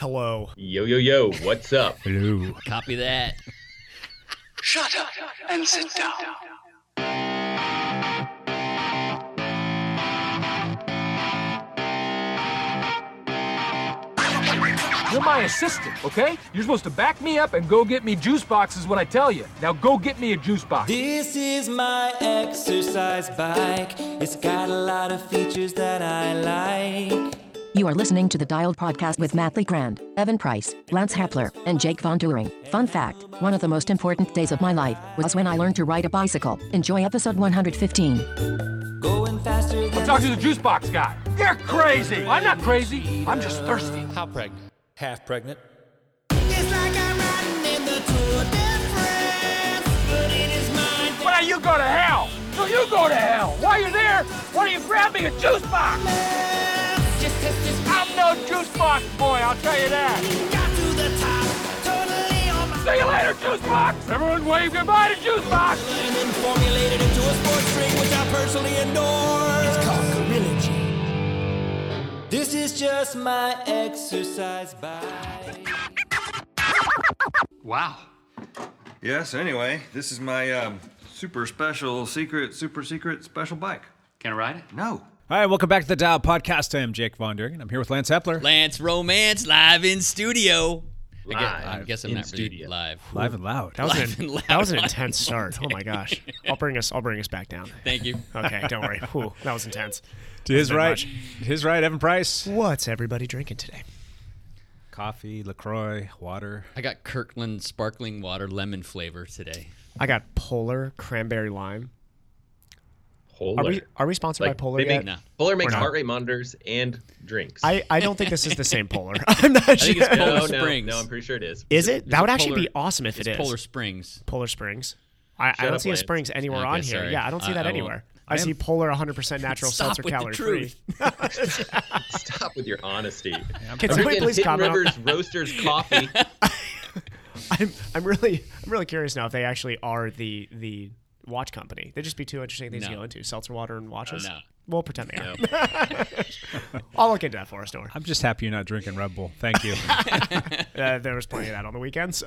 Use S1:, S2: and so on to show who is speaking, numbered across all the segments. S1: Hello.
S2: Yo, yo, yo, what's up?
S3: Hello.
S4: Copy that.
S5: Shut up and sit down.
S6: You're my assistant, okay? You're supposed to back me up and go get me juice boxes when I tell you. Now go get me a juice box.
S7: This is my exercise bike. It's got a lot of features that I like.
S8: You are listening to the Dialed Podcast with Matt Lee Grand, Evan Price, Lance Hapler, and Jake Von Turing. Fun fact one of the most important days of my life was when I learned to ride a bicycle. Enjoy episode 115.
S7: Going faster than
S6: Talk to the juice box guy. You're crazy. I'm not crazy. I'm just thirsty.
S4: How pregnant?
S7: half pregnant.
S9: It's like I'm riding in the Tour de France, but it is mine that
S6: Why don't you go to hell? So you go to hell. While you're there, why don't you grab me a juice box?
S9: lasts. Just test this
S6: I'm no juice box boy. I'll tell you that.
S9: got to the top, totally on my
S6: See you later, juice box. Everyone wave goodbye to juice box.
S7: And then formulated into a sports drink which I personally endorse. It's called Gorilla Gin. This is just my exercise bike.
S4: Wow.
S10: Yes, anyway, this is my um, super special, secret, super secret special bike.
S4: Can I ride it?
S10: No.
S1: All right, welcome back to the Dial Podcast. I'm Jake Von During, and I'm here with Lance Hepler.
S4: Lance Romance live in studio. I guess,
S2: Live
S4: I guess I'm
S2: in
S4: not really
S2: studio.
S4: live.
S1: Live and loud.
S11: That was,
S4: Live
S11: an,
S4: and loud
S11: that was an
S4: on
S11: intense start. Oh my gosh! I'll bring us. I'll bring us back down.
S4: Thank you.
S11: Okay, don't worry. Whew, that was intense.
S1: to his
S11: Thank you
S1: right,
S11: much.
S1: to his right, Evan Price.
S11: What's everybody drinking today?
S1: Coffee, LaCroix, water.
S4: I got Kirkland sparkling water lemon flavor today.
S11: I got Polar Cranberry Lime.
S2: Polar.
S11: Are we are we sponsored
S2: Like,
S11: by Polar
S2: they
S11: yet?
S2: make-
S4: No.
S2: Polar makes
S11: not.
S2: heart rate monitors and drinks.
S11: I, I don't think this is the same Polar. I'm not
S4: I think
S11: sure.
S4: it's
S2: no,
S4: Polar
S2: no,
S4: Springs.
S2: No, I'm pretty sure it is.
S11: Is it? That would actually
S4: Polar-
S11: be awesome if
S4: it's
S11: it is.
S4: Polar Springs.
S11: Polar Springs. I, I
S2: Shut
S11: don't
S2: up,
S11: see a
S2: Lance.
S11: Springs anywhere
S4: Okay,
S11: on here.
S4: sorry.
S11: Yeah, I don't see
S4: I-
S11: that
S4: I won't.
S11: anywhere. I, see Polar 100% natural
S4: Stop
S11: seltzer
S4: with the
S11: calorie free.
S2: Stop with your honesty.
S11: Can
S2: I'm
S11: somebody
S2: drinking
S11: please
S2: Hidden
S11: comment? on-
S2: Rivers Roasters coffee.
S11: I'm I'm really I'm really curious now if they actually are the the watch company. They'd just be two interesting things to
S4: No.
S11: go into: seltzer water and watches.
S4: No.
S11: We'll pretend they are. I'll look into that for us. Don't worry.
S1: I'm just happy you're not drinking Red Bull. Thank you.
S11: Uh, there was plenty of that on the weekends.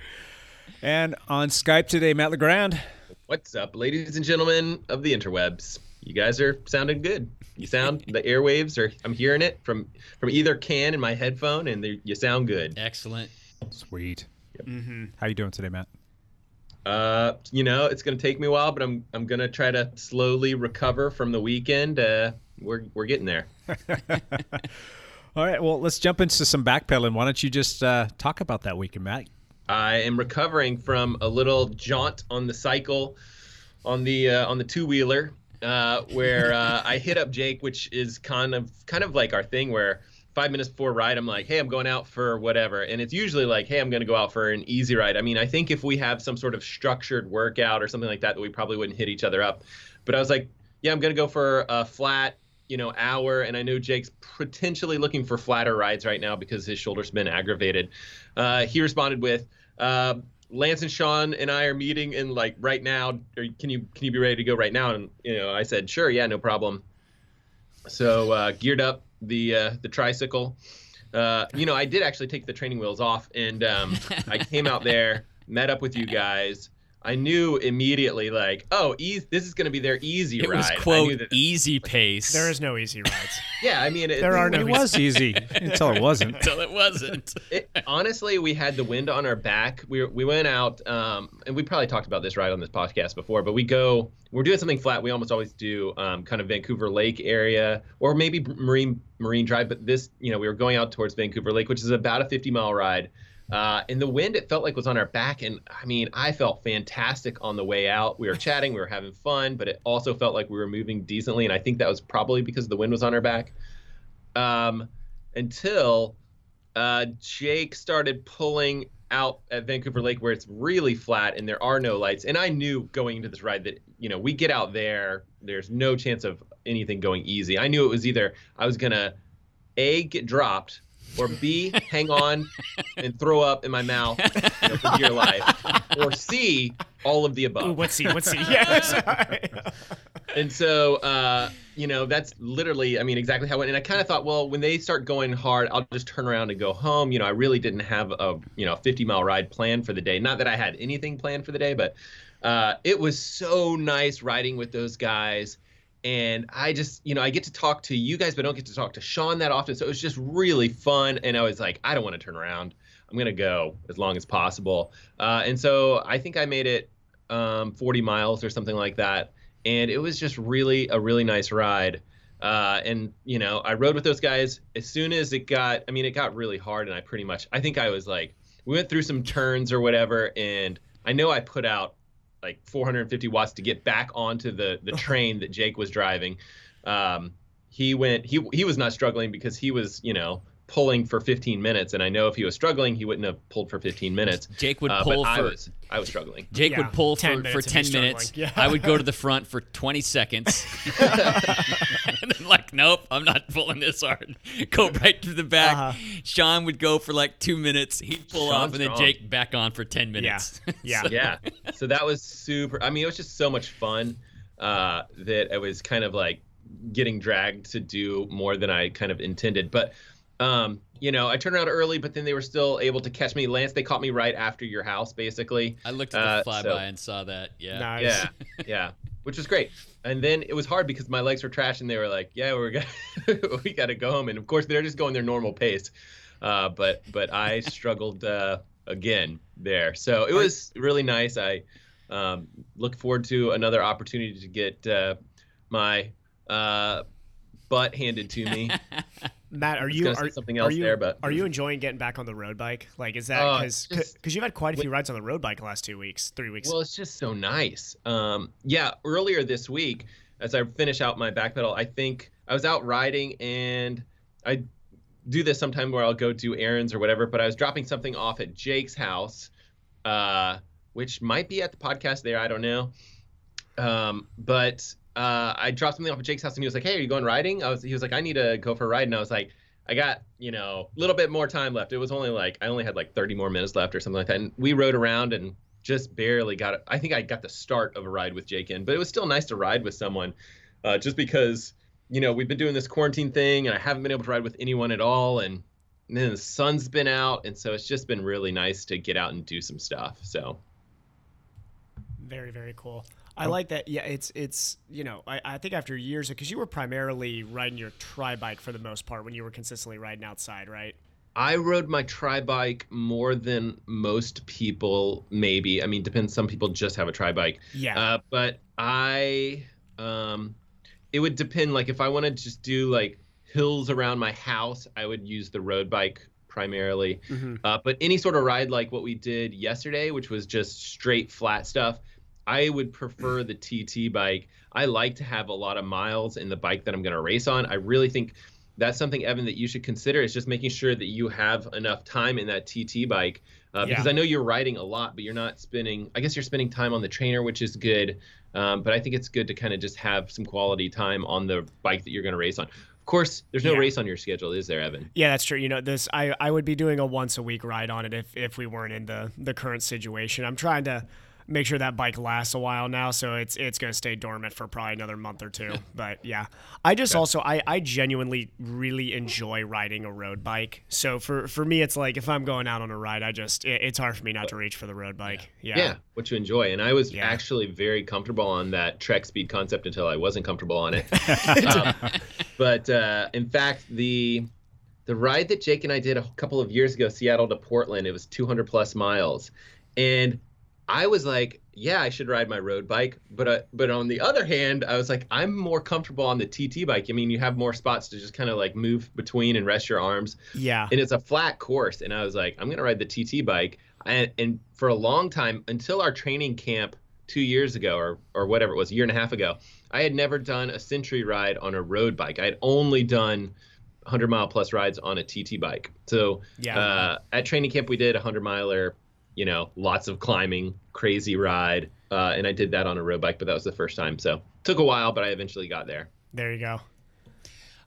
S1: and on Skype today, Matt LeGrand.
S2: What's up, ladies and gentlemen of the interwebs? You guys are sounding good. You sound the airwaves are. I'm hearing it from from either can in my headphone, and they- you sound good.
S4: Excellent.
S1: Sweet.
S4: Mm-hmm.
S1: How you doing today, Matt?
S2: Uh, you know, it's gonna take me a while, but I'm I'm gonna try to slowly recover from the weekend. Uh, we're we're getting there.
S1: All right, well, let's jump into some backpedaling. Why don't you just uh, talk about that weekend, Matt?
S2: I am recovering from a little jaunt on the cycle, on the uh, on the two wheeler, uh, where uh, I hit up Jake, which is kind of kind of like our thing where five minutes before a ride, I'm like, hey, I'm going out for whatever, and it's usually like, hey, I'm going to go out for an easy ride. I mean, I think if we have some sort of structured workout or something like that, we probably wouldn't hit each other up. But I was like, yeah, I'm going to go for a flat. You know, hour, and I know Jake's potentially looking for flatter rides right now because his shoulder's been aggravated. Uh, he responded with, uh, Lance and Sean and I are meeting and like right now. Or can you can you be ready to go right now? And you know, I said sure, yeah, no problem. So uh, geared up the uh, the tricycle. Uh, you know, I did actually take the training wheels off, and um, I came out there, met up with you guys. I knew immediately, like, oh, eas this is going to be their easy
S4: It
S2: ride.
S4: was
S2: I knew
S4: quote
S2: that-
S4: easy pace.
S11: there is no easy rides.
S2: yeah, I mean, it,
S11: There are no.
S1: It
S11: easy-
S1: was easy until it wasn't.
S4: until it wasn't.
S2: it, honestly, we had the wind on our back. We we went out, um, and we probably talked about this right on this podcast before. But we go, we're doing something flat. We almost always do, um, kind of Vancouver Lake area, or maybe Marine Marine Drive. But this, you know, we were going out towards Vancouver Lake, which is about a 50 mile ride. Uh, and the wind, it felt like was on our back, and I mean, I felt fantastic on the way out. We were chatting, we were having fun, but it also felt like we were moving decently, and I think that was probably because the wind was on our back. Um, until uh, Jake started pulling out at Vancouver Lake where it's really flat and there are no lights. And I knew going into this ride that, you know, we get out there, there's no chance of anything going easy. I knew it was either I was going to A, get dropped, or B, hang on and throw up in my mouth you know, for dear life, or C, all of the above.
S4: Oh,
S11: Ooh, what's he? What's he? Yeah. sorry.
S2: and so uh, you know that's literally i mean exactly how it went and i kind of thought well when they start going hard i'll just turn around and go home you know i really didn't have a you know 50 mile ride planned for the day not that i had anything planned for the day but uh, it was so nice riding with those guys and i just you know i get to talk to you guys but I don't get to talk to sean that often so it was just really fun and i was like i don't want to turn around i'm going to go as long as possible uh, and so i think i made it um, 40 miles or something like that and it was just really a really nice ride. Uh, and you know, I rode with those guys. As soon as it got, I mean, it got really hard, and I pretty much, I think I was like, we went through some turns or whatever, and I know I put out like 450 watts to get back onto the the train that Jake was driving. Um, he went, he he was not struggling because he was, you know, pulling for 15 minutes, and I know if he was struggling, he wouldn't have pulled for 15 minutes.
S4: Jake would
S2: Uh, but
S4: pull
S2: I
S4: for-
S2: was, I was struggling.
S4: Jake
S11: Yeah,
S4: would pull
S11: 10
S4: for, for
S11: minutes if
S4: 10
S11: he's
S4: minutes.
S11: struggling. Yeah.
S4: I would go to the front for 20 seconds. and then, like, nope, I'm not pulling this hard. Go right to the back.
S11: Uh-huh.
S4: Sean would go for like two minutes. He'd pull
S2: Sean's
S4: off, and then
S2: strong.
S4: Jake back on for 10 minutes.
S11: Yeah.
S4: So-
S2: yeah so that was super i mean it was just so much fun uh, that i was kind of like getting dragged to do more than i kind of intended but um, you know i turned around early but then they were still able to catch me lance they caught me right after your house basically
S4: I looked at the
S2: Uh,
S4: flyby
S2: so-
S4: and saw that. Yeah.
S11: Nice.
S2: yeah yeah which was great and then it was hard because my legs were trash and they were like yeah we're gonna we gotta go home and of course they're just going their normal pace uh, but but i struggled uh, again there so it was really nice i um, look forward to another opportunity to get uh, my uh, butt handed to me
S11: Matt, are
S2: was
S11: you
S2: gonna say
S11: are,
S2: something
S11: are
S2: else
S11: you
S2: there, but-
S11: are you enjoying getting back on the road bike? Like, is that
S2: Oh,
S11: because
S2: it's just-
S11: because you've had quite a few rides on the road bike the last two weeks, three weeks?
S2: Well, it's just so nice. Um, yeah, earlier this week, as I finish out my back pedal, I think I was out riding and I do this sometime where I'll go do errands or whatever, but I was dropping something off at Jake's house, uh, which might be at the podcast there. I don't know. Um, but uh, I dropped something off at Jake's house and he was like, Hey, are you going riding? I was, he was like, I need to go for a ride. And I was like, I got, you know, a little bit more time left. It was only like, I only had like 30 more minutes left or something like that. And we rode around and just barely got it. I think I got the start of a ride with Jake in, but it was still nice to ride with someone uh, just because, you know, we've been doing this quarantine thing and I haven't been able to ride with anyone at all. And, and then the sun's been out. And so it's just been really nice to get out and do some stuff. So
S11: Very, very cool. I like that. Yeah, it's it's you know I, I think after years because you were primarily riding your tri bike for the most part when you were consistently riding outside, right?
S2: I rode my tri bike more than most people, maybe. I mean, depends. Some people just have a tri bike.
S11: Yeah.
S2: Uh, but I, um, it would depend. Like, if I want to just do like hills around my house, I would use the road bike primarily. Uh, but any sort of ride like what we did yesterday, which was just straight flat stuff, I would prefer the TT bike. I like to have a lot of miles in the bike that I'm going to race on. I really think that's something, Evan, that you should consider is just making sure that you have enough time in that TT bike. Uh, Because
S11: Yeah.
S2: I know you're riding a lot, but you're not spending, I guess you're spending time on the trainer, which is good. Um, but I think it's good to kind of just have some quality time on the bike that you're going to race on. Of course, there's no
S11: Yeah.
S2: race on your schedule, is there, Evan?
S11: Yeah, that's true. You know, this I, I would be doing a once a week ride on it if, if we weren't in the, the current situation. I'm trying to make sure that bike lasts a while now, so it's it's gonna stay dormant for probably another month or two. but yeah. I just also I, I genuinely really enjoy riding a road bike. So for, for me it's like if I'm going out on a ride, I just it, it's hard for me not to reach for the road bike. Yeah.
S2: yeah what you enjoy and i was
S11: Yeah.
S2: actually very comfortable on that trek speed concept until i wasn't comfortable on it Um, but uh, in fact the the ride that jake and i did a couple of years ago seattle to portland it was 200 plus miles and i was like yeah i should ride my road bike but uh, but on the other hand i was like i'm more comfortable on the tt bike i mean you have more spots to just kind of like move between and rest your arms
S11: Yeah.
S2: and it's a flat course and i was like i'm going to ride the tt bike and, and for a long time until our training camp two years ago or, or whatever it was a year and a half ago i had never done a century ride on a road bike i had only done 100 mile plus rides on a tt bike so
S11: Yeah.
S2: uh, at training camp we did a 100 miler you know lots of climbing crazy ride uh, and i did that on a road bike but that was the first time so took a while but i eventually got there
S11: There you go.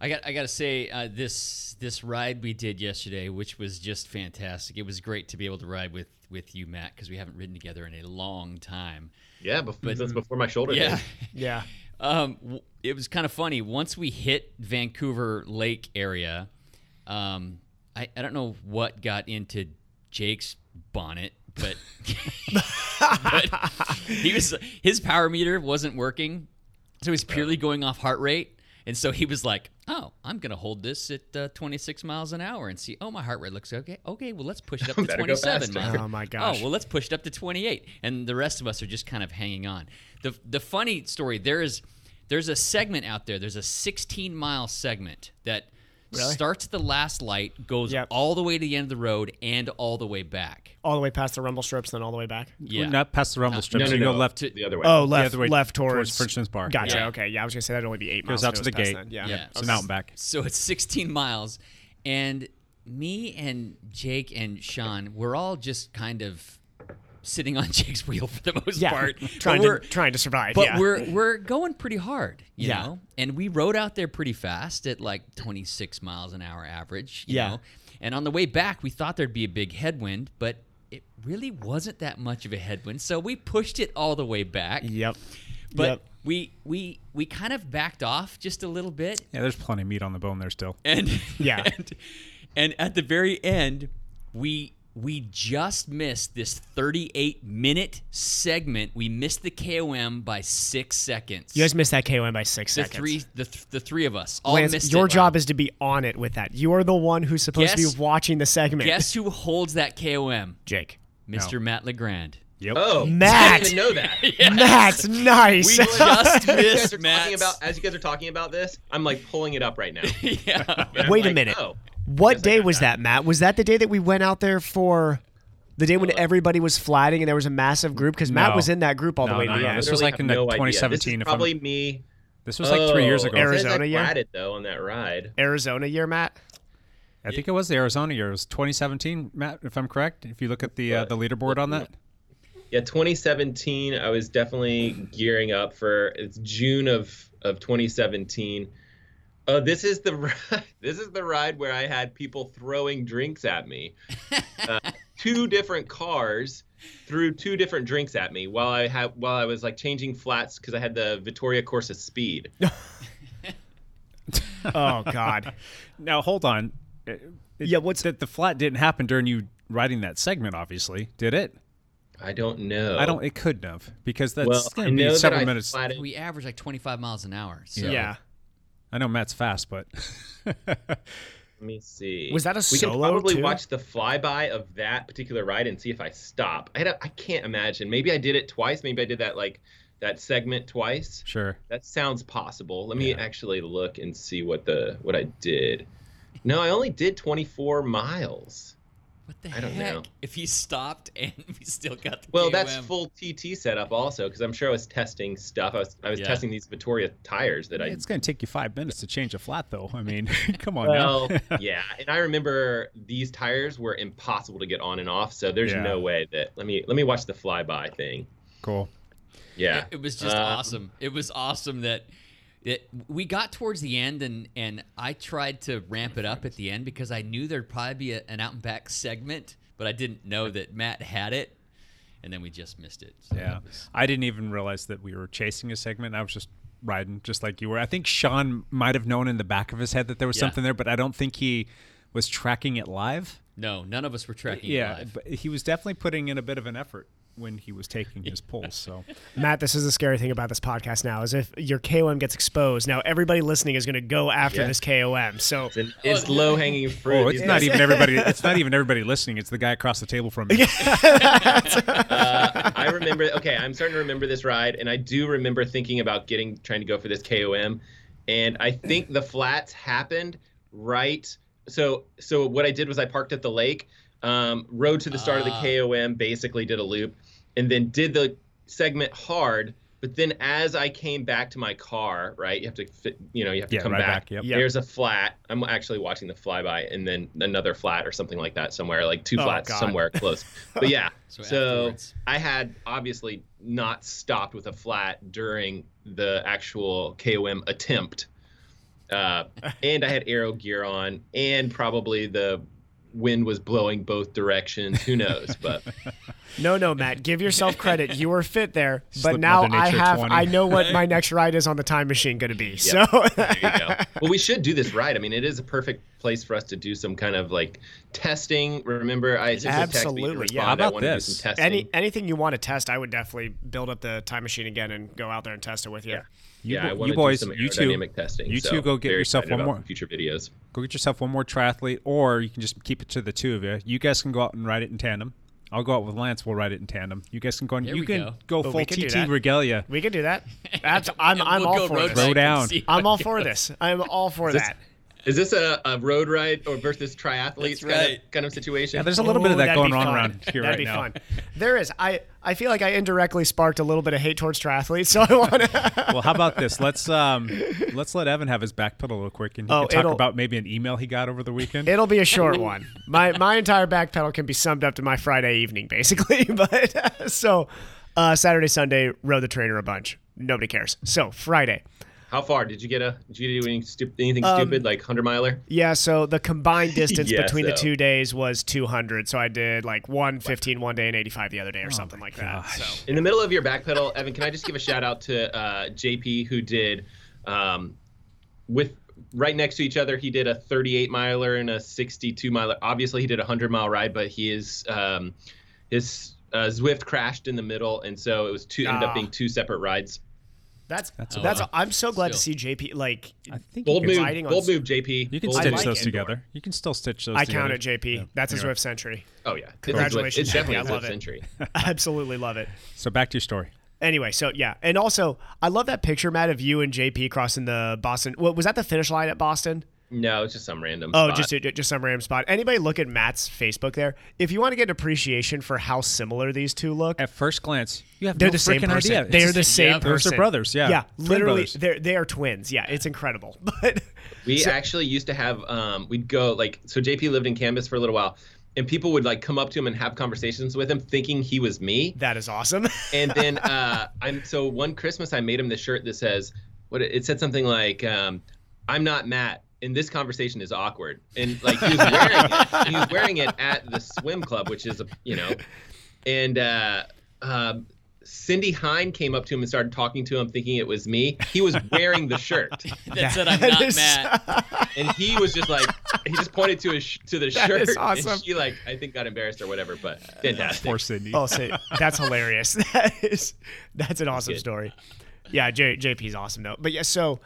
S4: I got I got to say uh, this this ride we did yesterday, which was just fantastic. It was great to be able to ride with with you, Matt, because we haven't ridden together in a long time.
S2: yeah bef- that's before my shoulder
S4: Yeah.
S2: thing.
S11: Yeah.
S4: um, w- it was kind of funny. Once we hit Vancouver Lake area, um, I, I don't know what got into Jake's bonnet, but, but he was his power meter wasn't working, so he was purely going off heart rate. And so he was like, "Oh, I'm gonna hold this at uh, 26 miles an hour and see. Oh, my heart rate looks okay. Okay, well let's push it up to
S2: Better go
S4: 27
S2: faster.
S4: miles.
S11: Oh, my gosh.
S4: Oh, well let's push it up to 28. And the rest of us are just kind of hanging on. the The funny story there is, there's a segment out there. There's a 16 mile segment that starts at the last light, goes
S11: Yep.
S4: all the way to the end of the road, and all the way back.
S11: all the way past the rumble strips, then all the way back.
S4: Yeah. Uh,
S1: Not past the rumble strips.
S2: no,
S1: you
S2: no,
S1: go
S2: no.
S1: left.
S2: To the other way.
S11: Oh,
S1: other
S11: left,
S1: way
S11: left
S1: towards
S11: towards,
S1: Princeton's Bar.
S11: Gotcha.
S4: Yeah.
S11: Okay. Yeah, I was gonna say that'd only be eight miles.
S1: Goes
S11: if
S1: out
S11: it
S1: to
S11: was
S1: the
S11: past
S1: gate.
S11: then.
S1: Yeah.
S11: Yeah.
S1: So now I'm back.
S4: So it's 16 miles. And me and Jake and Sean, we're all just kind of sitting on Jake's wheel for the most
S11: Yeah.
S4: part.
S11: trying
S4: but
S11: to
S4: we're-
S11: trying to survive.
S4: But
S11: yeah.
S4: we're we're going pretty hard, you
S11: Yeah.
S4: know? And we rode out there pretty fast at like 26 miles an hour average, you
S11: Yeah.
S4: know? And on the way back, we thought there'd be a big headwind, but it really wasn't that much of a headwind. So we pushed it all the way back.
S11: Yep.
S4: But
S11: Yep.
S4: we we we kind of backed off just a little bit
S1: Yeah, there's plenty of meat on the bone there still.
S4: and
S11: Yeah.
S4: and, and at the very end we we just missed this 38 minute segment we missed the kom by six seconds
S11: You guys missed that KOM by six
S4: the
S11: seconds.
S4: three the, th- the three of us all
S11: Lance,
S4: missed
S11: your
S4: it.
S11: job is to be on it with that. You are the one who's supposed
S4: Guess-
S11: to be watching the segment.
S4: guess who holds that kom
S11: Jake.
S4: mr matt legrand
S1: Yep.
S2: Oh, I
S11: Matt.
S2: didn't even know that.
S11: That's
S4: we
S11: nice.
S4: just
S2: You guys
S4: missed
S2: are
S4: matt
S2: talking about as you guys are talking about this. I'm like pulling it up right now.
S4: yeah
S2: And I'm
S11: Wait a
S2: like,
S11: minute.
S2: Oh,
S11: What
S2: I
S11: day
S2: got
S11: was that, Matt? Was that the day that we went out there for the day when everybody was flatting and there was a massive group? Because Matt
S1: No.
S11: was in that group all
S1: No,
S11: the way
S1: no,
S11: to the
S1: no,
S2: I
S11: end.
S1: this was
S2: literally
S1: like
S2: have
S1: in the
S2: no idea.
S1: 2017,
S2: This
S1: if
S2: is
S1: I'm-
S2: probably me.
S1: This was like three years
S2: Oh,
S1: ago.
S2: it says
S11: Arizona
S2: I
S11: year?
S2: ratted, though on that ride.
S11: Arizona year, Matt?
S1: I think it was the Arizona year. It was 2017, Matt, if I'm correct. If you look at the uh, the leaderboard on that.
S2: Yeah, 2017. I was definitely gearing up for it's June of of 2017. Oh, this is the ri- this is the ride where I had people throwing drinks at me. Uh, two different cars threw two different drinks at me while I had while I was like changing flats because I had the Vittoria Corsa Speed.
S11: Oh, God.
S1: Now hold on. It- it-
S11: Yeah, what's-
S1: that? The flat didn't happen during you writing that segment, obviously, did it?
S2: I don't know.
S1: I don't. It couldn't have because that's
S2: Well, I
S1: going to
S2: know
S1: be
S2: that
S1: several
S2: I
S1: minutes.
S2: flatted-
S4: we averaged like 25 miles an hour so
S11: yeah.
S1: I know Matt's fast, but
S2: Let me see.
S11: Was that a
S2: We can
S11: solo,
S2: probably
S11: too?
S2: watch the flyby of that particular ride and see if I stop. I don't- I can't imagine. Maybe I did it twice. Maybe I did that like that segment twice.
S1: sure.
S2: That sounds possible. Let me actually look and see what the what I did. No, I only did 24 miles.
S4: what the
S2: I don't
S4: heck
S2: know.
S4: if he stopped and we still got the
S2: Well, that's
S4: KOM.
S2: full TT setup also because I'm sure I was testing stuff. I was I was
S4: Yeah.
S2: testing these Vittoria tires that I
S1: It's going to take you five minutes to change a flat, though. I mean, come on
S2: Well,
S1: now.
S2: yeah, and I remember these tires were impossible to get on and off, so there's
S1: Yeah.
S2: no way that let me let me watch the flyby thing.
S1: cool.
S2: Yeah,
S4: It was just
S2: Uh,
S4: awesome. It was awesome that it, we got towards the end, and and I tried to ramp it up at the end because I knew there'd probably be a, an out and back segment, but I didn't know that Matt had it, and then we just missed it. So
S1: Yeah,
S4: it was-
S1: I didn't even realize that we were chasing a segment. I was just riding, just like you were. I think Sean might have known in the back of his head that there was
S4: Yeah.
S1: something there, but I don't think he was tracking it live.
S4: no, none of us were tracking.
S1: yeah,
S4: it live.
S1: but he was definitely putting in a bit of an effort when he was taking his pulse. So
S11: Matt, this is the scary thing about this podcast now is if your KOM gets exposed, now everybody listening is going to go after
S2: Yeah.
S11: this KOM. So
S2: it's, low hanging fruit.
S1: oh, it's
S2: These
S1: not
S2: guys-
S1: even everybody. It's not even everybody listening. It's the guy across the table from me.
S2: uh, I remember. Okay, I'm starting to remember this ride, and I do remember thinking about getting trying to go for this KOM, and I think the flats happened right. So so what I did was I parked at the lake, um, rode to the start of
S4: Ah.
S2: the KOM, basically did a loop, and then did the segment hard. But then as I came back to my car, right, you have to fit, you know you have to
S1: Yeah,
S2: come
S1: right
S2: back.
S1: back, yep.
S11: Yep.
S2: There's a flat. I'm actually watching the flyby, and then another flat or something like that somewhere, like two
S11: Oh,
S2: flats
S11: God.
S2: somewhere close. But yeah,
S4: So
S2: so,
S4: afterwards.
S2: I had obviously not stopped with a flat during the actual KOM attempt, uh, and I had aero gear on, and probably the wind was blowing both directions. Who knows? But
S11: No, no, Matt. Give yourself credit. You were fit there,
S2: Slip
S11: but now
S2: Mother
S11: I
S2: Nature
S11: have.
S2: 20.
S11: I know what my next ride is on the time machine going to be.
S2: Yeah.
S11: So
S2: there you go. Well, we should do this right. I mean, it is a perfect place for us to do some kind of like testing. Remember, I just
S11: absolutely, yeah.
S2: I want to do some testing.
S11: Any anything you want to test, I would definitely build up the time machine again and go out there and test it with you.
S1: You,
S2: yeah, I
S1: bo-
S2: want
S1: you
S2: to
S1: boys,
S2: do some
S1: you two,
S2: aerodynamic testing.
S1: you
S2: so
S1: two, go get
S2: very
S1: yourself
S2: excited
S1: one
S2: about
S1: more.
S2: future videos.
S1: Go get yourself one more triathlete, or you can just keep it to the two of you. You guys can go out and ride it in tandem. I'll go out with Lance. We'll ride it in tandem. You guys can go. On,
S11: There
S1: you
S11: we
S1: can
S11: go.
S1: go,
S11: But
S1: full
S11: we can do
S1: TT
S11: that.
S1: regalia.
S11: We can do that. That's, I'm I'm
S1: we'll go
S11: all for Ah, this.
S1: road bike Throw and down. see
S11: I'm all for this. I'm all for
S2: Is this-
S11: that.
S2: Is this a, a road ride or versus triathletes kind, of, kind of situation?
S1: Yeah, there's a little bit of
S11: Ooh,
S1: that
S11: Oh, that'd
S1: going
S11: be
S1: on
S11: fun.
S1: around here
S11: that'd
S1: right
S11: be
S1: now.
S11: Fun. There is. I I feel like I indirectly sparked a little bit of hate towards triathletes, so I want to.
S1: well, how about this? Let's um, let's let Evan have his back pedal real quick, and he
S11: Oh,
S1: can talk
S11: it'll-
S1: about maybe an email he got over the weekend.
S11: It'll be a short one. My my entire back pedal can be summed up to my Friday evening, basically. But uh, so uh, Saturday, Sunday, rode the trainer a bunch. Nobody cares. So Friday,
S2: How far did you get a? Did you do any stu- anything
S11: Um,
S2: stupid like hundred miler?
S11: yeah. So the combined distance
S2: Yeah,
S11: between the
S2: so.
S11: two days was 200. So I did like 115 one day and 85 the other
S1: Oh
S11: day, or something like that. So
S2: In the middle of your backpedal, Evan, can I just give a shout out to uh, JP who did um, with right next to each other. He did a 38 miler and a 62 miler. Obviously, he did a 100 mile ride, but he is um, his uh, Zwift crashed in the middle, and so it was two ended
S11: Ah.
S2: up being two separate rides.
S11: that's that's,
S1: a lot.
S11: I'm so glad to see JP like I
S1: think
S2: Bold move,
S11: riding on
S2: bold
S11: s-
S2: move, JP.
S1: You can
S2: Bold
S1: stitch
S2: move.
S1: those together. You can still stitch those.
S11: I
S1: together.
S11: count it, JP. That's a Zwift century.
S2: Oh yeah, It's a Zwift-
S11: Congratulations,
S2: It's definitely
S11: JP. I
S2: a
S11: love
S2: Zwift
S11: it.
S2: century.
S11: Absolutely love it.
S1: So back to your story.
S11: Anyway, so yeah, and also I love that picture, Matt, of you and JP crossing the Boston. What was that? The finish line at Boston?
S2: No, it's just some random.
S11: Oh,
S2: spot.
S11: just just some random spot. Anybody look at Matt's Facebook there? If you want to get an appreciation for how similar these two look,
S1: At first glance, you have
S11: they're
S1: no
S11: the same
S1: freaking
S11: person.
S1: idea. It's
S11: They're
S1: just-
S11: the same
S1: yeah, those are
S11: person.
S1: brothers, yeah.
S11: yeah,
S1: Twin
S11: literally,
S1: brothers.
S11: they're they are twins. Yeah, it's incredible. But
S2: We actually used to have um, we'd go like so JP lived in Canvas for a little while and people would like come up to him and have conversations with him thinking he was me.
S11: that is awesome.
S2: And then uh, I'm so one Christmas I made him this shirt that says what it said something like um, I'm not Matt and this conversation is awkward. And like he was wearing it. He was wearing it at the swim club, which is a you know and uh, um Cindy Hine came up to him and started talking to him, thinking it was me. He was wearing the shirt
S4: That said, I'm not
S11: is-
S4: Matt.
S2: and he was just like he just pointed to his sh- to the
S11: That
S2: shirt
S11: is awesome.
S2: and she like i think got embarrassed or whatever but fantastic
S1: Uh, Poor Cindy.
S11: Oh, so that's hilarious. That is that's an awesome
S2: good.
S11: story. Yeah, J, JP's awesome though. But yeah, so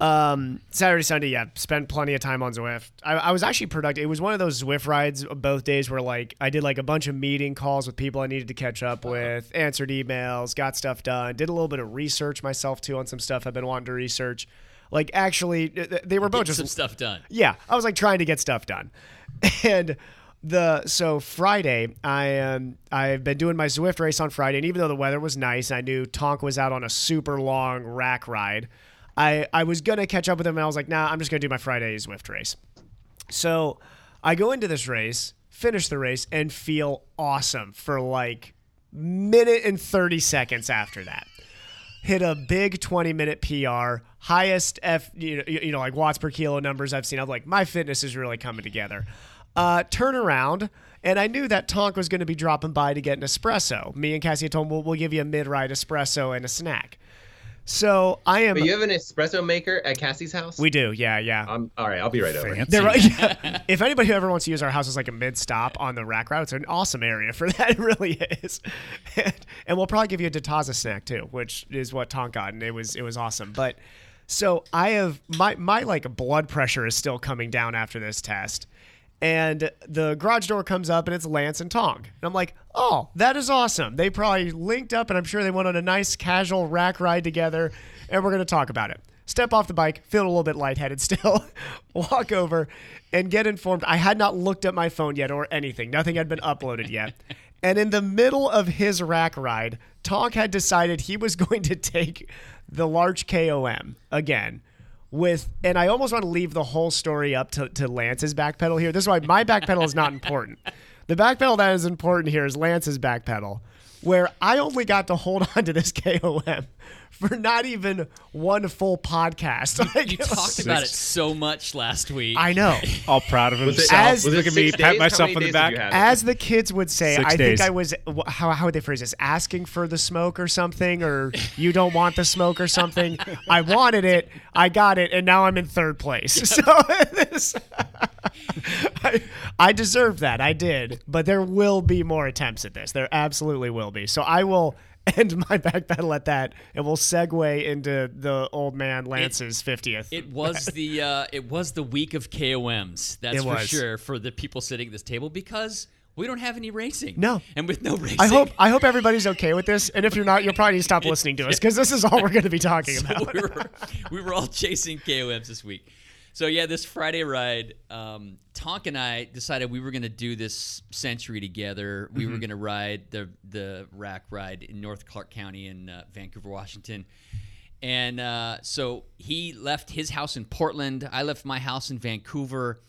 S11: um, Saturday, Sunday, yeah, spent plenty of time on Zwift. I, I was actually productive. It was one of those Zwift rides uh, both days where like I did like a bunch of meeting calls with people I needed to catch up with, answered emails, got stuff done, did a little bit of research myself too on some stuff I've been wanting to research. Like actually, th- th- they were both
S4: Get
S11: just
S4: some stuff done.
S11: yeah, I was like trying to get stuff done. And the so Friday, I um I've been doing my Zwift race on Friday, and even though the weather was nice, I knew Tonk was out on a super long rack ride. I I was gonna catch up with him, and I was like, nah, I'm just gonna do my Friday Zwift race. So I go into this race, finish the race, and feel awesome for like minute and 30 seconds after that. Hit a big 20 minute PR, highest F, you know, you you know, like watts per kilo numbers I've seen. I'm like, my fitness is really coming together. Uh, turn around, and I knew that Tonk was going to be dropping by to get an espresso. Me and Cassie had told him, we'll, we'll give you a mid ride espresso and a snack. So I am.
S2: but you have an espresso maker at cassie's house
S11: we do, yeah, yeah.
S2: um, all right i'll be right over
S11: They're right- yeah. If anybody who ever wants to use our house as like a mid stop on the rack route, it's an awesome area for that. It really is. And, and we'll probably give you a Dataza snack too, which is what Tonk got, and it was it was awesome. But so I have my my like blood pressure is still coming down after this test. And the garage door comes up and it's Lance and Tong. And I'm like, oh, that is awesome. They probably linked up and I'm sure they went on a nice casual rack ride together and we're going to talk about it. Step off the bike, feel a little bit lightheaded still, walk over and get informed. I had not looked at my phone yet or anything, nothing had been uploaded yet. And in the middle of his rack ride, Tonk had decided he was going to take the large KOM again with and I almost want to leave the whole story up to, to Lance's back pedal here. This is why my back pedal is not important. The back pedal that is important here is Lance's back pedal, where I only got to hold on to this KOM for not even one full podcast. Like,
S4: You
S11: it was-
S4: talked about it so much last week.
S11: I know.
S1: All proud of
S11: Was it-
S1: himself.
S11: As-
S1: Look
S11: was it
S1: at me,
S11: six
S1: pat
S11: days?
S1: myself
S11: How
S1: on
S11: many days
S1: the back.
S11: did you have it? As the kids would say,
S1: Six
S11: I
S1: days.
S11: think I was wh- how how would they phrase this? Asking for the smoke or something, or you don't want the smoke or something. I wanted it, I got it, and now I'm in third place. So this, I, I deserve that. I did, but there will be more attempts at this. There absolutely will be. So I will. End my back battle at that, and we'll segue into the old man Lance's fiftieth.
S4: It was the uh, it was the week of KOMs. That's
S11: It
S4: for
S11: was.
S4: sure for the people sitting at this table because we don't have any racing.
S11: No.
S4: and with no racing,
S11: I hope I hope everybody's okay with this, and if you're not, you'll probably need to stop listening to us because this is all we're going to be talking
S4: So
S11: about.
S4: we were we were all chasing KOMs this week. So yeah, this Friday ride, um, Tonk and I decided we were going to do this century together. We were
S3: Mhm.
S4: going to ride the the rack ride in North Clark County in uh, Vancouver, Washington. And uh, so he left his house in Portland. I left my house in Vancouver,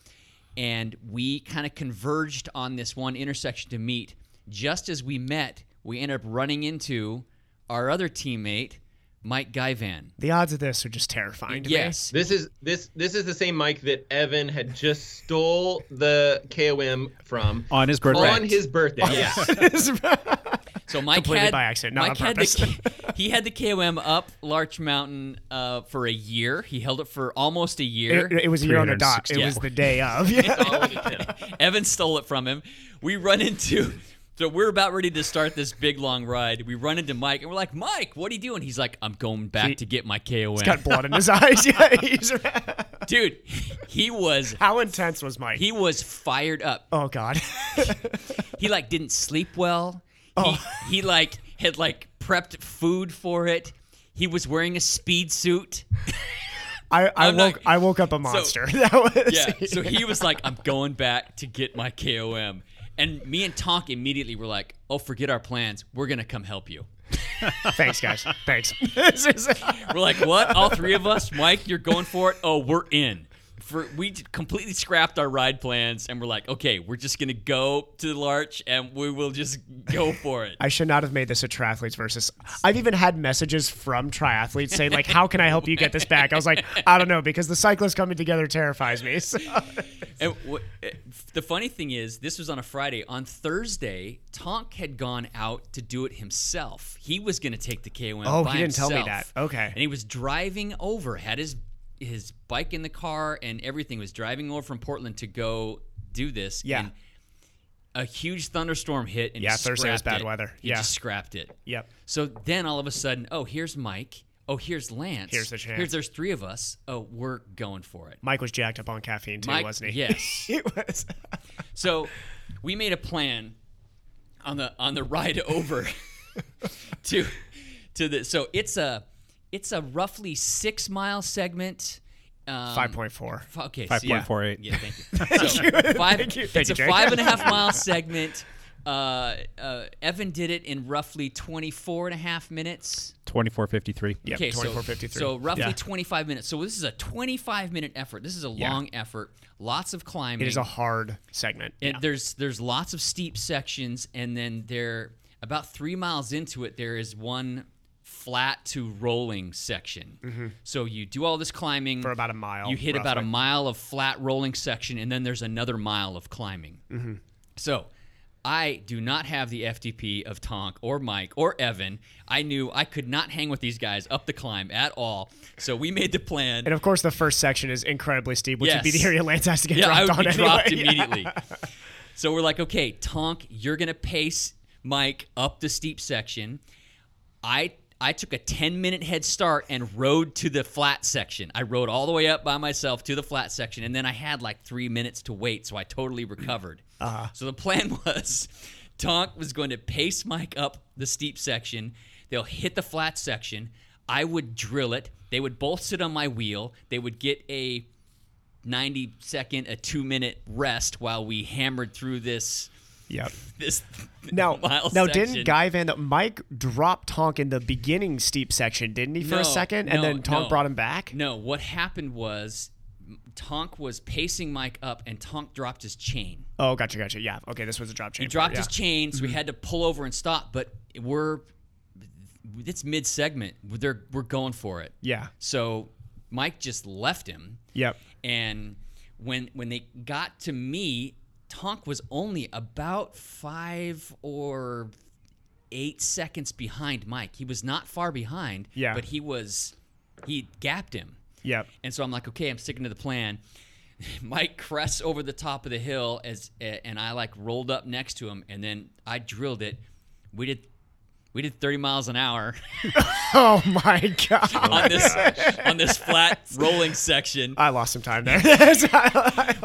S4: and we kind of converged on this one intersection to meet. Just as we met, we ended up running into our other teammate, Mike Guyvan.
S11: The odds of this are just terrifying. To
S4: Yes.
S2: This is this this is the same mic that Evan had just stole the KOM from
S1: On his birthday.
S2: On his birthday. Yes.
S4: So Mike
S11: Completely
S4: had,
S11: by accident, not
S4: Mike
S11: on
S4: had
S11: purpose.
S4: the, he had the KOM up Larch Mountain uh, for a year. He held it for almost a
S11: me.
S4: year.
S11: It, it was a year on the dot. It
S4: Yeah.
S11: was the day of. Yeah.
S4: Evan stole it from him. We run into. So we're about ready to start this big long ride. We run into Mike and we're like, Mike, what are you doing? He's like, I'm going back
S11: He-
S4: to get my KOM.
S11: He's got blood in his eyes. Yeah, he's,
S4: Dude, he was
S11: how intense was Mike?
S4: He was fired up.
S11: Oh God.
S4: he like didn't sleep well.
S11: Oh.
S4: He, he like had like prepped food for it. He was wearing a speed suit.
S11: I, I
S4: I'm not-
S11: woke I woke up a
S4: So-
S11: monster. that was
S4: yeah. So he was like, I'm going back to get my KOM. And me and Tonk immediately were like, oh, forget our plans. We're going to come help you.
S11: Thanks, guys. Thanks.
S4: We're like, what? All three of us? Mike, you're going for it? Oh, we're in. For, we j- completely scrapped our ride plans and we're like, okay, we're just going to go to the Larch and we will just go for it.
S11: I should not have made this a triathletes versus. I've even had messages from triathletes saying like, "How can I help you get this back?" I was like, "I don't know," because the cyclists coming together terrifies me. So.
S4: And wh- eh, f- the funny thing is, this was on a Friday. On Thursday, Tonk had gone out to do it himself. He was going to take the KOM.
S11: Oh,
S4: by
S11: he didn't tell me
S4: himself.
S11: that. Okay.
S4: And he was driving over, had his his bike in the car and everything, was driving over from Portland to go do this.
S11: Yeah.
S4: And a huge thunderstorm hit, and he
S11: Yeah, Thursday was
S4: scrapped
S11: bad
S4: it.
S11: weather.
S4: He
S11: Yeah.
S4: just scrapped it.
S11: Yep.
S4: So then all of a sudden, oh, here's Mike. Oh, here's Lance.
S11: Here's the chance.
S4: Here's there's three of us. Oh, we're going for it.
S11: Mike was jacked up on caffeine too,
S4: Mike-
S11: wasn't he?
S4: yes.
S11: he was.
S4: So we made a plan on the on the ride over to to the so it's a it's a roughly six mile segment. Um,
S11: 5.4.
S4: f- Okay. so yeah.
S1: 5.48.
S4: Yeah, thank you. So
S11: Thank you.
S4: Five,
S11: Thank you.
S4: It's
S11: Thank
S4: a
S11: you, Jake.
S4: five and a half mile segment. Uh, uh, Evan did it in roughly 24 and a half minutes.
S1: 2453. Yeah,
S4: Okay, so- So, roughly 25 minutes. So this is a 25 minute effort. This is a
S11: Yeah.
S4: long effort. Lots of climbing.
S11: It is a hard segment.
S4: And there's there's lots of steep sections, and then there about three miles into it, there is one flat to rolling section.
S11: Mhm.
S4: So you do all this climbing
S11: For about a mile,
S4: You hit about a
S11: roughly.
S4: mile of flat rolling section, and then there's another mile of climbing.
S11: Mhm.
S4: So. I do not have the FTP of Tonk or Mike or Evan. I knew I could not hang with these guys up the climb at all. So we made the plan.
S11: And of course, the first section is incredibly steep, which would be the area Lance has to get
S4: yeah,
S11: dropped
S4: I
S11: on
S4: would be
S11: anyway.
S4: dropped
S11: Yeah.
S4: immediately. so we're like, okay, Tonk, you're gonna pace Mike up the steep section. I I took a 10 minute head start and rode to the flat section. I rode all the way up by myself to the flat section, and then I had like three minutes to wait, so I totally recovered.
S11: Uh-huh.
S4: So the plan was Tonk was going to pace Mike up the steep section. They'll hit the flat section. I would drill it. They would both sit on my wheel. They would get a 90 second, a two minute rest while we hammered through this.
S11: Yep.
S4: This
S11: Now,
S4: mile
S11: now
S4: section.
S11: didn't Guy Van Mike dropped Tonk in the beginning steep section, didn't he, for
S4: No,
S11: a second? And
S4: no,
S11: then Tonk
S4: no.
S11: brought him back?
S4: No, what happened was Tonk was pacing Mike up, and Tonk dropped his chain.
S11: Oh, gotcha, gotcha. Yeah. Okay, this was a drop chain.
S4: He dropped
S11: yeah.
S4: his chain, so we
S11: Mhm.
S4: had to pull over and stop. But we're it's mid segment. They're we're going for it.
S11: Yeah.
S4: So Mike just left him.
S11: Yep.
S4: And when when they got to me, Tonk was only about five or eight seconds behind Mike. He was not far behind.
S11: Yeah.
S4: But he was he gapped him.
S11: Yep.
S4: And so I'm like, okay, I'm sticking to the plan. Mike crests over the top of the hill as and I like rolled up next to him and then I drilled it. We did we did 30 miles an hour
S11: Oh my god.
S4: on this on this flat rolling section
S11: I lost some time there.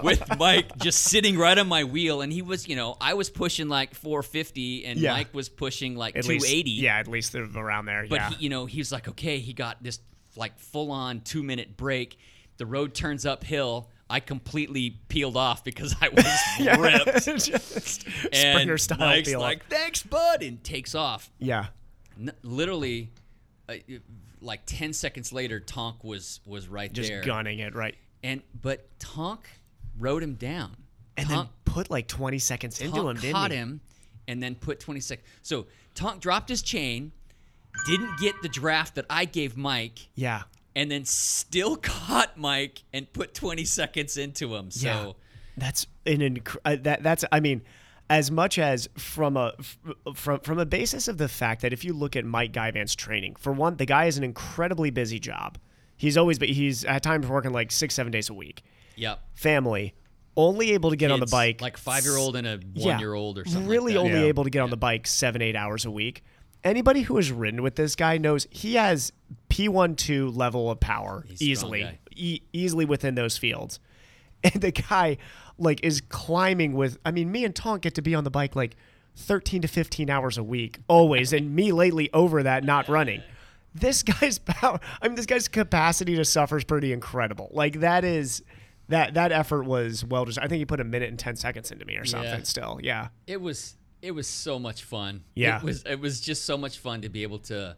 S4: with Mike just sitting right on my wheel and he was, you know, I was pushing like 450 and
S11: Yeah.
S4: Mike was pushing like
S11: At least-
S4: 280.
S11: yeah, at least they're around there.
S4: But
S11: yeah.
S4: he, you know, he was like, okay, he got this like full on two minute break. The road turns uphill. I completely peeled off because I was
S11: Yeah.
S4: ripped.
S11: Just
S4: and
S11: Springer style
S4: Mike's
S11: peel off.
S4: like, thanks, bud, and takes off.
S11: yeah.
S4: N- literally, uh, it- like ten seconds later, Tonk was was right
S11: Just
S4: there,
S11: gunning it right.
S4: and but Tonk rode him down.
S11: And
S4: Tonk,
S11: then put like 20 seconds into him,
S4: Tonk
S11: didn't
S4: caught
S11: he?
S4: him, and then put twenty sec So Tonk dropped his chain, didn't get the draft that I gave Mike,
S11: Yeah.
S4: and then still caught Mike and put 20 seconds into him. So
S11: Yeah. That's an inc- uh, that that's I mean as much as from a f- from from a basis of the fact that if you look at Mike Guyvan's training, for one, the guy is an incredibly busy job. He's always but he's at times working like 6 7 days a week.
S4: yep.
S11: Family, only able to get on the
S4: Kids,
S11: bike
S4: like five-year-old and a
S11: Yeah.
S4: one-year-old or something like
S11: Really
S4: that.
S11: only
S4: Yeah.
S11: able to get on the bike 7 8 hours a week. Anybody who has ridden with this guy knows he has P12 level of power
S4: He's a strong guy.
S11: easily e- easily within those fields. And the guy like is climbing with I mean me and Tonk get to be on the bike like 13 to 15 hours a week always and me lately over that not running. This guy's power I mean this guy's capacity to suffer is pretty incredible. Like that is that that effort was well just I think he put a minute and 10 seconds into me or something
S4: Yeah.
S11: still. Yeah.
S4: it was it was so much fun.
S11: Yeah.
S4: It was it was just so much fun to be able to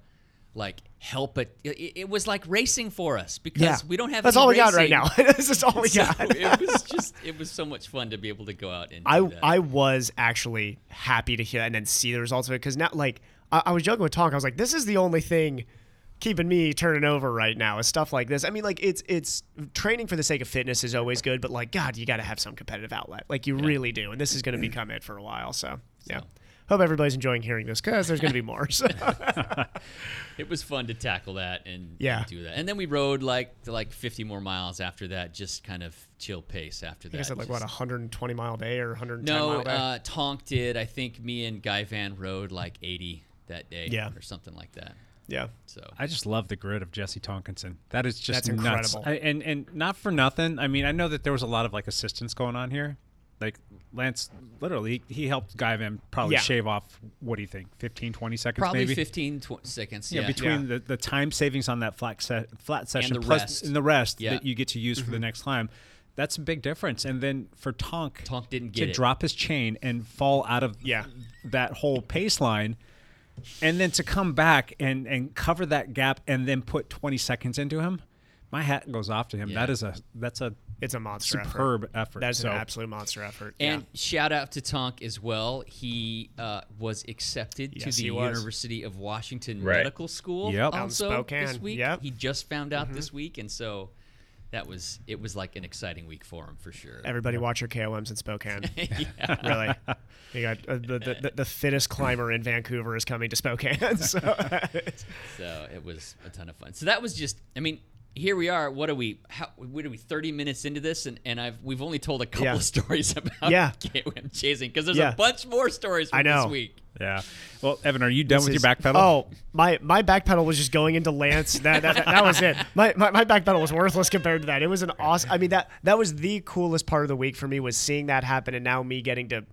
S4: like help it. It, it was like racing for us because
S11: Yeah.
S4: we don't have
S11: That's
S4: any
S11: all we got right
S4: racing.
S11: now. This is all we
S4: So
S11: got.
S4: it was just it was so much fun to be able to go out and do
S11: I
S4: that.
S11: I was actually happy to hear that and then see the results of it because now like I, I was joking with Tonk. I was like, this is the only thing keeping me turning over right now is stuff like this. I mean, like it's it's training for the sake of fitness is always good, but like God, you got to have some competitive outlet. Like you really do, and this is going to become it for a while. So yeah. Hope everybody's enjoying hearing this because there's going to be more. So.
S4: it was fun to tackle that and
S11: Yeah.
S4: and do that. And then we rode like to, like 50 more miles after that, just kind of chill pace after that.
S11: I guess I had like
S4: Just-
S11: what 120 mile day or 110
S4: No,
S11: mile day.
S4: uh, Tonk did. I think me and Guy Van rode like 80 that day
S11: Yeah.
S4: or something like that.
S11: yeah.
S4: So
S1: I just love the grit of Jesse Tonkinson. That is just
S11: That's
S1: nuts.
S11: incredible.
S1: I, and and not for nothing. I mean, I know that there was a lot of like assistance going on here. Like Lance, literally, he helped Guy Van probably
S11: Yeah.
S1: shave off. What do you think? 15, 20 seconds,
S4: probably
S1: maybe.
S4: 15 tw- seconds.
S1: Yeah,
S4: Yeah,
S1: between The, the time savings on that flat se- flat session
S4: the
S1: plus-
S4: rest.
S1: and the
S4: Yeah.
S1: rest
S4: Mm-hmm.
S1: that you get to use for the next climb, that's a big difference. And then for Tonk,
S4: Tonk didn't
S1: to
S4: get it.
S1: drop his chain and fall out of
S11: Yeah.
S1: that whole pace line, and then to come back and and cover that gap and then put 20 seconds into him, my hat goes off to him.
S4: Yeah.
S1: That is a that's a
S11: It's a monster effort.
S1: superb effort.
S11: That's
S1: So,
S11: an absolute monster effort.
S4: And
S11: yeah.
S4: shout out to Tonk as well. He uh, was accepted
S11: Yes,
S4: to the
S11: he was.
S4: University of Washington
S2: Right.
S4: Medical School.
S1: Yep. Out in
S4: Also this
S11: Spokane,
S4: week,
S11: yep. Mm-hmm.
S4: he just found out this week, and so that was it. Was like an exciting week for him for sure.
S11: Everybody watch your KOMs in Spokane. Really, you got uh, the, the, the the fittest climber in Vancouver is coming to Spokane. So
S4: So it was a ton of fun. So that was just, I mean, here we are. What are we? How? What are we? Thirty minutes into this, and, and I've we've only told a couple
S11: Yeah.
S4: of stories about
S11: Yeah.
S4: KOM chasing because there's
S11: Yeah.
S4: a bunch more stories from
S11: I know.
S4: this week.
S1: yeah. Well, Evan, are you done with
S11: This
S1: your
S11: is-
S1: back pedal?
S11: Oh, my my back pedal was just going into Lance. That that, that, that was it. My, my my back pedal was worthless compared to that. It was an awesome. I mean that that was the coolest part of the week for me was seeing that happen, and now me getting to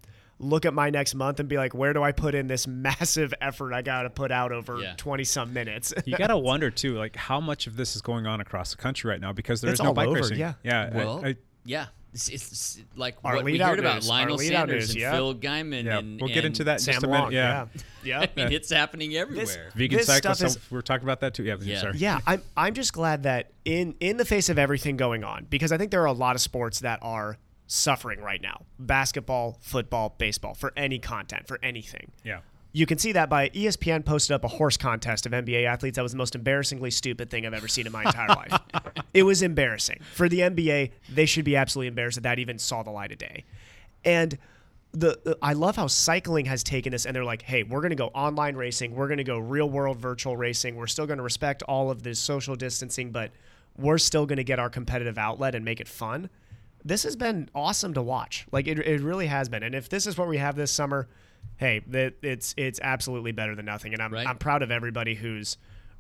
S11: look at my next month and be like, where do I put in this massive effort I got to put out over
S4: Yeah.
S11: twenty some minutes?
S1: you gotta wonder too, like how much of this is going on across the country right now because there is
S11: It's
S1: no
S11: all
S1: bike
S11: over,
S1: racing.
S11: yeah.
S1: yeah. I-
S4: Well,
S1: I-
S4: yeah, It's, it's like
S11: Our
S4: what we
S11: lead-out
S4: heard about
S11: news. Our
S4: Lionel
S11: lead-out
S4: Sanders
S11: news,
S4: and
S11: yeah.
S4: Phil Guyman.
S1: Yeah,
S4: and,
S1: we'll get
S4: and-
S1: into that in just
S11: Sam
S1: a minute.
S11: Long,
S1: yeah.
S11: yeah.
S4: I mean, it's happening everywhere.
S1: Vegan
S11: This
S1: cycle.
S11: stuff
S1: So
S11: is-
S1: we were talking about that too. Yeah,
S4: Yeah.
S1: sorry.
S11: Yeah, I'm I'm just glad that in in the face of everything going on, because I think there are a lot of sports that are suffering right now. Basketball, football, baseball, for any content, for anything.
S1: Yeah.
S11: You can see that by E ESPN posted up a horse contest of NBA athletes. That was the most embarrassingly stupid thing I've ever seen in my entire life. It was embarrassing. For the NBA, they should be absolutely embarrassed that that even saw the light of day. And the uh, I love how cycling has taken this and they're like, "Hey, we're going to go online racing. We're going to go real world virtual racing. We're still going to respect all of the social distancing, but we're still going to get our competitive outlet and make it fun." This has been awesome to watch. Like it, it really has been. And if this is what we have this summer, hey, that it's it's absolutely better than nothing. And I'm
S4: Right.
S11: I'm proud of everybody who's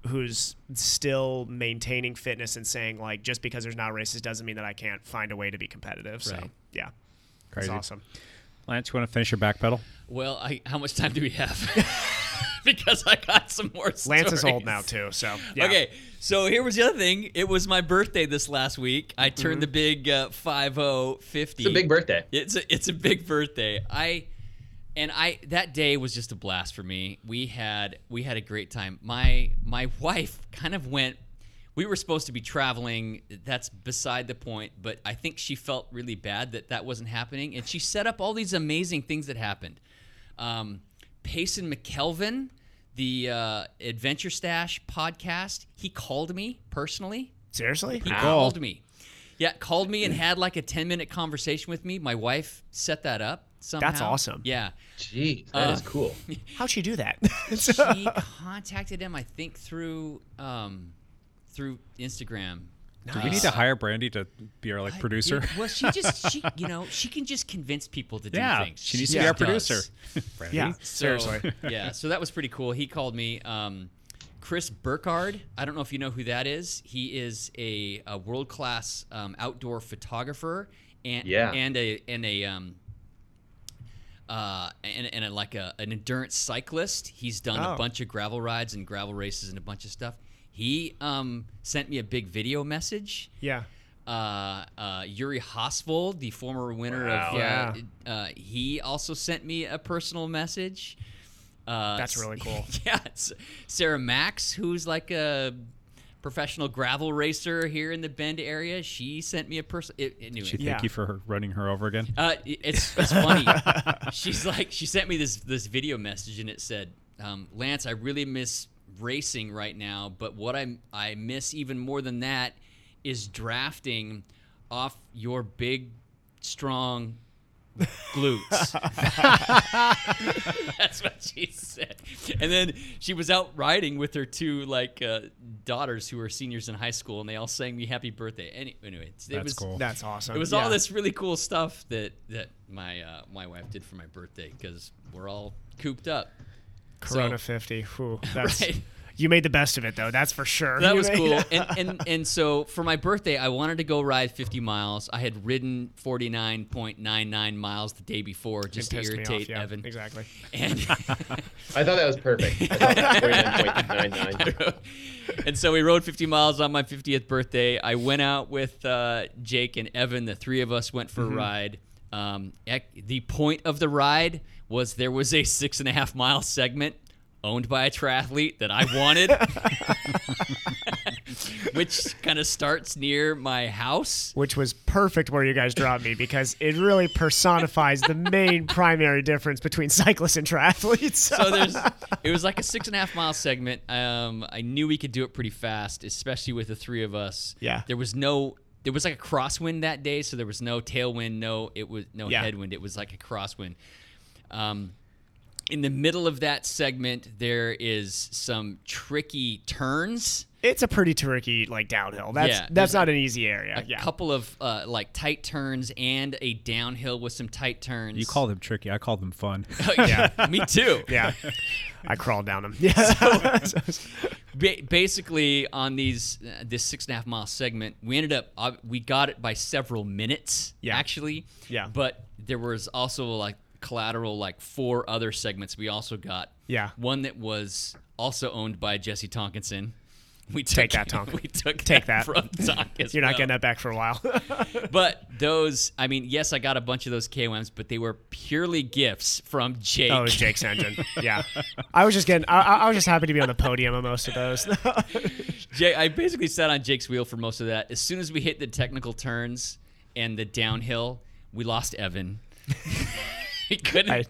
S11: who's still maintaining fitness and saying like just because there's not races doesn't mean that I can't find a way to be competitive. So
S4: Right.
S11: yeah,
S1: Crazy.
S11: it's awesome.
S1: Lance, you want to finish your back pedal?
S4: Well, I, how much time do we have? because I got some more. Stories.
S11: Lance is old now too, so yeah.
S4: Okay, so here was the other thing. It was my birthday this last week. I turned the big uh, five zero fifty.
S2: Mm-hmm. It's a big birthday.
S4: It's a, it's a big birthday. I and I that day was just a blast for me. We had we had a great time. My my wife kind of went we were supposed to be traveling. That's beside the point, but I think she felt really bad that that wasn't happening and she set up all these amazing things that happened. Um Payson McKelvin, the uh, Adventure Stash podcast, he called me personally
S11: seriously,
S4: he called me. Yeah, called me and had like a 10 minute conversation with me. My wife set that up somehow.
S11: awesome.
S4: Yeah.
S2: Jeez, that is cool.
S11: how'd she do that?
S4: She contacted him, I think, through um, through Instagram.
S1: Do we need to hire Brandy to be our like producer?
S4: Yeah, well, she just, she, you know, she can just convince people to do
S1: Yeah,
S4: things.
S1: she needs to be our
S4: does.
S1: producer. Brandy.
S11: yeah,
S4: So,
S11: seriously.
S4: yeah, so that was pretty cool. He called me um, Chris Burkard. I don't know if you know who that is. He is a, a world class um, outdoor photographer and
S2: Yeah.
S4: and a and a um, uh, and, and a, like a, an endurance cyclist. He's done a
S11: Oh.
S4: bunch of gravel rides and gravel races and a bunch of stuff. He um, sent me a big video message
S11: Yeah,
S4: uh, uh, Yuri Hosvold, the former winner of,
S11: Wow.
S4: uh, uh, he also sent me a personal message. Uh,
S11: That's really cool.
S4: yeah, it's Sarah Max, who's like a professional gravel racer here in the Bend area, she sent me a person. Anyway,
S1: She thank
S11: Yeah.
S1: you for her running her over again.
S4: uh, i- it's, it's funny. She's like, she sent me this this video message and it said, um, "Lance, I really miss racing right now, but what I I miss even more than that is drafting off your big, strong glutes." That's what she said. And then she was out riding with her two like uh, daughters who are seniors in high school, and they all sang me happy birthday. Any- Anyway, it's- it
S1: That's
S4: was
S1: cool.
S11: that's awesome.
S4: it was
S11: Yeah.
S4: all this really cool stuff that that my uh, my wife did for my birthday because we're all cooped up. So,
S11: Corona fifty. Whew, that's
S4: Right.
S11: you made the best of it though. That's for sure.
S4: that
S11: You
S4: was
S11: made-
S4: cool. And, and and so for my birthday, I wanted to go ride 50 miles. I had ridden 49.99 miles the day before just to
S11: Pissed me off,
S4: irritate
S11: yeah,
S4: Evan.
S11: Exactly.
S4: And
S2: I thought that was perfect. I thought that was 49.99.
S4: and so we rode 50 miles on my 50th birthday. I went out with uh, Jake and Evan. The three of us went for a ride. Um, ec- the point of the ride was there was a six and a half mile segment owned by a triathlete that I wanted, which kind of starts near my house.
S11: Which was perfect where you guys dropped me because it really personifies the main primary difference between cyclists and triathletes.
S4: so there's it was like a six and a half mile segment um i knew we could do it pretty fast especially with the three of us
S11: Yeah.
S4: there was no there was like a crosswind that day so there was no tailwind no it was no
S11: Yeah.
S4: headwind it was like a crosswind um in the middle of that segment there is some tricky turns
S11: it's a pretty tricky like downhill. That's
S4: Yeah, there's
S11: that's not an easy area.
S4: a
S11: Yeah.
S4: couple of uh, like tight turns and a downhill with some tight turns
S1: You call them tricky. I call them fun.
S4: yeah me too
S11: yeah. I crawled down them. Yeah.
S4: ba- basically on these uh, this six and a half mile segment we ended up uh, we got it by several minutes
S11: Yeah.
S4: actually
S11: Yeah.
S4: but there was also like collateral like four other segments we also got
S11: Yeah.
S4: one that was also owned by jesse tonkinson We
S11: take
S4: took-
S11: that, Tonk.
S4: we took
S11: take that,
S4: that from Tonk as
S11: You're not
S4: well.
S11: getting that back for a while.
S4: but those, I mean, yes, I got a bunch of those KOMs, but they were purely gifts from Jake.
S11: Oh, it was Jake's engine. Yeah, I was just getting. I, I- I was just happy to be on the podium on most of those.
S4: Jake, I basically sat on Jake's wheel for most of that. As soon as we hit the technical turns and the downhill, we lost Evan. he couldn't.
S11: I,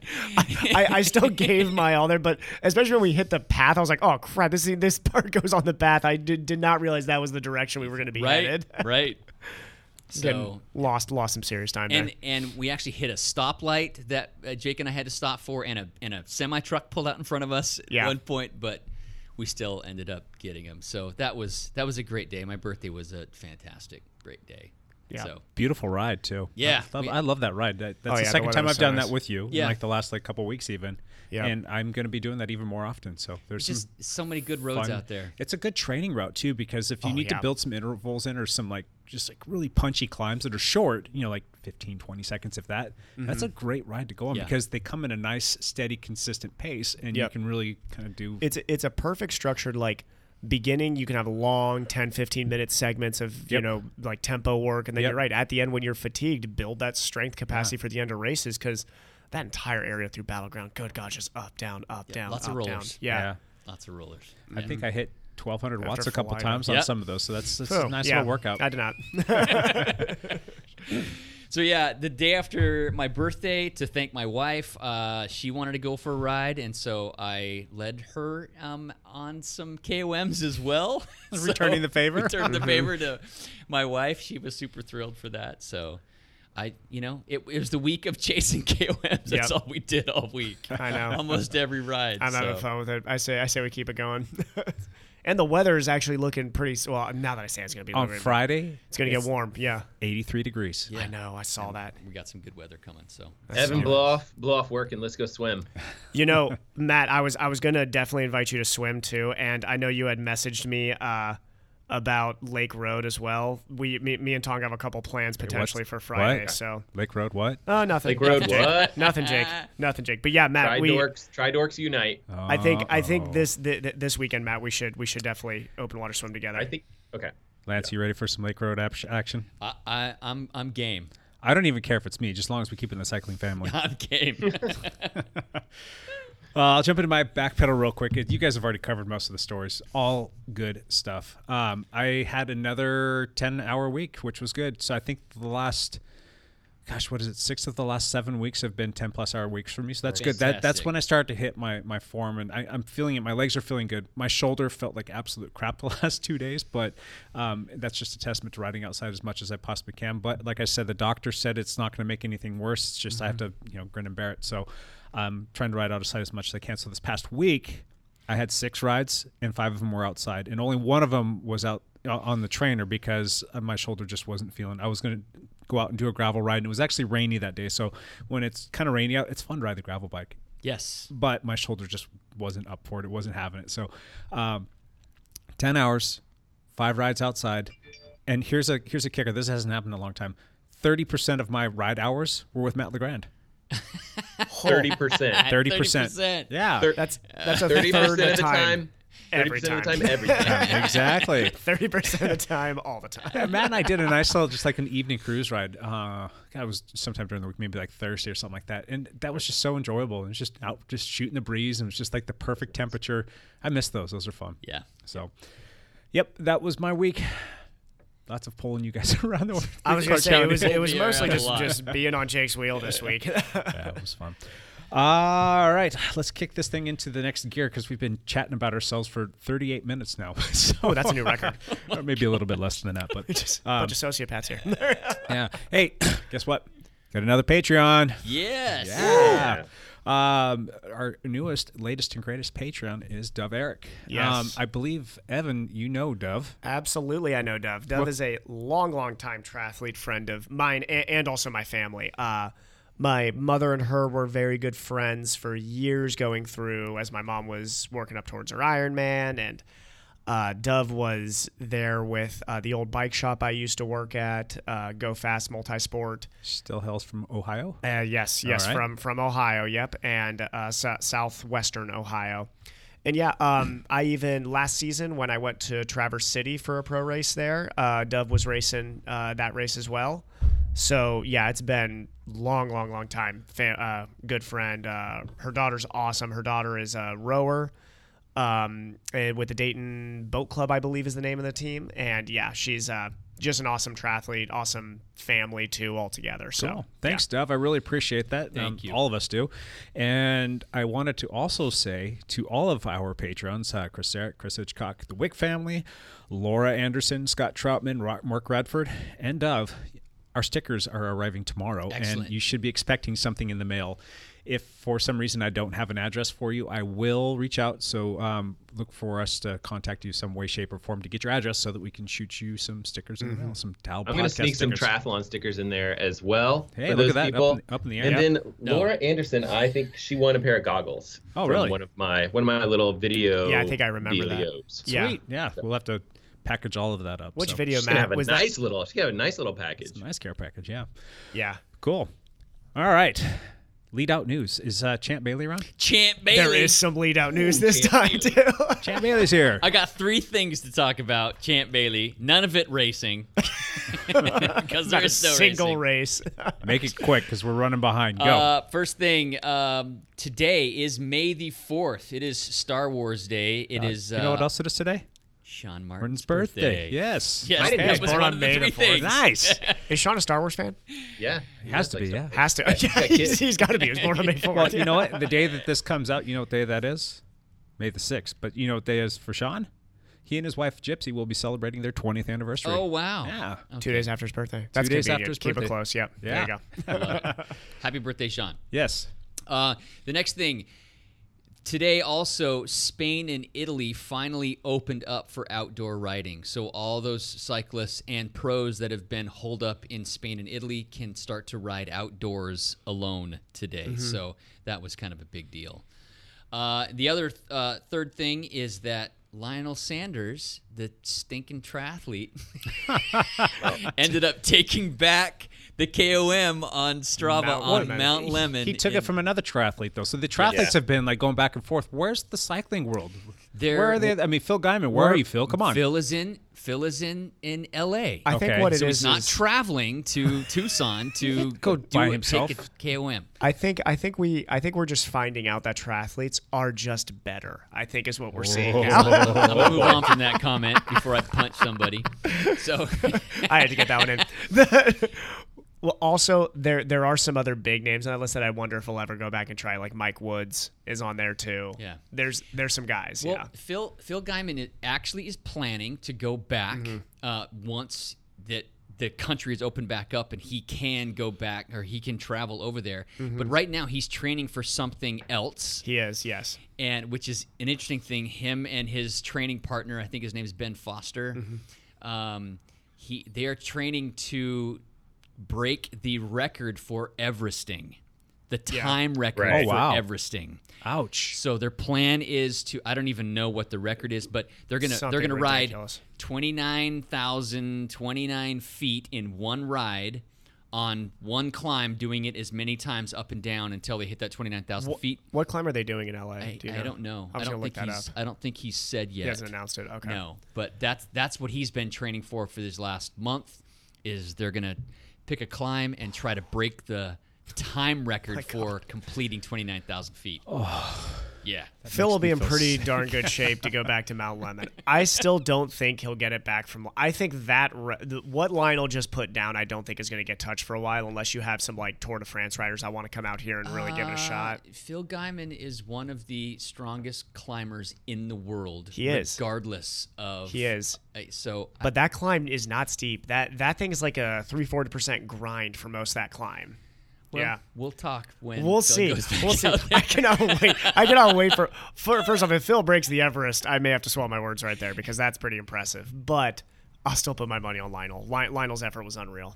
S11: I, I still gave my all there, but especially when we hit the path, I was like, "Oh crap! This this part goes on the path." I did, did not realize that was the direction we were going to be
S4: right,
S11: headed.
S4: right. So
S11: Getting lost lost some serious time
S4: and
S11: there.
S4: and we actually hit a stoplight that uh, Jake and I had to stop for, and a and a semi truck pulled out in front of us at
S11: Yeah.
S4: one point, but we still ended up getting him. So that was that was a great day. My birthday was a fantastic, great day.
S11: Yeah.
S4: So
S1: Beautiful ride too.
S4: Yeah.
S1: I love,
S4: We-
S1: I love that ride. That, that's
S11: Oh, yeah,
S1: the
S11: the
S1: second
S11: weather
S1: time
S11: was
S1: I've
S11: so
S1: done
S11: nice.
S1: that with you.
S4: Yeah.
S1: In like the last like couple weeks even.
S11: Yeah.
S1: and I'm going to be doing that even more often. So there's
S4: just
S1: some
S4: so many good roads
S1: fun-
S4: out there.
S1: It's a good training route too because if you
S11: Oh,
S1: need
S11: yeah.
S1: to build some intervals in or some like just like really punchy climbs that are short, you know, like 15, 20 seconds if that.
S11: Mm-hmm.
S1: That's a great ride to go on
S4: Yeah.
S1: because they come in a nice, steady, consistent pace, and
S11: Yep.
S1: you can really kind of do.
S11: It's it's a perfect structured like beginning you can have long 10 15 minute segments of you
S1: Yep.
S11: know like tempo work and then
S1: Yep.
S11: you're right at the end when you're fatigued build that strength capacity for the end of races because that entire area through battleground good god just up down up down
S4: lots of
S11: up, down.
S4: rollers.
S11: yeah, Mm-hmm.
S4: Lots of rollers.
S1: I think I hit 1,200 watts
S11: After
S1: a couple
S11: Hawaii.
S1: times on
S4: Yep.
S1: some of those, so that's, that's
S11: Cool.
S1: a nice
S11: Yeah.
S1: little workout.
S11: i did not
S4: So yeah, the day after my birthday, to thank my wife, uh, she wanted to go for a ride, and so I led her um, on some KOMs as well. So-
S1: Returning the favor?
S4: Returned
S11: Mm-hmm.
S4: the favor to my wife. She was super thrilled for that. So, I, you know, it, it was the week of chasing KOMs. That's
S11: Yep.
S4: all we did all week.
S11: I know.
S4: Almost every ride.
S11: I'm
S4: so.
S11: having fun with it. I say I say we keep it going. and the weather is actually looking pretty. s- Well, now that I say it's gonna be
S1: on
S11: looking-
S1: Friday,
S11: it's gonna get warm. Yeah.
S1: 83 degrees.
S4: Yeah.
S11: I know. I saw that.
S4: We got some good weather coming. So
S2: Evan, blow off, blow off work, and let's go swim.
S11: You know, Matt, I was I was gonna definitely invite you to swim too, and I know you had messaged me. Uh, about Lake Road as well. We, me, me and Tong have a couple plans potentially for Friday.
S1: what?
S11: So,
S1: Lake Road, what?
S11: oh, nothing.
S2: Lake Road,
S11: nothing, Jake.
S2: what?
S11: Nothing, Jake. Nothing, Jake. But yeah, Matt,
S2: Try
S11: we,
S2: dorks, try dorks unite.
S11: I think, I think
S1: Uh-oh.
S11: this th- th- this weekend, Matt, we should we should definitely open water swim together.
S2: I think. Okay.
S1: Lance, you ready for some Lake Road ap- action?
S4: I, I, I'm I'm game.
S1: I don't even care if it's me, just as long as we keep it in the cycling family.
S4: I'm game.
S1: Uh, I'll jump into my back pedal real quick. You guys have already covered most of the stories. All good stuff. Um, I had another 10 hour week, which was good. So I think the last, gosh, what is it? Six of the last seven weeks have been 10 plus hour weeks for me. So that's good. That, that's
S4: Fantastic.
S1: when I started to hit my, my form and I, I'm feeling it. My legs are feeling good. My shoulder felt like absolute crap the last two days, but um, that's just a testament to riding outside as much as I possibly can. But like I said, the doctor said it's not going to make anything worse. It's just I have to, you know, grin and bear it. So I'm trying to ride outside as much as I can. So this past week, I had six rides and five of them were outside, and only one of them was out uh, on the trainer because uh, my shoulder just wasn't feeling. I was going to go out and do a gravel ride, and it was actually rainy that day. So when it's kind of rainy out, it's fun to ride the gravel bike
S4: yes.
S1: but my shoulder just wasn't up for it. It wasn't having it. So, um, ten hours, five rides outside, and here's a here's a kicker. This hasn't happened in a long time. Thirty percent of my ride hours were with Matt Legrand.
S2: Thirty percent.
S1: Thirty percent.
S4: 30%.
S1: Yeah.
S11: that's that's a
S2: Thirty
S11: third
S2: percent of the time. Thirty
S11: every
S2: percent
S11: time.
S2: of the time. Every time.
S1: exactly.
S11: Thirty percent of the time, all the time.
S1: Matt and I did a nice little, just like an evening cruise ride. Uh, God, it was sometime during the week, maybe like Thursday or something like that. And that was just so enjoyable. And just out, just shooting the breeze, and it was just like the perfect temperature. I miss those. Those are fun.
S4: Yeah.
S1: So, yep, that was my week. Lots of polling you guys around the world.
S11: I was gonna say it was it was
S4: We'll be
S11: mostly
S4: around a
S11: just
S4: lot.
S11: just being on Jake's wheel this week.
S1: yeah, it was fun. All right, let's kick this thing into the next gear because we've been chatting about ourselves for 38 minutes now. so,
S11: oh, that's a new record.
S1: or maybe a little bit less than that, but
S11: Just a
S1: um,
S11: bunch of sociopaths here.
S1: yeah. Hey, guess what? Got another Patreon.
S4: Yes.
S1: Yeah. Um, our newest, latest, and greatest Patreon is Dove Eric.
S11: Yes.
S1: Um, I believe Evan, you know Dove.
S11: Absolutely, I know Dove. Dove is a long, long time triathlete friend of mine and, and also my family. Uh, my mother and her were very good friends for years going through as my mom was working up towards her Ironman. And uh, Dove was there with uh, the old bike shop I used to work at, uh, Go Fast Multisport.
S1: Still hails from Ohio.
S11: Uh, yes, yes,
S1: right.
S11: from from Ohio. Yep, and uh, s- southwestern Ohio, And yeah, um, I even last season when I went to Traverse City for a pro race there, uh, Dove was racing uh, that race as well. So yeah, it's been long, long, long time. Fa- uh, good friend. Uh, her daughter's awesome. Her daughter is a rower um, and with the Dayton Boat Club, I believe is the name of the team. And yeah, she's uh, just an awesome triathlete, awesome family too altogether. So
S1: Cool. Thanks, Dove. I really appreciate that. Thank you. All of us do. And I wanted to also say to all of our patrons, uh, Chris Eric, Chris Hitchcock, the Wick family, Laura Anderson, Scott Troutman, Ro- Mark Radford, and Dove, our stickers are arriving tomorrow.
S4: Excellent.
S1: And you should be expecting something in the mail. If for some reason I don't have an address for you, I will reach out. So um, look for us to contact you some way, shape, or form to get your address so that we can shoot you some stickers in the mail, some towel
S2: I'm going to sneak some triathlon stickers in there as well.
S1: Hey,
S2: for
S1: look
S2: those
S1: at that, up
S2: people.
S1: in the- up in the air.
S2: And
S1: Yeah.
S2: then
S1: No.
S2: Laura Anderson, I think she won a pair of goggles.
S1: Oh,
S2: from
S1: really?
S2: One of my one of my little video.
S11: Yeah, I think I remember that.
S2: videos.
S11: Yeah.
S1: Sweet. Yeah. We'll have to package all of that up.
S11: Which
S1: so.
S11: video,
S2: She's
S11: Matt?
S2: gonna have a
S11: was
S2: nice
S11: that?
S2: little. She's gonna have a nice little package.
S1: Nice care package. Yeah.
S11: Yeah.
S1: Cool. All right. Lead out news. Is uh, Champ Bailey around?
S4: Champ Bailey.
S11: There is some lead out news this
S4: Champ
S11: time too.
S1: Champ Bailey's here.
S4: I got three things to talk about. Champ Bailey. None of it racing. Because
S11: Not
S4: there
S11: a
S4: is no
S11: single
S4: racing.
S11: race.
S1: Make it quick because we're running behind. Go.
S4: Uh, first thing, um, today is May the 4th. It is Star Wars Day. It is.
S1: you know what
S4: uh,
S1: else it is today?
S4: Sean
S1: Martin's
S4: Martin's
S1: birthday. Yes.
S4: Yes,
S1: Mine
S4: that
S1: is.
S4: was
S11: born
S4: one
S11: on
S4: of the
S11: May
S4: three
S11: the 4th.
S4: things.
S1: Nice.
S11: is Sean a Star Wars fan?
S2: Yeah.
S1: It has to be. Yeah.
S11: Has to. Yeah, he's, he's got to be. He was born on May fourth.
S1: Well, you know what? The day that this comes out, you know what day that is? May the sixth. But you know what day is for Sean? He and his wife Gypsy will be celebrating their 20th anniversary.
S4: Oh, wow.
S1: Yeah.
S11: Two days after his birthday. That's
S1: days
S11: convenient.
S1: after his
S11: Keep
S1: birthday.
S11: it close. Yep.
S1: Yeah.
S11: There you go.
S4: Happy birthday, Sean.
S1: Yes.
S4: Uh, the next thing today, also Spain and Italy finally opened up for outdoor riding, so all those cyclists and pros that have been holed up in Spain and Italy can start to ride outdoors alone today.
S1: Mm-hmm.
S4: So that was kind of a big deal. Uh, the other th- uh, third thing is that. Lionel Sanders, the stinking triathlete, ended up taking back the KOM on Strava
S11: Mount
S4: on
S11: Lemon.
S4: Mount Lemon.
S1: He took
S4: in-
S1: it from another triathlete though. So the triathletes have been like going back and forth. Where's the cycling world?
S4: They're-
S1: where are they? I mean, Phil Guyman, where are you, Phil? Come on.
S4: Phil is in Phil is in in L.A.
S11: I think
S1: Okay,
S11: what it is
S1: so
S4: He's not
S11: is-
S4: traveling to Tucson to
S1: go
S4: do
S1: by
S4: a-
S1: himself. Oh,
S4: Take a KOM.
S11: I think I think we I think we're just finding out that triathletes are just better. I think is what we're seeing
S1: oh,
S11: now.
S4: I'm gonna move on from that comment before I punch somebody. So
S11: I had to get that one in. well, also there there are some other big names on that list that I wonder if we'll ever go back and try. Like Mike Woods is on there too.
S4: Yeah.
S11: There's there's some guys.
S4: Well,
S11: yeah.
S4: Phil Phil Guyman i- actually is planning to go back
S1: Mm-hmm.
S4: uh, once that the country is opened back up and he can go back or he can travel over there.
S1: Mm-hmm.
S4: But right now he's training for something else.
S11: He is. Yes.
S4: and which is an interesting thing. Him and his training partner, I think his name is Ben Foster.
S11: Mm-hmm.
S4: Um, he they are training to break the record for Everesting, the time record
S2: Right.
S4: for
S1: Oh, wow.
S4: Everesting.
S1: Ouch.
S4: So their plan is to I don't even know what the record is, but they're gonna
S11: Something
S4: they're gonna
S11: ridiculous.
S4: ride 29,029 feet in one ride. On one climb, doing it as many times up and down until they hit that twenty nine thousand feet.
S11: What climb are they doing in LA?
S4: I,
S11: Do you
S4: I don't know.
S11: I
S4: I
S11: was
S4: don't
S11: gonna look
S4: think
S11: that
S4: he's.
S11: up.
S4: I don't think he's said yet.
S11: He hasn't announced it. Okay.
S4: No, but that's that's what he's been training for for this last month. Is they're gonna pick a climb and try to break the time
S11: Oh
S4: record for completing twenty nine thousand feet. Oh, yeah.
S11: Phil will be in pretty darn good shape to go back to Mount Lemon. I still don't think he'll get it back from. I think that re- th- what Lionel just put down, I don't think is going to get touched for a while unless you have some like Tour de France riders that want to come out here and really
S4: Uh,
S11: give it a shot.
S4: Phil Guyman is one of the strongest climbers in the world.
S11: He is.
S4: regardless of
S11: He is,
S4: Uh, So
S11: but that climb is not steep. That that thing is like a three forty percent grind for most of that climb.
S4: well,
S11: yeah.
S4: we'll talk when
S11: We'll
S4: Phil
S11: see.
S4: goes back
S11: We'll see.
S4: out
S11: I
S4: there.
S11: cannot wait. I cannot wait for, for first off. If Phil breaks the Everest, I may have to swallow my words right there because that's pretty impressive. But I'll still put my money on Lionel. Lion- Lionel's effort was unreal.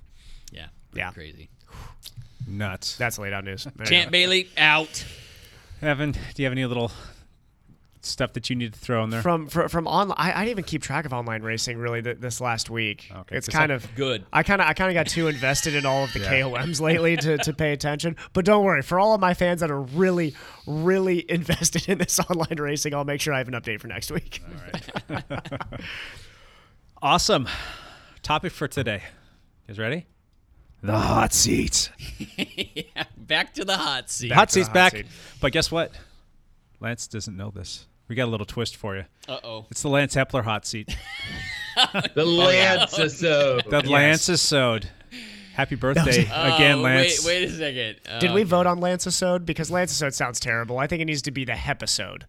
S4: Yeah,
S11: Yeah.
S4: crazy.
S1: Nuts.
S11: That's laid out news. There you
S4: Champ
S11: go.
S4: Bailey out.
S1: Evan, do you have any little stuff that you need to throw in there?
S11: From from, from online, I, I didn't even keep track of online racing really th- this last week.
S1: Okay,
S11: it's
S1: 'cause
S11: kind
S1: I-
S11: of
S4: Good.
S11: I kind of I kind of got too invested in all of the
S1: Yeah.
S11: KOMs lately to, to pay attention. But don't worry, for all of my fans that are really really invested in this online racing, I'll make sure I have an update for next week.
S1: awesome topic for today. You guys ready? The hot seat.
S4: Back to the hot seat.
S1: hot
S11: to the
S1: seat's
S11: hot
S1: back.
S11: seat.
S1: But guess what? Lance doesn't know this. We got a little twist for you.
S4: Uh oh.
S1: It's the Lance Epler hot seat.
S2: The Lance episode.
S1: The Lance is sewed. Happy birthday again, Lance.
S4: Oh, Wait, wait a second. Uh,
S11: Did we vote on Lanceisode? Because Lanceisode sounds terrible. I think it needs to be the Hepisode.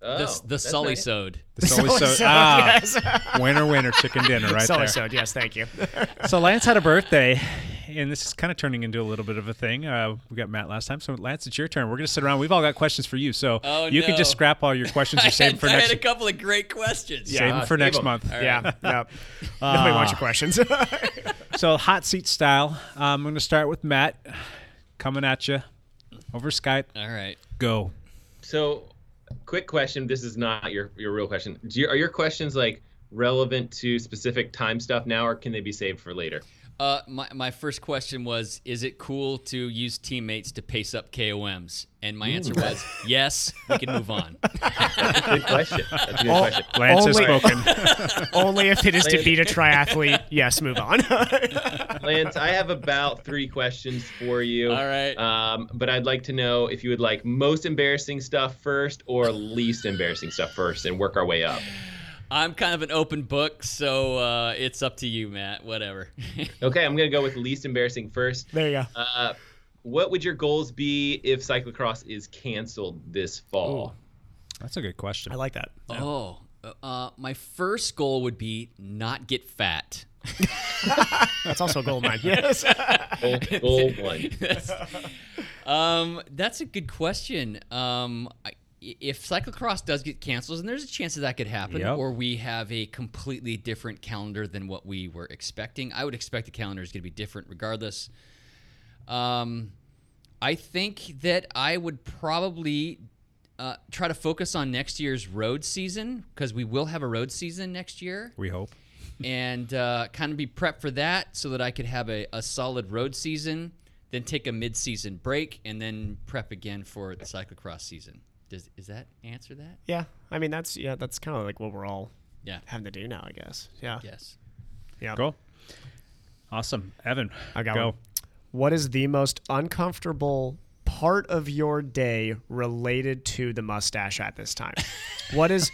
S2: Oh,
S4: The, the
S2: that's
S4: Sully
S2: nice.
S4: sewed.
S1: It's always sewed.
S11: Solisode,
S1: Ah,
S11: yes.
S1: winner, winner, chicken dinner, right there.
S11: Solisode, yes, thank you.
S1: So Lance had a birthday, and this is kind of turning into a little bit of a thing. Uh, we got Matt last time, so Lance, it's your turn. We're gonna sit around. We've all got questions for you, so
S4: Oh,
S1: you can
S4: no.
S1: just scrap all your questions
S4: I
S1: and save
S4: had,
S1: them for
S4: I
S1: next.
S4: had a couple of great questions.
S1: Save 'em
S2: Ah,
S1: for
S2: save
S1: next
S2: 'em.
S1: month.
S11: Yeah, no. Nobody wants your questions.
S1: So hot seat style. Um, I'm gonna start with Matt, coming at you over Skype.
S4: All right.
S1: Go.
S2: So, quick question. This is not your your real question. Do you, are your questions like relevant to specific time stuff now, or can they be saved for later?
S4: Uh, my, my first question was Is it cool to use teammates to pace up KOMs? And my answer was Yes, we can move on.
S2: Good question. That's a good question.
S1: Lance has
S11: Only-
S1: spoken.
S11: Only if it is to beat a triathlete. Yes, move on.
S2: Lance, I have about three questions for you.
S4: All right.
S2: Um, but I'd like to know if you would like most embarrassing stuff first or least embarrassing stuff first and work our way up.
S4: I'm kind of an open book, so uh, it's up to you, Matt. Whatever.
S2: Okay, I'm going to go with least embarrassing first.
S11: there you go.
S2: Uh, what would your goals be if cyclocross is canceled this fall?
S1: That's a good question.
S11: I like that.
S4: Oh, uh, my first goal would be not get fat.
S11: That's also a goal of mine. Yes.
S2: Goal, goal one.
S4: Um, that's a good question. Um, I, i- if cyclocross does get canceled, and there's a chance that that could happen,
S1: Yep.
S4: or we have a completely different calendar than what we were expecting, I would expect the calendar is going to be different regardless. Um, I think that I would probably uh, try to focus on next year's road season because we will have a road season next year
S1: We hope.
S4: and uh, kind of be prepped for that so that I could have a, a solid road season, then take a mid-season break, and then prep again for the cyclocross season. Does is that answer that?
S11: Yeah. I mean, that's yeah. That's kind of like what we're all
S4: Yeah.
S11: having to do now, I guess. Yeah.
S4: Yes.
S11: Yeah.
S1: Cool. Awesome, Evan.
S11: I got
S1: go.
S11: one. What is the most uncomfortable part of your day related to the mustache at this time? What is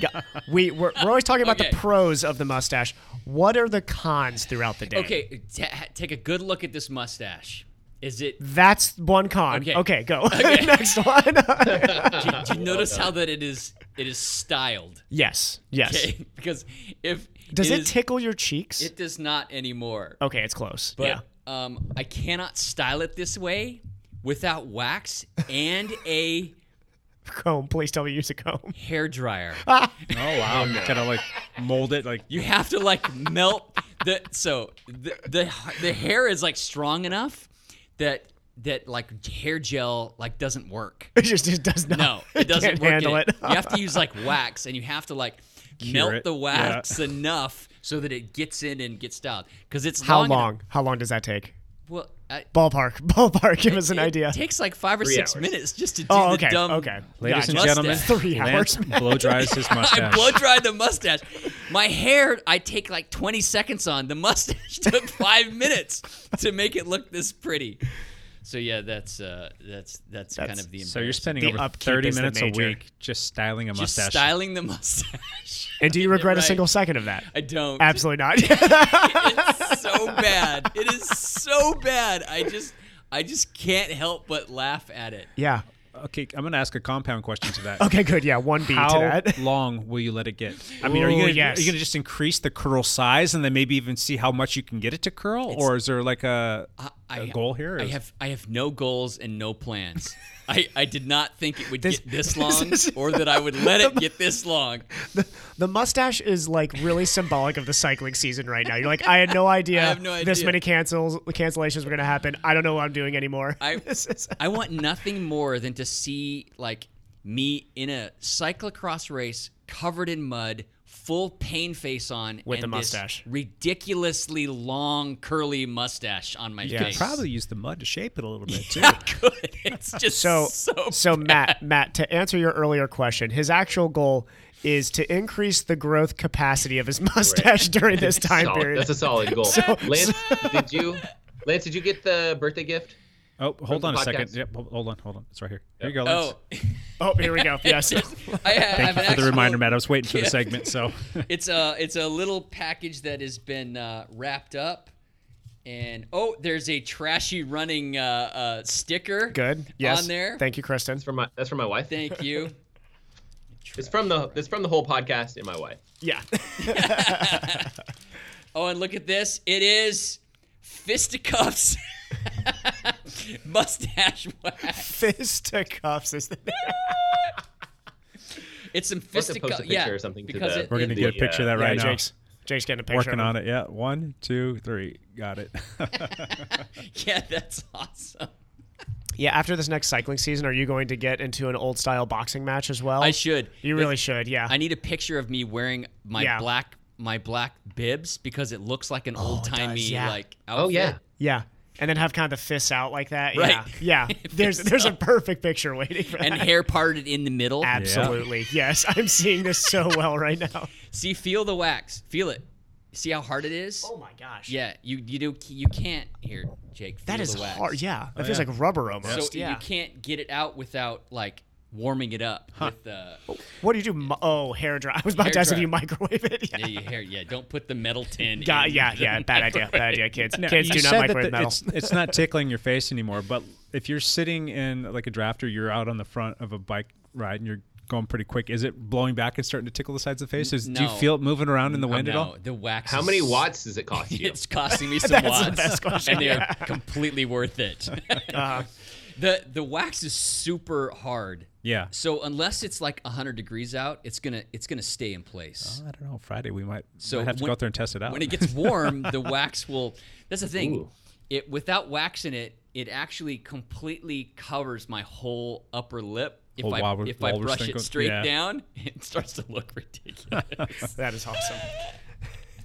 S11: Go- we we're, we're always talking about
S4: Okay.
S11: the pros of the mustache. What are the cons throughout the day?
S4: Okay. ta ha- take a good look at this mustache. Is it?
S11: That's one con.
S4: Okay.
S11: Okay, go. Next one.
S4: Do, do you notice how that it is? It is styled.
S11: yes. Yes.
S4: Okay. Because if
S11: Does it,
S4: is-
S11: tickle your cheeks?
S4: It does not anymore.
S11: okay, it's close. yeah.
S4: But um, I cannot style it this way without wax and a
S11: Comb. Please tell me you use a comb.
S4: hair dryer.
S1: Oh wow, kind of like mold it like
S4: You have to like melt the so the, the the hair is like strong enough that that like hair gel like doesn't work.
S11: It just, it does not.
S4: No, it doesn't
S11: Can't
S4: work. in
S11: handle
S4: it.
S11: it.
S4: you have to use like wax, and you have to like melt
S1: it.
S4: the wax enough so that it gets in and gets out. Because it's
S11: How
S4: long. enough-
S11: long? How long does that take?
S4: Well, I,
S11: Ballpark. Ballpark. Give us an
S4: it
S11: idea.
S4: takes like five or six
S2: hours.
S4: minutes just to do
S11: Oh,
S4: the
S11: okay.
S4: dumb.
S11: Okay.
S1: Ladies and
S4: Mustache.
S1: gentlemen,
S11: Three
S1: Lance
S11: hours.
S1: blow dries his
S4: I
S1: mustache.
S4: blow dried the mustache. My hair, I take like 20 seconds on. The mustache took five minutes to make it look this pretty. So yeah, that's uh, that's that's, kind
S11: That's-
S4: of the
S1: so you're spending
S11: The
S1: over
S11: upkeep
S1: 30
S11: is the
S1: minutes a
S11: major.
S1: week just styling a
S4: just
S1: mustache.
S4: styling the mustache.
S11: And do you regret
S4: right.
S11: a single second of that?
S4: I don't.
S11: Absolutely not.
S4: It's so bad. It is so bad. I just I just can't help but laugh at it.
S11: yeah.
S1: okay, I'm going to ask a compound question to that.
S11: Okay, good. Yeah, one B to
S1: How
S11: that.
S1: long will you let it get? I mean, are you
S11: Ooh,
S1: gonna,
S11: yes.
S1: are you going to just increase the curl size and then maybe even see how much you can get it to curl, or is there like a, a
S4: I-
S1: goal here?
S4: I have I have no goals and no plans. I, I did not think it would
S11: This-
S4: get this
S11: this
S4: long
S11: is-
S4: or that I would let it get this long.
S11: The mustache is like really symbolic of the cycling season right now. You're like, I had no idea,
S4: I have no
S11: this
S4: idea.
S11: many cancels cancellations were gonna happen. I don't know what I'm doing anymore.
S4: I
S11: This is-
S4: I want nothing more than to see like me in a cyclocross race covered in mud, full pain face on,
S11: With
S4: and
S11: the
S4: this
S11: mustache.
S4: ridiculously long curly mustache on my
S1: You could
S4: face.
S1: probably use the mud to shape it a little bit too.
S4: it's just
S11: so
S4: so so,
S11: so Matt Matt to answer your earlier question, his actual goal is to increase the growth capacity of his mustache during this time
S2: Solid.
S11: period.
S2: That's a solid goal.
S11: So-
S2: Lance, did you? Lance, did you get the birthday gift?
S1: Oh, hold
S2: the
S1: on a second.
S2: podcast.
S1: Yep, hol- hold on, hold on. It's right here. Here you go. Lance.
S4: Oh,
S11: oh, here we go. Yes.
S4: I have, I have
S1: Thank you
S4: an
S1: for the
S4: actual-
S1: reminder, Matt. I was waiting for the
S4: Yeah.
S1: segment, so
S4: It's a it's a little package that has been uh, wrapped up, and oh, there's a trashy running uh, uh, sticker.
S11: Good. Yes.
S4: on there.
S11: Thank you, Kristen.
S2: It's from my. That's from my wife.
S4: Thank you.
S2: It's from the. It's from the whole podcast and my wife.
S11: Yeah.
S4: Oh, and look at this. It is fisticuffs, mustache wax.
S11: Fisticuffs is the
S4: It's some
S2: Must have posted a
S4: fisticuffs.
S2: picture
S4: Yeah,
S2: or something to
S4: because
S2: the-
S4: it,
S1: we're gonna
S4: it-
S1: get a picture of that
S11: yeah,
S1: right now.
S11: Jake's Jake's getting a picture.
S1: Working on it. Yeah. One, two, three. Got it.
S4: Yeah, that's awesome.
S11: Oh, Yeah, after this next cycling season, are you going to get into an old style boxing match as well?
S4: I should.
S11: You really should, yeah.
S4: I need a picture of me wearing my
S11: Yeah. Oh,
S4: black my black bibs because it looks like an old timey
S11: yeah.
S4: like outfit.
S2: Oh yeah.
S11: yeah. And then have kind of the fists out like that.
S4: Right.
S11: Yeah. Yeah. There's
S4: Fists
S11: there's a
S4: out.
S11: perfect picture waiting for
S4: And
S11: that.
S4: hair parted in the middle.
S11: Absolutely. Yes. I'm seeing this so well right now.
S4: See, feel the wax. Feel it. See how hard it is?
S2: Oh
S11: my gosh.
S4: Yeah, you you do you can't here, Jake. Feel
S11: That is
S4: the wax.
S11: hard. Yeah.
S1: Oh,
S11: That feels like rubber almost.
S4: So
S11: yeah.
S4: you can't get it out without like warming it up with the
S11: what do you do? Mu- Oh, hair dry. I was about
S4: Hair
S11: to ask if
S4: dryer.
S11: you microwave it. Yeah.
S4: yeah, your hair. Yeah, don't put the metal tin.
S11: Got-
S4: in
S11: yeah,
S4: the
S11: yeah, bad idea, bad idea,
S4: microwave.
S11: kids.
S1: Now,
S11: kids
S1: you
S11: do not
S1: said that
S11: microwave
S1: the-
S11: metal.
S1: It's, it's not tickling your face anymore, but if you're sitting in like a draft or you're out on the front of a bike ride and you're going pretty quick, is it blowing back and starting to tickle the sides of the face? Is, Do you
S4: No.
S1: feel it moving around in the
S4: Oh,
S1: wind at all?
S4: no, the wax.
S2: How
S4: is
S2: many
S4: so-
S2: watts does it cost you?
S4: It's costing me some
S11: That's
S4: watts,
S11: the best question,
S4: and they
S11: yeah. Uh-huh.
S4: are completely worth it. the the wax is super hard.
S1: Yeah.
S4: So unless it's like 100 degrees out, it's gonna it's gonna stay in place.
S1: I don't know. Friday we might,
S4: So
S1: might have to
S4: when-
S1: go out there and test it out.
S4: When it gets warm, the wax will. That's the thing. It without waxing it, it actually completely covers my whole upper lip. If
S1: Whole
S4: I
S1: walrus-
S4: if I
S1: walrus
S4: brush
S1: thing
S4: it
S1: goes-
S4: straight
S1: yeah.
S4: down, it starts to look ridiculous.
S11: that is awesome.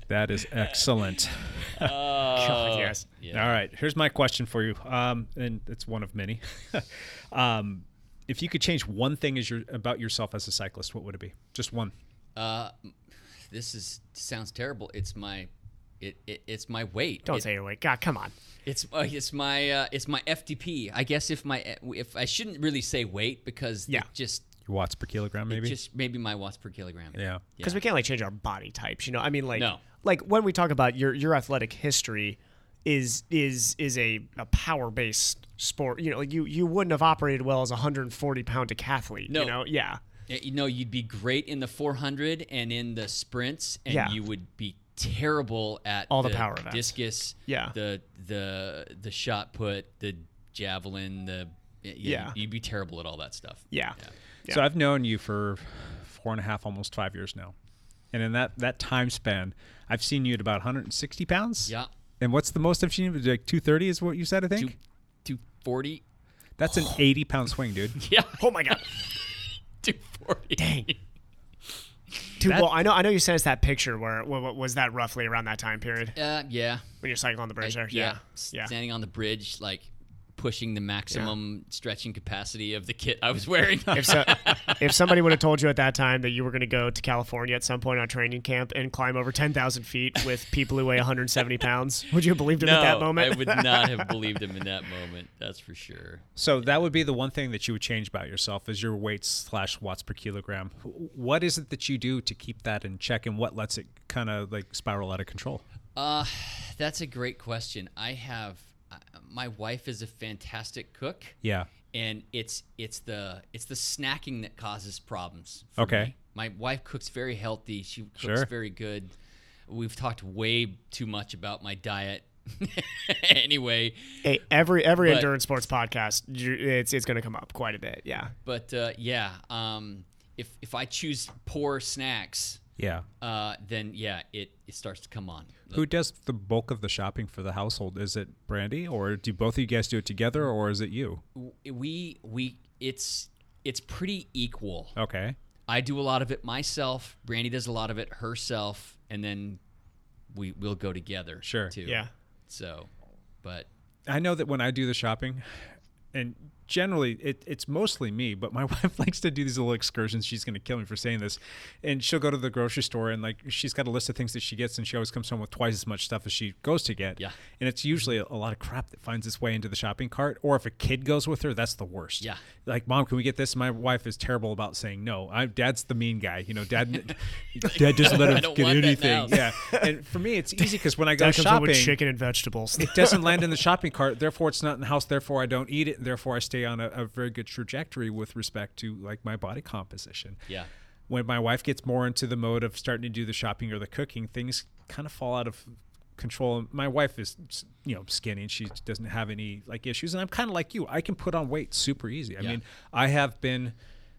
S1: that is excellent. Uh,
S11: God, yes.
S4: Yeah.
S1: All right. Here's my question for you, um, and it's one of many. um, if you could change one thing as your, about yourself as a cyclist, what would it be? Just one.
S4: Uh, this is sounds terrible. It's my, it, it it's my weight.
S11: Don't
S4: It-
S11: say your weight. God, come on.
S4: It's uh, it's my uh, it's my FTP. I guess if my if I shouldn't really say weight because
S11: Yeah.
S4: it just
S1: Your watts per kilogram,
S4: maybe
S1: maybe.
S4: just maybe my watts per kilogram.
S1: yeah.
S11: because we can't like change our body types you know i mean like
S4: No.
S11: like when we talk about your your athletic history is is is a, a power based sport you know like you you wouldn't have operated well as a 140 pound decathlete
S4: No.
S11: you know yeah
S4: Yeah, You know, you'd be great in the 400 and in the sprints, and
S11: Yeah.
S4: you would be terrible at
S11: All the power events.
S4: discus,
S11: Yeah.
S4: the the the shot put, the javelin, the yeah,
S11: Yeah.
S4: You'd be terrible at all that stuff.
S11: yeah
S1: So I've known you for four and a half, almost five years now, and in that that time span, I've seen you at about 160 pounds.
S4: Yeah.
S1: And what's the most I've seen you? Like 230 is what you said, I think.
S4: Two, 240.
S1: That's an 80 pound swing, dude.
S4: Yeah,
S11: oh my god
S4: 240.
S11: dude well i know i know you sent us that picture where wha- wha- was that roughly around that time period
S4: Uh, yeah.
S11: when you're cycling on the bridge there
S4: yeah.
S11: yeah yeah
S4: Standing on the bridge, like pushing the maximum stretching capacity of the kit I was wearing.
S11: if so, if somebody would have told you at that time that you were going to go to California at some point on training camp and climb over 10,000 feet with people who weigh 170 pounds, would you have believed him
S4: no,
S11: at that moment?
S4: I would not have believed him in that moment. That's for sure.
S1: So that would be the one thing that you would change about yourself is your weight slash watts per kilogram. What is it that you do to keep that in check, and what lets it kind of like spiral out of control?
S4: Uh, that's a great question. I have uh, my wife is a fantastic cook.
S1: Yeah.
S4: And it's it's the it's the snacking that causes problems. for
S1: Okay.
S4: me. My wife cooks very healthy. She cooks
S1: Sure.
S4: very good. We've talked way too much about my diet. anyway,
S11: Hey, every every
S4: But-
S11: endurance sports podcast, you- it's it's going to come up quite a bit. Yeah.
S4: but uh, yeah, um, if if I choose poor snacks,
S1: Yeah.
S4: uh, then yeah, it, it starts to come on.
S1: Who does the bulk of the shopping for the household? Is it Brandy, or do both of you guys do it together, or is it you?
S4: w- we we it's it's pretty equal.
S1: Okay.
S4: I do a lot of it myself. Brandy does a lot of it herself, and then we we'll go together.
S1: Sure.
S4: Too.
S11: Yeah.
S4: So, but
S1: I know that when I do the shopping, and generally it, it's mostly me, but my wife likes to do these little excursions. She's going to kill me for saying this. And she'll go to the grocery store and like she's got a list of things that she gets, and she always comes home with twice as much stuff as she goes to get.
S4: Yeah.
S1: And it's usually a, a lot of crap that finds its way into the shopping cart. Or if a kid goes with her, that's the worst.
S4: Yeah.
S1: Like, mom, can we get this? My wife is terrible about saying no. I, dad's the mean guy. You know, dad, dad doesn't let
S4: I
S1: her
S4: don't
S1: get
S4: want that now.
S1: anything. Yeah. And for me, it's easy because when I go
S11: Dad comes up
S1: shopping,
S11: with chicken and vegetables.
S1: it doesn't land in the shopping cart therefore it's not in the house therefore i don't eat it and therefore i stay on a, a very good trajectory with respect to like my body composition
S4: Yeah.
S1: when my wife gets more into the mode of starting to do the shopping or the cooking things kind of fall out of control my wife is you know skinny and she doesn't have any like issues and i'm kind of like you i can put on weight super easy i
S4: Yeah.
S1: mean i have been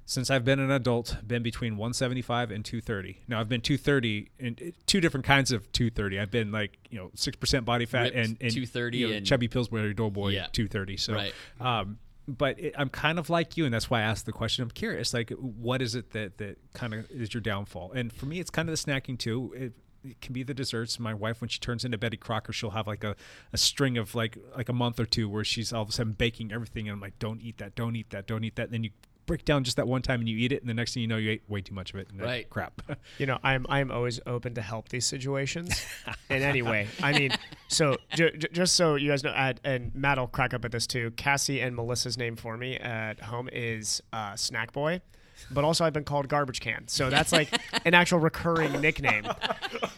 S1: since I've been an adult, been between 175 and 230. Now I've been 230 and two different kinds of 230. I've been like you know six percent body fat
S4: Ripped
S1: and, and
S4: 230
S1: you know,
S4: and-
S1: chubby Pillsbury Doughboy
S4: Yeah.
S1: 230. So,
S4: Right.
S1: um, but it, I'm kind of like you, and that's why I asked the question. I'm curious, like, what is it that that kind of is your downfall? And for me, it's kind of the snacking too. It, it can be the desserts. My wife, when she turns into Betty Crocker, she'll have like a, a string of like like a month or two where she's all of a sudden baking everything, and I'm like, don't eat that, don't eat that, don't eat that. And then you break down just that one time, and you eat it, and the next thing you know, you ate way too much of it. And then,
S4: Right.
S1: Crap.
S11: You know, I'm I'm always open to help these situations in any way. I mean, so j- j- just so you guys know, uh and Matt will crack up at this too. Cassie and Melissa's name for me at home is uh, Snack Boy, but also I've been called Garbage Can. So that's like an actual recurring nickname.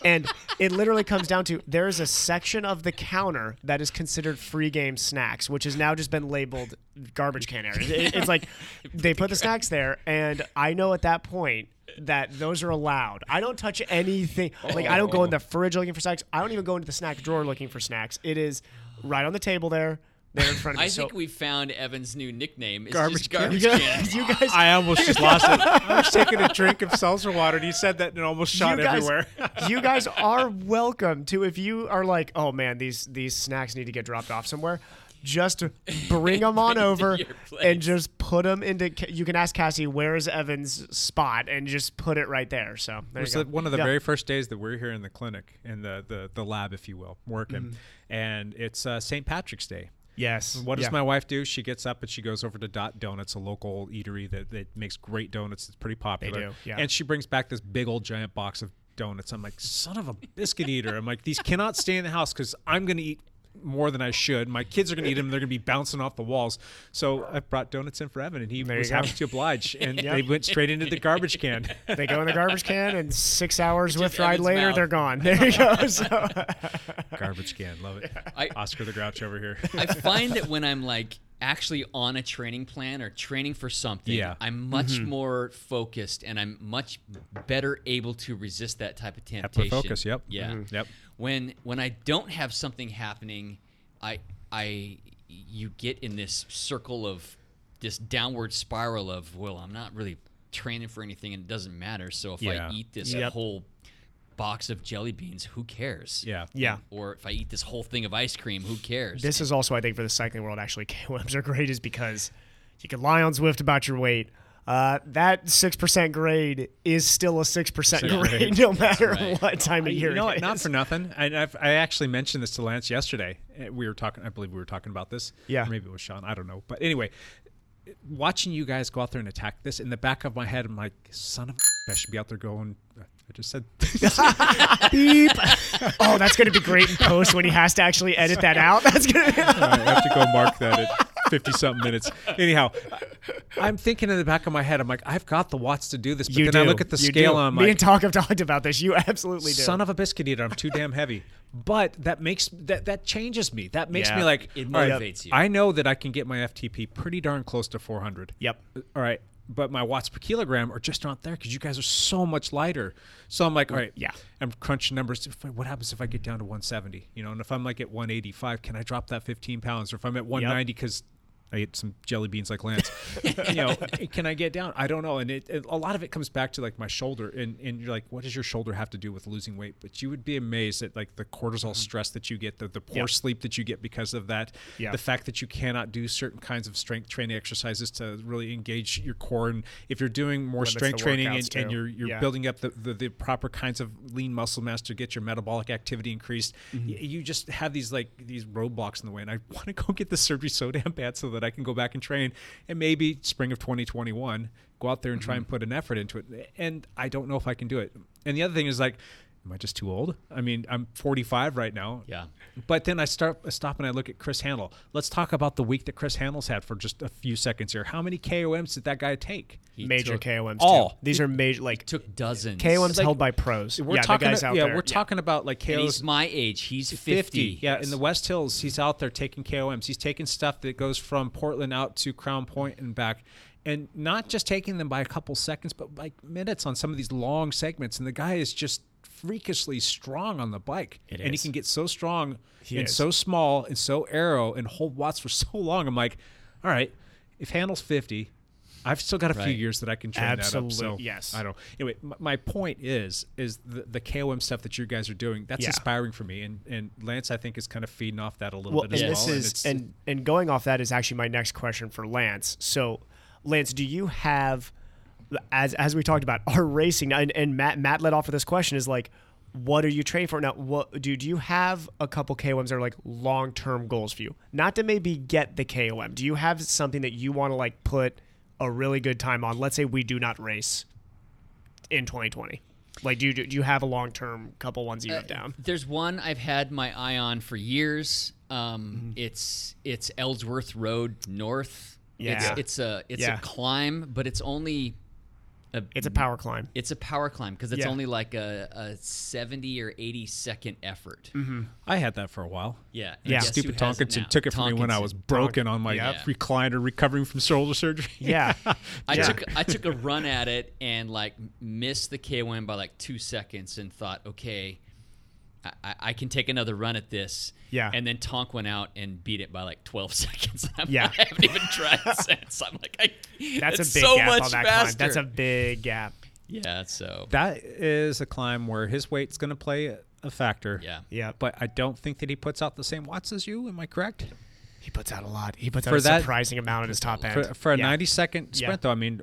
S11: And it literally comes down to there is a section of the counter that is considered free game snacks, which has now just been labeled garbage can area. It- it's like they put the snacks there, and I know at that point that those are allowed. I don't touch anything. Like I don't go in the fridge looking for snacks. I don't even go into the snack drawer looking for snacks. It is right on the table there, there in front of me.
S4: I
S11: So-
S4: think we found Evan's new nickname. It's
S1: Garbage
S4: just
S1: can.
S4: garbage
S11: You
S4: can.
S11: guys- you guys,
S1: I almost just lost it. I was taking a drink of seltzer water, and he said that, and almost shot
S11: you guys,
S1: everywhere.
S11: you guys are welcome to if you are like, oh man, these these snacks need to get dropped off somewhere. Just bring them on
S4: to
S11: over
S4: your place.
S11: and just put them into. Ca- You can ask Cassie where's Evan's spot and just put it right there. So there
S1: It was
S11: you
S1: the,
S11: go.
S1: one of the
S11: Yeah.
S1: very first days that we we're here in the clinic, in the the, the lab, if you will, working. And it's uh, St. Patrick's Day.
S11: Mm-hmm. yes.
S1: What does
S11: Yeah.
S1: my wife do? She gets up and she goes over to Dot Donuts, a local eatery that, that makes great donuts. It's pretty popular.
S11: do, yeah.
S1: And she brings back this big old giant box of donuts. I'm like, son of a biscuit eater. I'm like, these cannot stay in the house because I'm going to eat more than I should. My kids are going to eat them. They're going to be bouncing off the walls. So I brought donuts in for Evan, and he
S11: There you
S1: was
S11: go.
S1: happy to oblige. And they went straight into the garbage can.
S11: They go in the garbage can and six hours with ride
S4: Evan's
S11: later,
S4: mouth.
S11: they're gone. There you go. So
S1: garbage can. Love it.
S4: I-
S1: Oscar the Grouch over here.
S4: I find that when I'm like actually on a training plan or training for something,
S1: Yeah.
S4: I'm much
S11: Mm-hmm.
S4: more focused and I'm much better able to resist that type of temptation.
S1: Hyper-focus, yep.
S4: Yeah.
S11: Mm-hmm.
S1: Mhm. Yep.
S4: When when I don't have something happening, I I you get in this circle of this downward spiral of well, I'm not really training for anything and it doesn't matter. So if
S1: Yeah.
S4: I eat this
S11: Yep.
S4: whole box of jelly beans, who cares?
S1: Yeah.
S11: yeah.
S4: Or if I eat this whole thing of ice cream, who cares?
S11: This is also, I think, for the cycling world, actually, KOMs are great is because you can lie on Zwift about your weight. Uh, that 6% grade is still a 6% grade,
S1: grade.
S11: no matter
S4: right.
S11: what time of year
S1: You know
S11: it
S1: what?
S11: is.
S1: Not for nothing. And I've, I actually mentioned this to Lance yesterday. Uh, We were talking. I believe we were talking about this.
S11: Yeah.
S1: Or maybe it was Sean. I don't know. But anyway, watching you guys go out there and attack this in the back of my head, I'm like, son of a, I should be out there going. I just said.
S11: Beep. oh, that's going to be great in post when he has to actually edit that out. That's going to
S1: I have to go mark that at 50 something minutes. Anyhow, I'm thinking in the back of my head, I'm like, I've got the watts to do this. But
S11: you
S1: then I
S11: do.
S1: look at the
S11: You
S1: scale
S11: do.
S1: and I'm
S11: Me
S1: like,
S11: and Talk have talked about this. You absolutely do.
S1: Son of a biscuit eater, I'm too damn heavy. But that makes that that changes me. That makes
S11: Yeah.
S1: me like
S4: It
S1: all right,
S4: motivates you.
S1: I know that I can get my FTP pretty darn close to 400.
S11: Yep.
S1: All right, but my watts per kilogram are just not there because you guys are so much lighter. So I'm like, all right,
S11: Yeah.
S1: I'm crunching numbers. If I- What happens if I get down to 170? You know, and if I'm like at 185, can I drop that 15 pounds? Or if I'm at 190, because I ate some jelly beans like Lance. you know, can I get down? I don't know. And it, it- a lot of it comes back to like my shoulder, and and you're like, what does your shoulder have to do with losing weight? But you would be amazed at like the cortisol stress that you get, the the poor
S11: Mm-hmm. Yeah.
S1: sleep that you get because of that,
S11: Yeah.
S1: the fact that you cannot do certain kinds of strength training exercises to really engage your core, and if you're doing more
S11: Limits
S1: strength
S11: the
S1: training and,
S11: workouts,
S1: and
S11: too.
S1: you're you're
S11: Yeah.
S1: building up the, the the proper kinds of lean muscle mass to get your metabolic activity increased,
S4: Mm-hmm.
S1: y- you just have these like these roadblocks in the way. And I want to go get the surgery so damn bad so that I can go back and train, and maybe spring of 2021 go out there and
S4: Mm-hmm.
S1: try and put an effort into it. And I don't know if I can do it. And the other thing is like. Am I just too old? I mean, I'm 45 right now.
S4: Yeah.
S1: But then I start I stop and I look at Chris Handel. Let's talk about the week that Chris Handel's had for just a few seconds here. How many KOMs did that guy take?
S4: He
S11: major
S4: took,
S11: KOMs.
S1: all.
S11: too. these are major like
S4: took dozens.
S11: KOMs
S1: like-
S11: held by pros.
S1: We're
S11: yeah, the
S1: talking.
S11: guys out
S1: yeah,
S11: there.
S1: we're talking about like
S4: And he's
S1: KOs.
S4: my age. He's 50.
S1: 50. Yeah, in the West Hills, he's out there taking KOMs. He's taking stuff that goes from Portland out to Crown Point and back. And not just taking them by a couple seconds, but like minutes on some of these long segments. And the guy is just freakishly strong on the bike. and
S11: is.
S1: he can get so strong and
S11: is.
S1: so small and so arrow and hold watts for so long. I'm like, all right, if Handel's 50, I've still got a few
S4: Right.
S1: years that I can train
S11: Absolute-
S1: that up. So
S11: yes.
S1: I don't. Anyway, my, my point is, is the, the KOM stuff that you guys are doing, that's
S11: Yeah.
S1: inspiring for me. And and Lance, I think, is kind of feeding off that a little
S11: well,
S1: bit
S11: and
S1: as well.
S11: this is
S1: it's-
S11: and and going off that is actually my next question for Lance. So, Lance, do you have as as we talked about our racing and, and Matt Matt led off with this question is like, what are you training for now? What do do you have a couple KOMs that are like long term goals for you? Not to maybe get the KOM. Do you have something that you want to like put a really good time on? Let's say we do not race in 2020. Like, do you do you have a long term couple ones
S4: Uh,
S11: you have down?
S4: There's one I've had my eye on for years.
S11: Mm-hmm.
S4: Um, It's it's Ellsworth Road North.
S11: Yeah.
S4: It's, it's a it's
S11: Yeah.
S4: a climb, but it's only
S11: It's a power climb.
S4: it's a power climb because it's
S11: Yeah.
S4: only like a, a 70 or 80 second effort.
S11: Mm-hmm.
S1: I had that for a while.
S4: Yeah.
S11: Yeah.
S4: guess who
S1: Stupid
S4: has
S1: Tonkinson
S4: now?
S1: took it from me when I
S4: Tonkinson.
S1: was broken on my
S4: Yeah.
S1: recliner recovering from shoulder surgery.
S11: Yeah.
S4: I
S11: Yeah.
S4: took I took a run at it and like missed the KOM by like two seconds and thought, okay, I- I, I can take another run at this.
S11: Yeah.
S4: And then Tonk went out and beat it by like twelve seconds. I'm,
S11: Yeah.
S4: I haven't even tried since. I'm like, I,
S11: That's
S4: it's
S11: a big
S4: so
S11: gap
S4: much
S11: on that
S4: faster.
S11: climb. That's a big gap.
S4: yeah. So
S1: That is a climb where his weight's going to play a- a factor.
S4: Yeah.
S11: Yep.
S1: But I don't think that he puts out the same watts as you. Am I correct?
S11: He puts out a lot. He puts out
S1: For
S11: a
S1: that-
S11: surprising amount at his top end.
S1: For, for a
S11: Yeah.
S1: 90 second
S11: Yeah.
S1: sprint, though, I mean,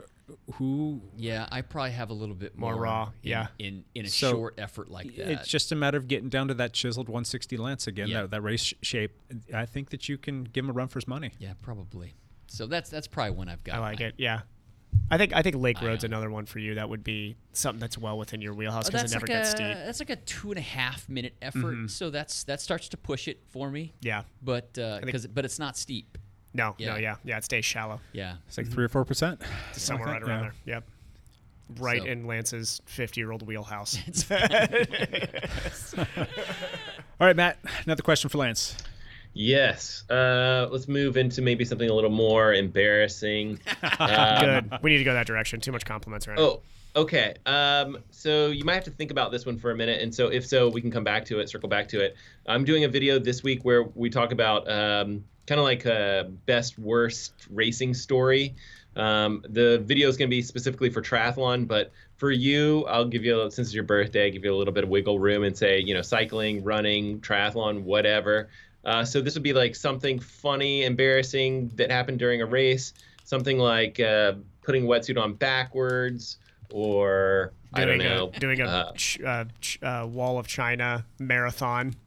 S1: who
S4: yeah, I probably have a little bit more,
S11: More raw,
S4: in-
S11: yeah.
S4: In in a
S1: So,
S4: short effort like that.
S1: It's just a matter of getting down to that chiseled 160 lance again,
S4: Yeah.
S1: that, that race sh- shape. I think that you can give him a run for his money.
S4: yeah, probably. So that's that's probably one I've got.
S11: I like
S4: my-
S11: it. Yeah. I think I think Lake Road's another one for you. That would be something that's well within your wheelhouse
S4: Oh,
S11: because
S4: that's
S11: it never
S4: like
S11: gets
S4: a,
S11: steep. Mm-hmm.
S4: That's like a two and a half minute effort. So that's that starts to push it for me.
S11: Yeah.
S4: But uh,
S11: think-
S4: cause, but it's not steep.
S11: No.
S4: Yeah.
S11: No. Yeah. Yeah. It stays shallow.
S4: Yeah.
S1: It's like three or four percent.
S11: Somewhere right around
S1: yeah.
S11: there. Yep. Right
S4: So-
S11: in Lance's fifty-year-old wheelhouse.
S1: All right, Matt. Another question for Lance.
S2: Yes. Uh, let's move into maybe something a little more embarrassing. Um,
S11: Good. We need to go that direction. Too much compliments right now.
S2: Oh, okay. Um, so you might have to think about this one for a minute, and so if so, we can come back to it, circle back to it. I'm doing a video this week where we talk about um, kind of like a best worst racing story. Um, the video is going to be specifically for triathlon, but for you, I'll give you a, since it's your birthday, I'll give you a little bit of wiggle room and say, you know, cycling, running, triathlon, whatever. Uh, so this would be like something funny, embarrassing that happened during a race. Something like uh, putting wetsuit on backwards, or I don't
S11: Doing
S2: know,
S11: a doing a
S2: uh,
S11: ch- uh, ch- uh, wall of China marathon.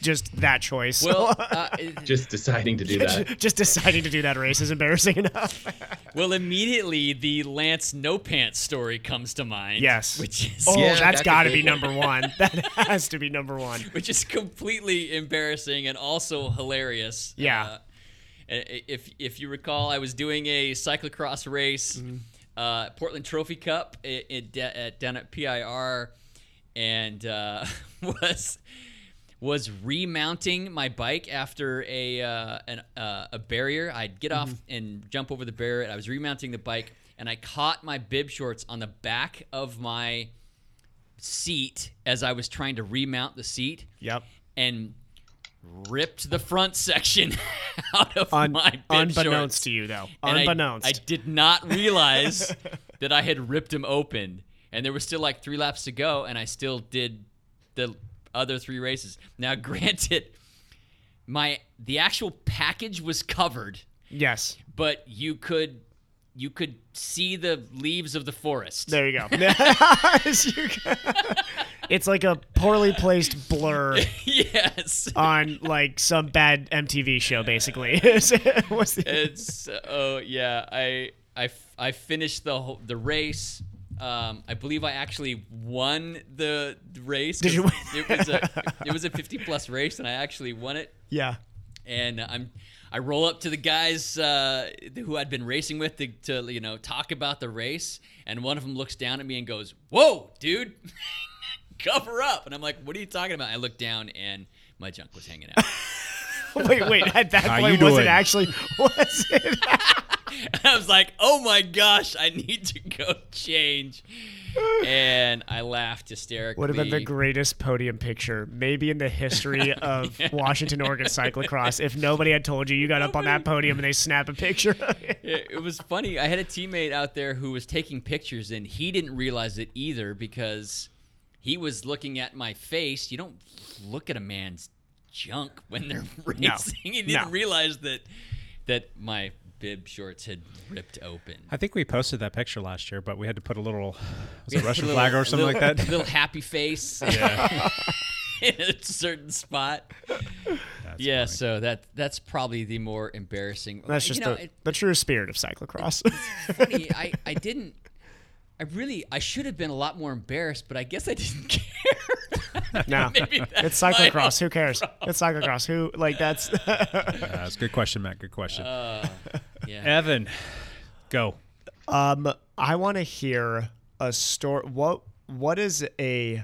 S11: Just that choice.
S4: Well, uh, it-
S2: just deciding to do that.
S11: just deciding to do that race is embarrassing enough.
S4: well, immediately the Lance no pants story comes to mind.
S11: Yes.
S4: Which is
S11: Oh,
S2: Yeah, that's
S11: that's
S2: a
S11: got to
S2: big
S11: be
S2: one.
S11: number one. That has to be number one.
S4: which is completely embarrassing and also hilarious. Uh,
S11: Yeah.
S4: i- if if you recall, I was doing a cyclocross race,
S11: Mm-hmm.
S4: uh, Portland Trophy Cup, i it, at, down at PIR, and uh, was was remounting my bike after a uh, an, uh, a barrier. I'd get off
S11: Mm-hmm.
S4: and jump over the barrier. And I was remounting the bike, and I caught my bib shorts on the back of my seat as I was trying to remount the seat.
S11: Yep.
S4: And ripped the front section out of
S11: Un-
S4: my bib
S11: unbeknownst
S4: shorts.
S11: to you, though.
S4: And I-
S11: Unbeknownst.
S4: I, did not realize that I had ripped them open, and there was still like three laps to go, and I still did the other three races. Now, granted, my the actual package was covered,
S11: Yes.
S4: but you could you could see the leaves of the forest.
S11: There you go. it's like a poorly placed blur
S4: yes.
S11: on like some bad MTV show, basically. What's the-
S4: it's oh yeah I, I f- I finished the whole, the race um, I believe I actually won the race
S11: Did you
S4: 'cause it was a it was a 50 plus race and I actually won it
S11: yeah.
S4: and I'm I roll up to the guys uh, who I'd been racing with to, to you know talk about the race and one of them looks down at me and goes whoa dude cover up and I'm like what are you talking about I look down and my junk was hanging out
S11: Wait, wait. At that
S1: How
S11: point,
S1: you
S11: was it
S1: doing?
S11: actually? Was it?
S4: I was like, oh my gosh, I need to go change. And I laughed hysterically.
S11: Would have been the greatest podium picture, maybe in the history of Washington, Oregon cyclocross. If nobody had told you, you got up on that podium and they snap a picture.
S4: It it was funny. I had a teammate out there who was taking pictures, and he didn't realize it either because he was looking at my face. You don't look at a man's junk when they're racing. he didn't
S11: No.
S4: realize that that my bib shorts had ripped open.
S1: I think we posted that picture last year, but we had to put a little was it Russian
S4: Little-
S1: flag or something
S4: little-
S1: like that.
S4: Little happy face. in a certain spot. yeah, so that that's probably the more embarrassing.
S11: That's
S4: You
S11: just
S4: know,
S11: the,
S4: it-
S11: the true spirit of cyclocross.
S4: funny. I I didn't. I really I should have been a lot more embarrassed, but I guess I didn't care.
S11: no,
S4: Maybe
S11: it's
S4: that's my own
S11: cyclocross. Who cares? It's cyclocross. Who like that's
S1: Yeah, that's a good question, Matt. Good question.
S4: Uh, yeah.
S1: Evan, go.
S11: Um, I want to hear a story. What What is a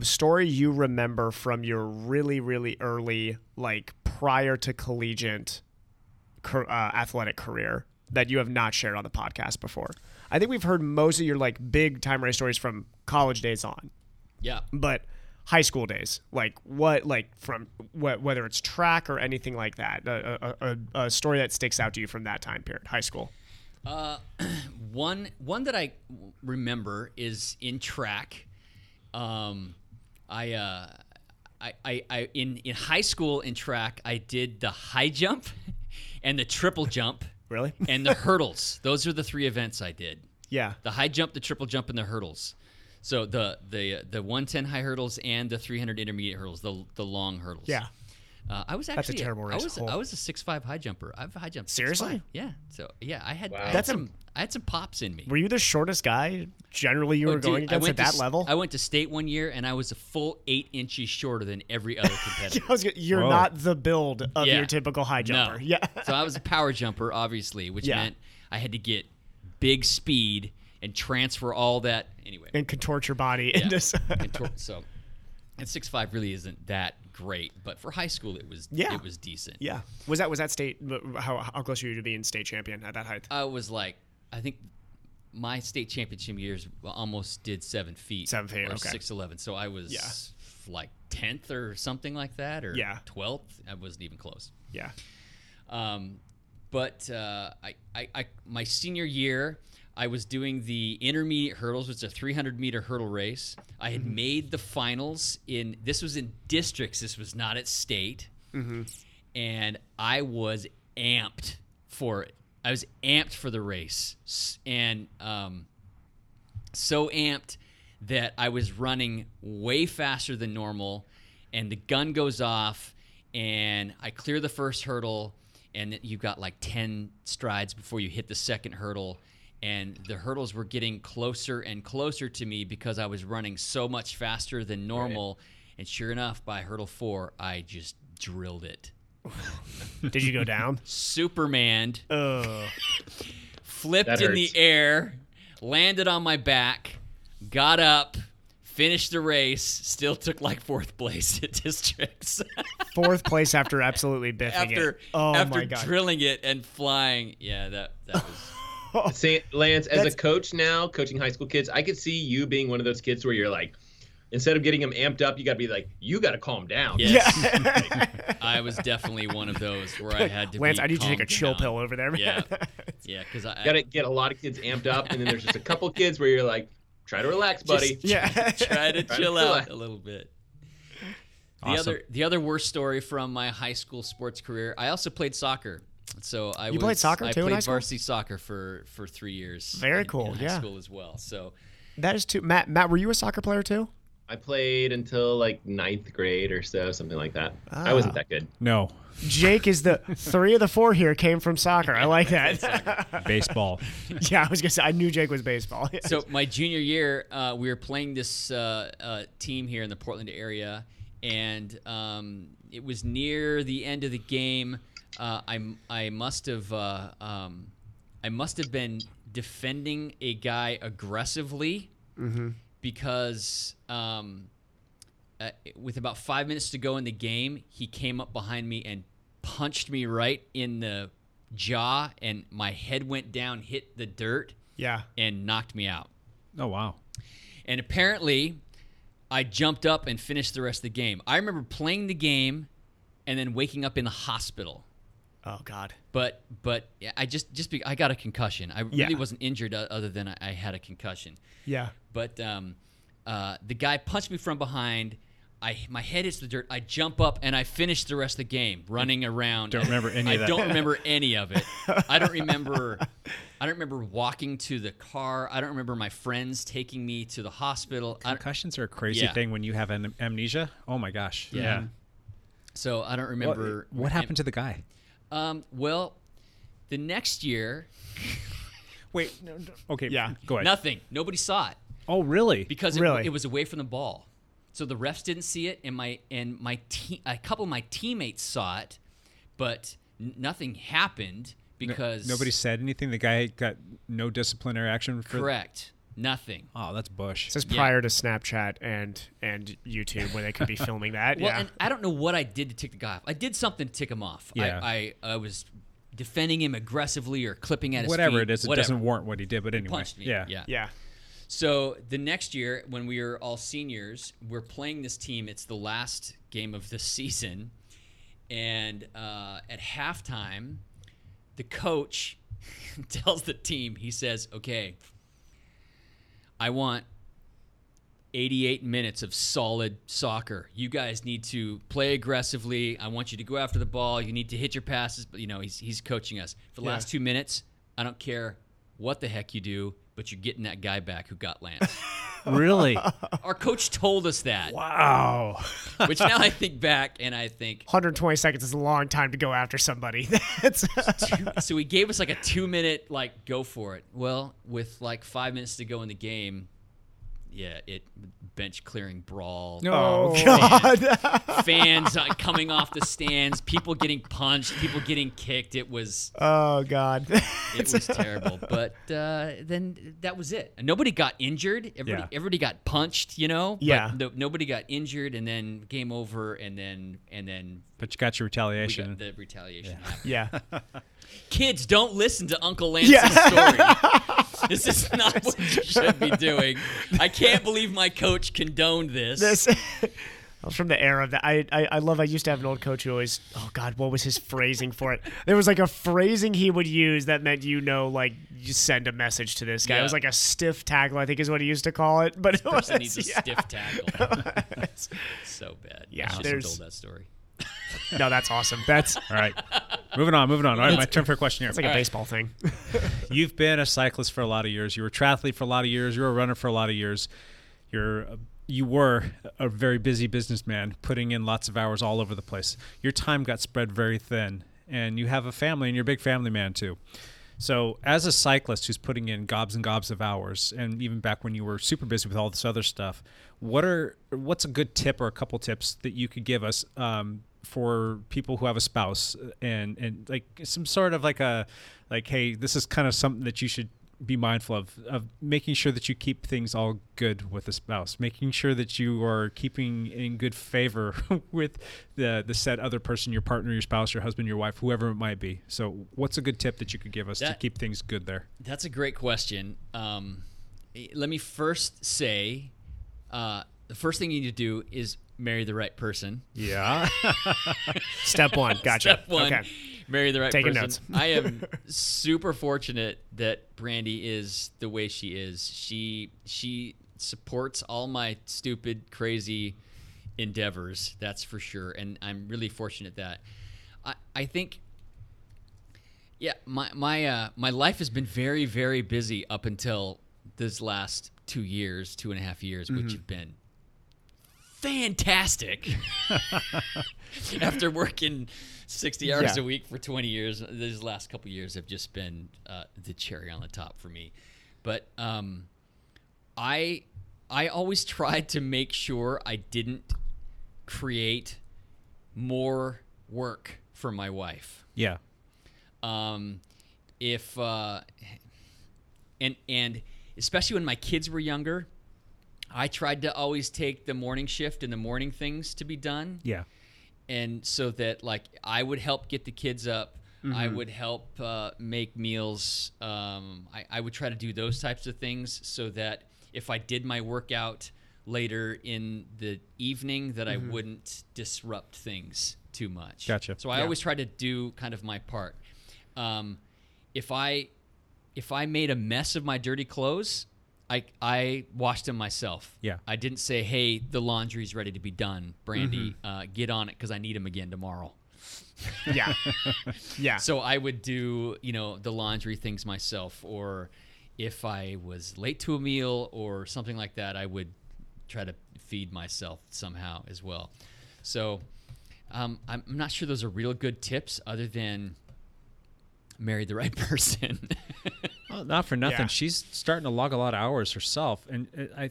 S11: story you remember from your really, really early, like prior to collegiate car- uh, athletic career that you have not shared on the podcast before? I think we've heard most of your like big time race stories from college days on,
S4: yeah.
S11: but high school days, like what, like from wh- whether it's track or anything like that, a, a, a, a story that sticks out to you from that time period, high school.
S4: One one that I remember is in track. Um, I uh, I, I, I in in high school in track I did the high jump, and the triple jump.
S11: Really?
S4: And the hurdles. Those are the three events I did.
S11: Yeah.
S4: the high jump, the triple jump, and the hurdles. So the the the 110 high hurdles and the 300 intermediate hurdles, the the long hurdles.
S11: Yeah.
S4: Uh, I was actually
S11: That's a terrible race.
S4: I was
S11: Hold.
S4: I was a six five high jumper. I've high jumped. 6'5".
S11: Seriously?
S4: Yeah. So yeah, I had, I had
S11: That's a-
S4: some I had some pops in me.
S11: Were you the shortest guy generally you
S4: Oh,
S11: were
S4: dude,
S11: going
S4: I
S11: against
S4: went
S11: at
S4: to
S11: that
S4: s-
S11: level?
S4: I went to state one year and I was a full eight inches shorter than every other competitor.
S11: I was gonna- you're
S1: Whoa.
S11: not the build of
S4: Yeah.
S11: your typical high jumper.
S4: No.
S11: Yeah.
S4: so I was a power jumper, obviously, which
S11: Yeah.
S4: meant I had to get big speed and transfer all that anyway.
S11: and contort your body
S4: Yeah.
S11: into s-
S4: and tor- so and six five really isn't that great, but for high school it was
S11: Yeah.
S4: it was decent.
S11: Yeah. Was that was that state how how close were you to being state champion at that height?
S4: I was like I think my state championship years almost did seven feet.
S11: Seven feet,
S4: or
S11: okay.
S4: six eleven. So I was
S11: Yeah.
S4: like tenth or something like that, or
S11: Yeah.
S4: twelfth. I wasn't even close.
S11: yeah.
S4: Um, but uh, I, I, I, my senior year, I was doing the intermediate hurdles, which is a 300 meter hurdle race. I had made the finals in this was in districts. This was not at state, and I was amped for it. I was amped for the race, S- and um, so amped that I was running way faster than normal, and the gun goes off, and I clear the first hurdle, and you've got like 10 strides before you hit the second hurdle. And the hurdles were getting closer and closer to me because I was running so much faster than normal. And sure enough, by hurdle four, I just drilled it.
S11: Did you go down?
S4: Supermaned
S11: Oh.
S4: flipped
S2: That
S4: in the
S2: hurts.
S4: air, landed on my back, got up, finished the race, still took like fourth place at districts
S11: Fourth place after absolutely biffing
S4: after
S11: it. Oh
S4: after
S11: my god.
S4: drilling it and flying. Yeah, that that was
S2: Say, Lance, as
S11: Oh. That's-
S2: a coach now, coaching high school kids, I could see you being one of those kids where you're like, instead of getting them amped up, you got to be like, you got to calm down.
S4: Yes. I was definitely one of those where I had to.
S11: Lance,
S4: be
S11: I need you to take a
S4: calmed
S11: chill
S4: down.
S11: pill over there, man.
S4: Yeah, yeah, because I
S2: Got to get a lot of kids amped up, and then there's just a couple kids where you're like, try to relax, buddy.
S11: Just- yeah.
S4: try to
S2: Try to
S4: chill out
S2: relax.
S4: a little bit. The
S1: Awesome.
S4: other the other worst story from my high school sports career. I also played soccer. So I
S11: You played
S4: was-
S11: soccer
S4: I
S11: too in
S4: played
S11: high school?
S4: varsity soccer for for three years.
S11: Very
S4: in- in
S11: cool,
S4: high
S11: yeah.
S4: school as well. So
S11: That is too. Matt, Matt, were you a soccer player too?
S2: I played until like ninth grade or so, something like that. I
S11: Ah.
S2: wasn't that good.
S1: No,
S11: Jake is the three of the four here came from soccer. I like that.
S1: baseball.
S11: yeah, I was gonna say I knew Jake was baseball.
S4: so my junior year, uh, we were playing this uh, uh, team here in the Portland area, and um, it was near the end of the game. Uh, I I must have uh, um, I must have been defending a guy aggressively because. Um, uh, with about five minutes to go in the game, he came up behind me and punched me right in the jaw, and my head went down, hit the dirt
S11: yeah.
S4: and knocked me out.
S1: Oh wow.
S4: And apparently, I jumped up and finished the rest of the game. I remember playing the game and then waking up in the hospital.
S11: Oh God.
S4: But but I just just be, I got a concussion. I really
S11: Yeah.
S4: wasn't injured o- other than I, I had a concussion.
S11: Yeah.
S4: But um, uh, the guy punched me from behind. I my head hits the dirt. I jump up and I finish the rest of the game running around.
S1: Don't remember any
S4: I
S1: of that.
S4: don't remember any of it. I don't remember. I don't remember walking to the car. I don't remember my friends taking me to the hospital. I don't,
S1: Concussions are a crazy
S4: Yeah.
S1: thing when you have an amnesia. Oh my gosh.
S4: Yeah. so I don't
S1: What,
S4: remember
S1: what happened to the guy?
S4: Um, well, the next year,
S1: Wait. No, okay.
S11: Yeah.
S1: Go ahead.
S4: nothing. Nobody saw it.
S1: Oh really?
S4: because
S11: Really?
S4: it, it was away from the ball. So the refs didn't see it, and my and my te- a couple of my teammates saw it, but n- nothing happened because
S1: nobody said anything. The guy got no disciplinary action for.
S4: correct nothing.
S1: Oh, that's Bush.
S11: This is prior to Snapchat and and YouTube where they could be filming that.
S4: Well,
S11: yeah.
S4: and I don't know what I did to tick the guy off. I did something to tick him off.
S1: Yeah.
S4: I, I I was defending him aggressively or clipping at his
S1: whatever
S4: feet,
S1: it is, it
S4: whatever.
S1: doesn't warrant what he did. But anyway,
S4: punched me.
S1: yeah,
S4: yeah,
S11: yeah.
S4: So the next year, when we were all seniors, we're playing this team. It's the last game of the season, and uh, at halftime, the coach tells the team, he says, "Okay, I want 88 minutes of solid soccer. You guys need to play aggressively. I want you to go after the ball. You need to hit your passes. But you know, he's he's coaching us for the last two minutes. I don't care what the heck you do, but you're getting that guy back who got Lance.
S1: really?
S4: Our coach told us that,
S11: Wow.
S4: which now I think back and I think.
S11: 120 seconds is a long time to go after somebody. That's
S4: So he gave us like a two minute like go for it. Well, with like five minutes to go in the game, yeah, it bench clearing brawl.
S1: No.
S11: oh God.
S4: fans uh, coming off the stands, people getting punched, people getting kicked. It was
S11: Oh God.
S4: it was terrible. But uh, then that was it. Nobody got injured. Everybody,
S1: Yeah.
S4: everybody got punched. You know. But
S11: Yeah.
S4: no- nobody got injured, and then game over, and then and then
S1: But you got your
S4: we
S1: retaliation.
S4: got the retaliation. happened.
S11: Yeah.
S4: Kids, don't listen to Uncle Lance's story. This is not what you should be doing. I can't believe my coach condoned
S11: this. I was from the era that I, I I love. I used to have an old coach who always. Oh God, what was his phrasing for it? There was like a phrasing he would use that meant you know like you send a message to this guy. It was
S4: Yeah.
S11: like a stiff tackle, I think is what he used to call it. But it was,
S4: person needs a
S11: yeah.
S4: stiff tackle. so bad.
S11: Yeah,
S4: I should've
S11: there's-
S4: told that story.
S11: no, that's awesome. That's
S1: All right, moving on, moving on. All right, my turn for a question here.
S11: it's like a baseball thing.
S1: You've been a cyclist for a lot of years. You were a triathlete for a lot of years. You were a runner for a lot of years. You're a- you were a very busy businessman, putting in lots of hours all over the place. Your time got spread very thin, and you have a family, and you're a big family man too. So, as a cyclist who's putting in gobs and gobs of hours, and even back when you were super busy with all this other stuff, what are what's a good tip or a couple tips that you could give us um, for people who have a spouse and and like some sort of like a like hey, this is kind of something that you should be mindful of of making sure that you keep things all good with the spouse, making sure that you are keeping in good favor with the the said other person, your partner, your spouse, your husband, your wife, whoever it might be. So, what's a good tip that you could give us to
S4: That-
S1: keep things good there?
S4: That's a great question. Um, eh, let me first say, uh, the first thing you need to do is marry the right person.
S1: Yeah.
S11: Step one. Gotcha.
S4: Step one,
S11: Okay.
S4: marry the right
S11: Taking
S4: person.
S11: notes.
S4: I am super fortunate that Brandy is the way she is. She she supports all my stupid, crazy endeavors. That's for sure. And I'm really fortunate that I I think. Yeah, my my uh, my life has been very very busy up until this last two years, two and a half years,
S11: Mm-hmm.
S4: which have been fantastic. After working sixty hours
S11: Yeah.
S4: a week for twenty years, these last couple years have just been uh, the cherry on the top for me. But um, I I always tried to make sure I didn't create more work for my wife.
S1: Yeah.
S4: Um, if uh, and and especially when my kids were younger, I tried to always take the morning shift and the morning things to be done
S1: Yeah.
S4: and so that like I would help get the kids up. I would help uh, make meals. Um, I, I would try to do those types of things so that if I did my workout later in the evening, that I wouldn't disrupt things too much.
S1: Gotcha.
S4: So I always try to do kind of my part. Um, if I if I made a mess of my dirty clothes, I I washed them myself.
S1: Yeah.
S4: I didn't say, "Hey, the laundry's ready to be done, Brandy. Uh, get on it because I need them again tomorrow."
S11: Yeah. Yeah.
S4: So I would do, you know, the laundry things myself, or if I was late to a meal or something like that, I would try to feed myself somehow as well. So um, I'm I'm not sure those are real good tips, other than marry the right person.
S1: Well, Oh, not for nothing.
S11: Yeah.
S1: She's starting to log a lot of hours herself, and uh, I,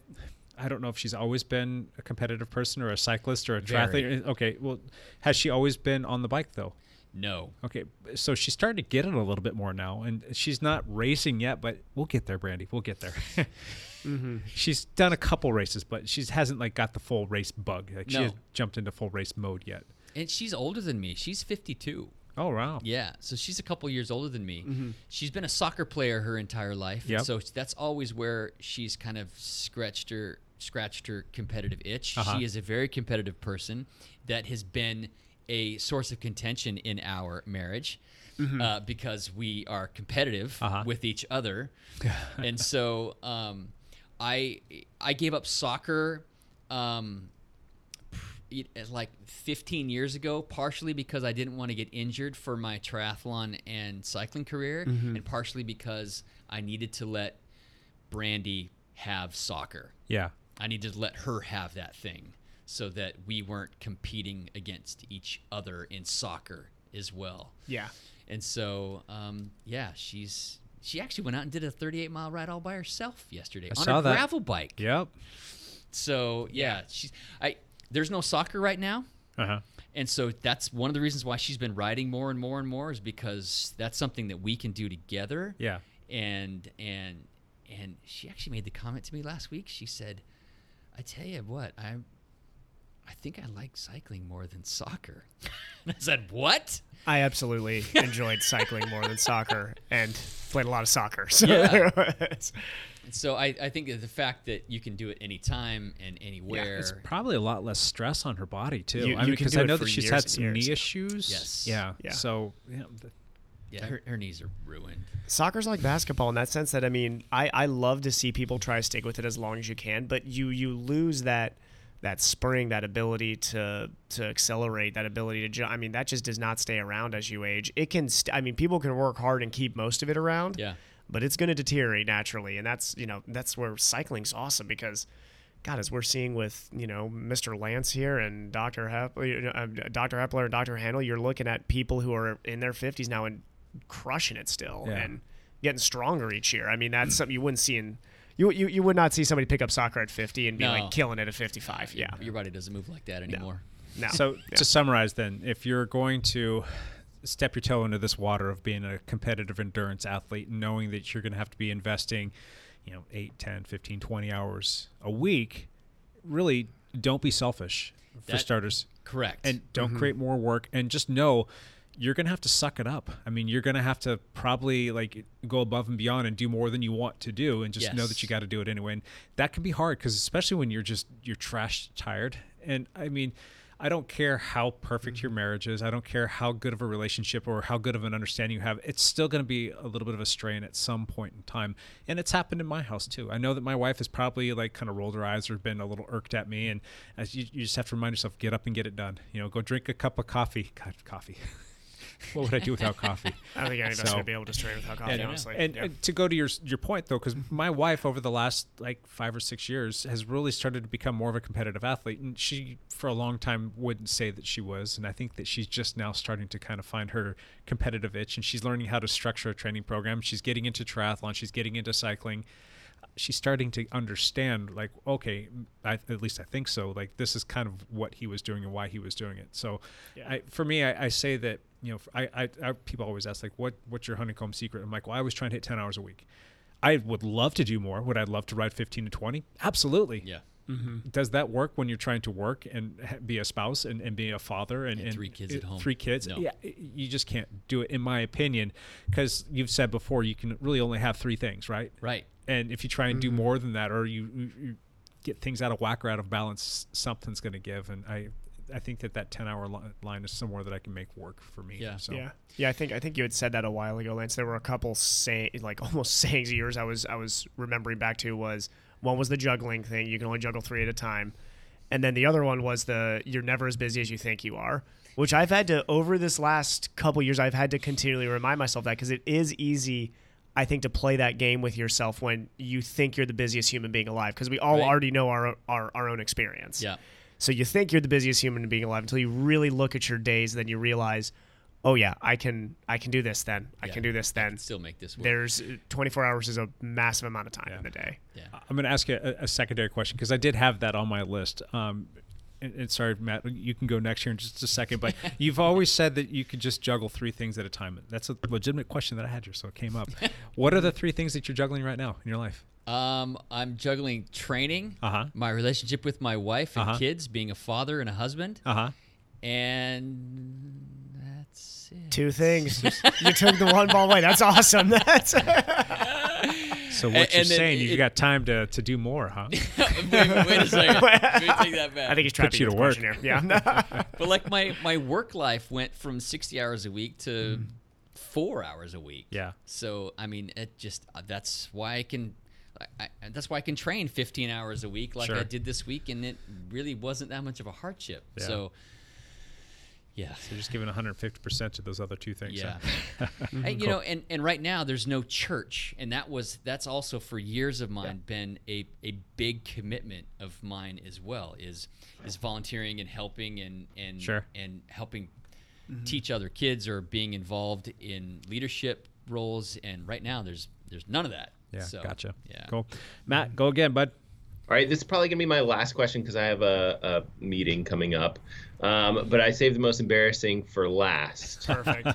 S1: I don't know if she's always been a competitive person or a cyclist or a
S4: Very.
S1: triathlete. Uh, Okay, well, has she always been on the bike though?
S4: no.
S1: Okay, so she's starting to get it a little bit more now, and she's not racing yet, but we'll get there, Brandy. We'll get there.
S11: Mm-hmm.
S1: She's done a couple races, but she hasn't like got the full race bug. Like she
S4: No.
S1: has jumped into full race mode yet.
S4: And she's older than me. She's 52.
S1: Oh wow!
S4: Yeah, so she's a couple years older than me. She's been a soccer player her entire life, and
S1: Yep.
S4: so that's always where she's kind of scratched her scratched her competitive itch. She is a very competitive person that has been a source of contention in our marriage uh, because we are competitive with each other, and so um, I I gave up soccer. Um, it- it's like 15 years ago, partially because I didn't want to get injured for my triathlon and cycling career,
S1: Mm-hmm.
S4: and partially because I needed to let Brandy have soccer.
S1: Yeah,
S4: I needed to let her have that thing so that we weren't competing against each other in soccer as well.
S11: Yeah.
S4: And so, um, yeah, she's she actually went out and did a 38 mile ride all by herself yesterday on
S1: saw
S4: a
S1: that.
S4: gravel bike.
S1: yep.
S4: So yeah, she's I. There's no soccer right now.
S1: Uh huh.
S4: And so that's one of the reasons why she's been riding more and more and more is because that's something that we can do together.
S1: Yeah.
S4: And and and she actually made the comment to me last week. She said, "I tell you what, I I think I like cycling more than soccer." and I said, "What?"
S11: I absolutely enjoyed cycling more than soccer and played a lot of soccer. So it's-
S4: And so I I think that the fact that you can do it anytime and anywhere.
S1: It's probably a lot less stress on her body too.
S11: You-
S1: I
S11: you
S1: mean,
S11: can
S1: because
S11: do
S1: I
S11: it
S1: know
S11: for
S1: that she's
S11: years
S1: had
S11: and
S1: some
S11: years.
S1: knee issues.
S4: Yes.
S1: Yeah.
S11: Yeah.
S1: So yeah, th-
S4: yeah, her, her knees are ruined.
S11: Soccer's like basketball in that sense that I mean, I, I love to see people try to stick with it as long as you can, but you you lose that that spring, that ability to to accelerate, that ability to jump. I mean, that just does not stay around as you age. It can. St- I mean, people can work hard and keep most of it around.
S4: Yeah.
S11: But it's going to deteriorate naturally, and that's you know that's where cycling's awesome because. God, as we're seeing with you know Mr. Lance here and Dr. Hep- you know, uh, Dr. Hepler and Dr. Handel, you're looking at people who are in their 50s now and crushing it still
S1: Yeah.
S11: and getting stronger each year. I mean, that's something you wouldn't see in you, you you would not see somebody pick up soccer at 50 and be
S4: No.
S11: like killing it at 55. Yeah,
S4: Your body doesn't move like that anymore.
S11: no.
S1: So
S11: Yeah.
S1: to summarize, then, if you're going to step your toe into this water of being a competitive endurance athlete, knowing that you're going to have to be investing, you know, 8, 10, 15, 20 hours a week, really don't be selfish for
S4: That-
S1: starters.
S4: Correct. Mm-hmm.
S1: And don't create more work and just know you're gonna have to suck it up. I mean, you're gonna have to probably like go above and beyond and do more than you want to do, and just know that
S4: Yes.
S1: you got to do it anyway. And that can be hard because especially when you're just you're trash tired. And I mean, I don't care how perfect your marriage is. I don't care how good of a relationship or how good of an understanding you have. It's still going to be a little bit of a strain at some point in time. And it's happened in my house too. I know that my wife has probably like kind of rolled her eyes or been a little irked at me. And as you, you just have to remind yourself, get up and get it done. You know, go drink a cup of coffee. God, coffee. what would I do without coffee?
S11: I don't think any of us
S1: So-
S11: would be able to stray without coffee,
S1: and,
S11: honestly.
S1: and-
S11: Yeah.
S1: and to go to your your point though, because my wife over the last like five or six years has really started to become more of a competitive athlete, and she for a long time wouldn't say that she was, and I think that she's just now starting to kind of find her competitive itch, and she's learning how to structure a training program. She's getting into triathlon, she's getting into cycling. She's starting to understand, like, okay, I, at least I think so. Like, this is kind of what he was doing and why he was doing it. So, I, for me, I, I say that you know, I, I, I people always ask like, what what's your honeycomb secret? I'm like, well, I was trying to hit 10 hours a week. I would love to do more. Would I love to ride 15 to 20? Absolutely.
S4: Yeah. Mm-hmm.
S1: Does that work when you're trying to work and ha- be a spouse and, and be a father and, and
S4: three kids at
S1: uh,
S4: home.
S1: Three kids.
S4: No.
S1: Yeah, i- you just can't do it, in my opinion, because you've said before you can really only have three things, right?
S4: Right.
S1: And if you try and do more than that, or you, you- you get things out of whack or out of balance, something's going to give. And I, I think that that 10 hour li- line is somewhere that I can make work for me.
S4: Yeah.
S1: So.
S11: Yeah, yeah. I think I think you had said that a while ago, Lance. There were a couple say like almost sayings of yours I was I was remembering back to was one was the juggling thing. You can only juggle three at a time, and then the other one was the you're never as busy as you think you are. Which I've had to over this last couple years, I've had to continually remind myself that because it is easy. I think to play that game with yourself when you think you're the busiest human being alive, because we all
S4: Right.
S11: already know our, our our own experience.
S4: Yeah.
S11: So you think you're the busiest human being alive until you really look at your days, then you realize, oh yeah, I can I can do this then. I
S4: Yeah.
S11: can do this then.
S4: Still make this work.
S11: There's 24 hours is a massive amount of time in the day.
S1: I'm going to ask you a, a secondary question because I did have that on my list. Um, and, and sorry, Matt, you can go next here in just a second. But you've always said that you could just juggle three things at a time. That's a legitimate question that I had here, so it came up. what are the three things that you're juggling right now in your life?
S4: Um, I'm juggling training,
S1: Uh-huh.
S4: my relationship with my wife and
S1: Uh-huh.
S4: kids, being a father and a husband,
S1: Uh huh.
S4: and that's it.
S11: Two things. you took the one ball away. That's awesome. That's
S1: So
S4: A-
S1: what you're
S4: and then
S1: saying, you've
S4: it-
S1: got time to, to do more, huh?
S4: wait, wait a second. Let me take that back.
S11: I think he's trying
S1: Puts
S11: to
S1: you
S11: get
S1: to
S11: the
S1: work.
S11: question here. Yeah.
S4: but like my my work life went from 60 hours a week to four hours a week
S1: Mm. Yeah.
S4: so i mean it just uh, that's why i can I, I, that's why i can train 15 hours a week like i
S1: Sure.
S4: did this week and it really wasn't that much of a hardship
S1: Yeah.
S4: so yeah
S1: You're just giving 150% to those other two things.
S4: yeah
S1: huh?
S4: and you know and, and right now there's no church and that was that's also for years of mine been a, a big commitment of mine as well is is volunteering and helping and and
S1: Sure.
S4: and helping teach other kids or being involved in leadership roles and right now there's there's none of that
S1: Yeah.
S4: so,
S1: gotcha.
S4: yeah
S1: Cool. Matt, go again, bud.
S2: All right, this is probably gonna be my last question because I have a, a meeting coming up, um, but I saved the most embarrassing for last.
S11: Perfect.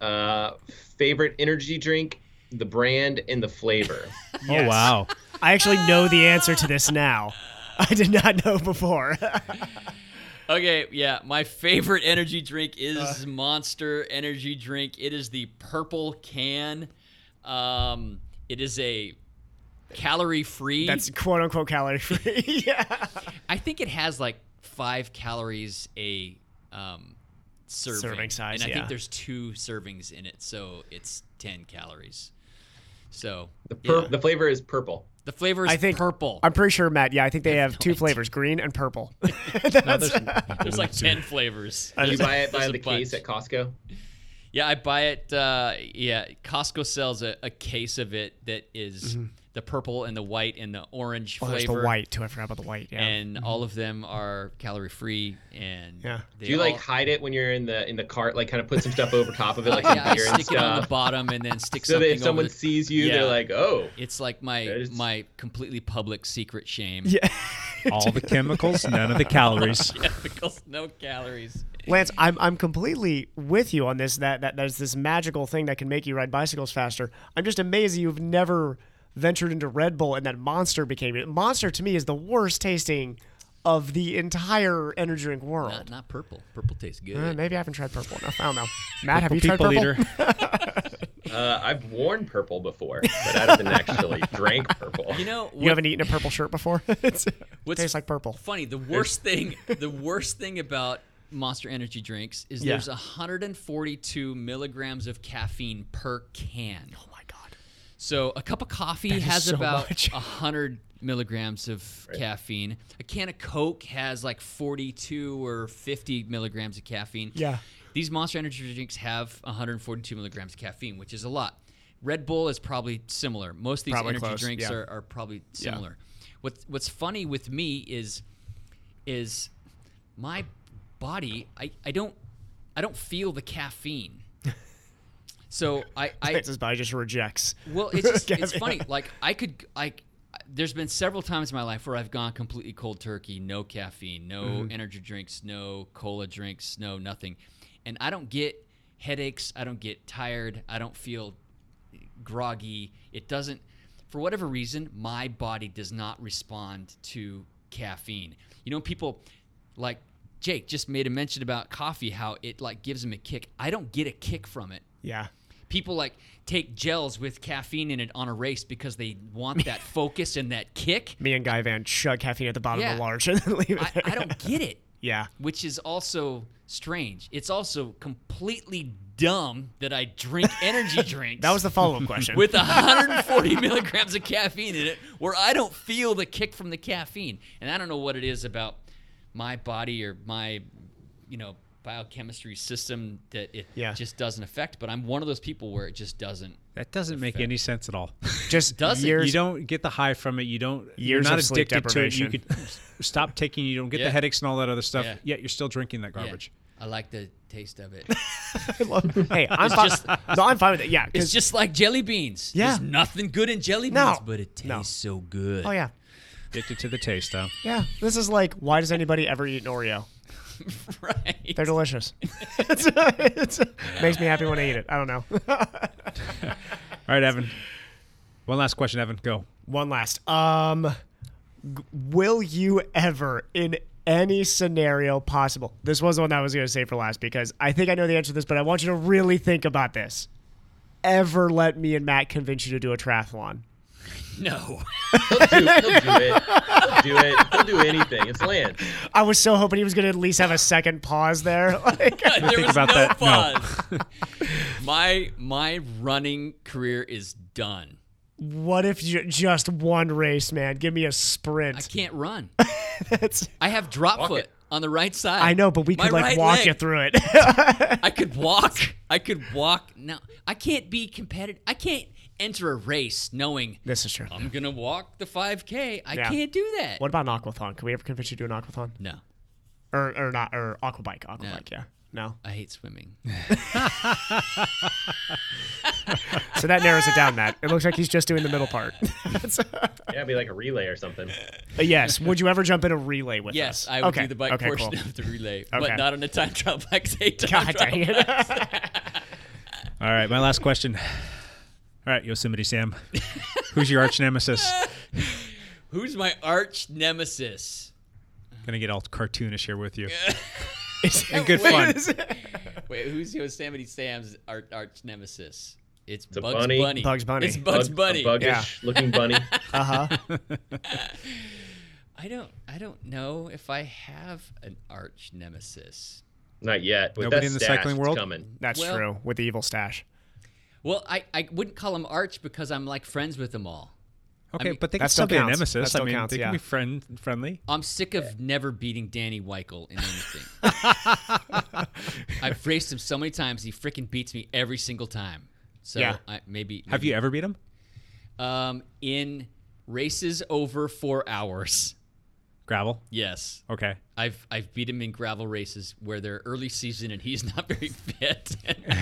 S2: Uh, favorite energy drink, the brand and the flavor.
S11: Yes.
S1: Oh, wow.
S11: I actually know the answer to this now. I did not know before.
S4: Okay, yeah, my favorite energy drink is
S11: Uh.
S4: Monster Energy Drink. It is the purple can. Um, it is a calorie free.
S11: That's quote unquote calorie free. yeah.
S4: I think it has like five calories a um, serving.
S11: Serving size,
S4: and I
S11: yeah.
S4: think there's two servings in it, so it's ten calories. So
S2: The, pur-
S4: yeah.
S2: the flavor is purple.
S4: the flavor is
S11: I think
S4: purple.
S11: I'm pretty sure, Matt. Yeah, I think they have two flavors, green and purple. That's-
S4: there's like ten flavors.
S2: Do you
S4: There's a-
S2: buy it by
S4: there's a
S2: the case
S4: bunch.
S2: at Costco?
S4: Yeah, I buy it. Uh, yeah, Costco sells a, a case of it that is the purple and the white and the orange
S11: Mm-hmm. oh, there's
S4: flavor.
S11: the white too. I forgot about the white. Yeah. Mm-hmm.
S4: And all of them are calorie free. And
S11: Yeah.
S4: they
S2: Do you like
S4: all-
S2: hide it when you're in the in the cart? Like kind of put some stuff over top of it, like some
S4: yeah, I
S2: beer and
S4: stick it on the
S2: stuff.
S4: bottom and then stick
S2: So that
S4: something.
S2: if someone
S4: over the-
S2: sees you,
S4: Yeah.
S2: they're like, "Oh,
S4: it's like my
S2: There's-
S4: my completely public secret shame.
S11: yeah.
S1: All the chemicals, none of the calories.
S4: Yeah, because no calories.
S11: Lance, I'm I'm completely with you on this. That that there's this magical thing that can make you ride bicycles faster. I'm just amazed that you've never ventured into Red Bull and that Monster became it. Monster to me is the worst tasting of the entire energy drink world.
S4: Not, not purple. Purple tastes good.
S11: Uh, maybe I haven't tried purple enough. I don't know. Matt, have you tried
S1: Purple
S11: purple?
S1: people
S2: Uh, I've worn purple before, but I haven't actually drank purple.
S4: You know,
S11: you haven't eaten a purple shirt before. It's- it
S4: What's
S11: tastes like purple.
S4: Funny, the worst thing, the worst thing about Monster Energy drinks is
S11: Yeah.
S4: there's 142 milligrams of caffeine per can. Oh my god! So a cup of coffee
S11: is
S4: has
S11: so
S4: about
S11: much.
S4: 100 milligrams of caffeine. A can of Coke has like 42 or 50 milligrams of caffeine.
S11: Yeah.
S4: These Monster Energy drinks have 142 milligrams of caffeine, which is a lot. Red Bull is probably similar. Most of these
S11: Probably
S4: energy
S11: close,
S4: drinks
S11: yeah.
S4: are, are probably similar. What's what's funny with me is is my body I, I don't I don't feel the caffeine. So I, I
S11: His body just rejects.
S4: well it's just, it's
S11: Caffeine.
S4: funny. Like I could like there's been several times in my life where I've gone completely cold turkey, no caffeine, no energy drinks, no cola drinks, no nothing. And I don't get headaches, I don't get tired, I don't feel groggy. It doesn't, for whatever reason, my body does not respond to caffeine. You know, people like Jake just made a mention about coffee, how it like gives them a kick. I don't get a kick from it.
S11: Yeah.
S4: People like take gels with caffeine in it on a race because they want that focus and that kick.
S11: Me and Guy Van chug caffeine at the bottom of
S4: Yeah.
S11: the large and then leave it.
S4: I,
S11: there.
S4: I don't get it,
S11: yeah.
S4: which is also strange. It's also completely dumb that I drink energy drinks.
S11: That was the follow up question.
S4: with 140 milligrams of caffeine in it where I don't feel the kick from the caffeine. And I don't know what it is about my body or my, you know, biochemistry system that it
S11: Yeah.
S4: just doesn't affect, but I'm one of those people where it just doesn't.
S1: That doesn't make any sense at all.
S11: just
S4: doesn't.
S11: years.
S1: you don't get the high from it. You don't. you're
S11: Years
S1: not
S11: of sleep
S1: addicted to it. You
S11: deprivation.
S1: could stop taking. You don't get
S4: Yeah.
S1: the headaches and all that other stuff.
S4: Yeah.
S1: Yet you're still drinking that
S4: yeah,
S1: garbage.
S4: I like the taste of it.
S11: hey, I'm fine.
S4: just-
S11: no, I'm fine with it. Yeah. 'cause-
S4: It's just like jelly beans.
S11: Yeah.
S4: There's nothing good in jelly beans,
S11: No.
S4: but it tastes
S11: No.
S4: so good.
S11: oh yeah.
S1: Addicted to the taste, though.
S11: Yeah. This is like, why does anybody ever eat an Oreo?
S4: Right.
S11: They're delicious. it's, it's, Makes me happy when I eat it. I don't know.
S1: All right, Evan. One last question, Evan. Go.
S11: One last. Um, g- will you ever, in any scenario possible, this was the one that I was going to say for last because I think I know the answer to this, but I want you to really think about this. Ever let me and Matt convince you to do a triathlon?
S4: No.
S2: He'll do, he'll do it. He'll do it. He'll do anything. It's Lance.
S11: I was so hoping he was going to at least have a second pause there. Like,
S4: there was
S1: about
S4: no
S1: that. No.
S4: pause. my my running career is done.
S11: what if you, just one race, man? Give me a
S4: I
S11: sprint.
S4: can't run.
S11: That's-
S4: I have drop foot on the right side.
S11: I know, but we
S4: My
S11: could like
S4: right
S11: walk
S4: leg,
S11: you through it.
S4: I could walk. I could walk. Now I can't be competitive. I can't enter a race knowing
S11: this is true.
S4: I'm gonna walk the 5K. I
S11: Yeah.
S4: can't do that.
S11: What about an aquathon? Can we ever convince you to do an aquathon?
S4: No,
S11: Or or not or aquabike? Aquabike, yeah. No.
S4: I hate swimming.
S11: So that narrows it down, Matt. It looks like he's just doing the middle part.
S2: Yeah, it'd be like a relay or something.
S11: But yes. Would you ever jump in a relay with
S4: Yes,
S11: us?
S4: I would
S11: okay.
S4: do the bike
S11: okay,
S4: portion
S11: Cool.
S4: of the relay,
S11: Okay.
S4: but not on a time trial bike. Say time
S11: God
S4: trial.
S11: dang it.
S1: All right, my last question. All right, Yosemite Sam. Who's your arch nemesis?
S4: Who's my arch nemesis?
S1: Gonna get all cartoonish here with you. and good fun.
S4: Wait, who's Yosemite Sam's arch, arch nemesis? It's,
S2: a
S4: Bugs
S2: bunny.
S4: Bunny.
S11: Bugs Bunny.
S4: Oh, It's Bugs
S2: Bug-
S4: Bunny.
S2: A buggish looking bunny.
S4: I don't. I don't know if I have an arch nemesis.
S2: Not yet. With
S1: Nobody
S2: that
S1: in the
S2: stash,
S1: cycling
S2: it's
S1: world?
S2: coming.
S11: That's
S4: Well-
S11: true. With the evil stash.
S4: Well, I, I wouldn't call him arch because I'm like friends with them all.
S1: Okay,
S4: mean,
S1: but they
S11: that
S1: can
S11: still
S1: still be a
S11: counts. That
S1: nemesis.
S11: still
S1: I mean,
S11: counts,
S1: they
S11: yeah.
S1: can be friend friendly.
S4: I'm sick of never beating Danny Weichel in anything. I've raced him so many times. He freaking beats me every single time. So
S11: Yeah.
S4: I, maybe,
S1: Have you ever beat him?
S4: um in races over four hours?
S1: Gravel.
S4: Yes.
S1: Okay.
S4: I've I've beat him in gravel races where they're early season and he's not very fit.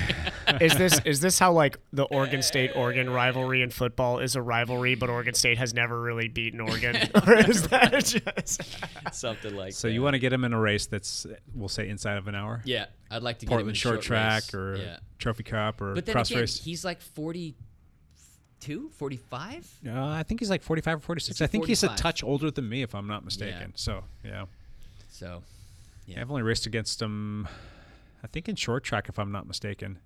S11: Is this is this how like the Oregon State Oregon rivalry in football is a rivalry, but Oregon State has never really beaten Oregon? or is that just
S4: Something like
S1: So
S4: that.
S1: you want to get him in a race that's uh, we'll say inside of an hour?
S4: Yeah, I'd like to get him in a
S1: Portland short, track
S4: race.
S1: or
S4: yeah.
S1: trophy cup or
S4: But then
S1: cross
S4: again,
S1: race.
S4: he's like 40 42, 45?
S1: Uh, I think he's like 45 or 46.
S4: Is he
S1: I think he's a
S4: 45?
S1: touch older than me, if I'm not mistaken. So, yeah.
S4: So, yeah.
S1: I've only raced against him, I think, in short track, if I'm not mistaken.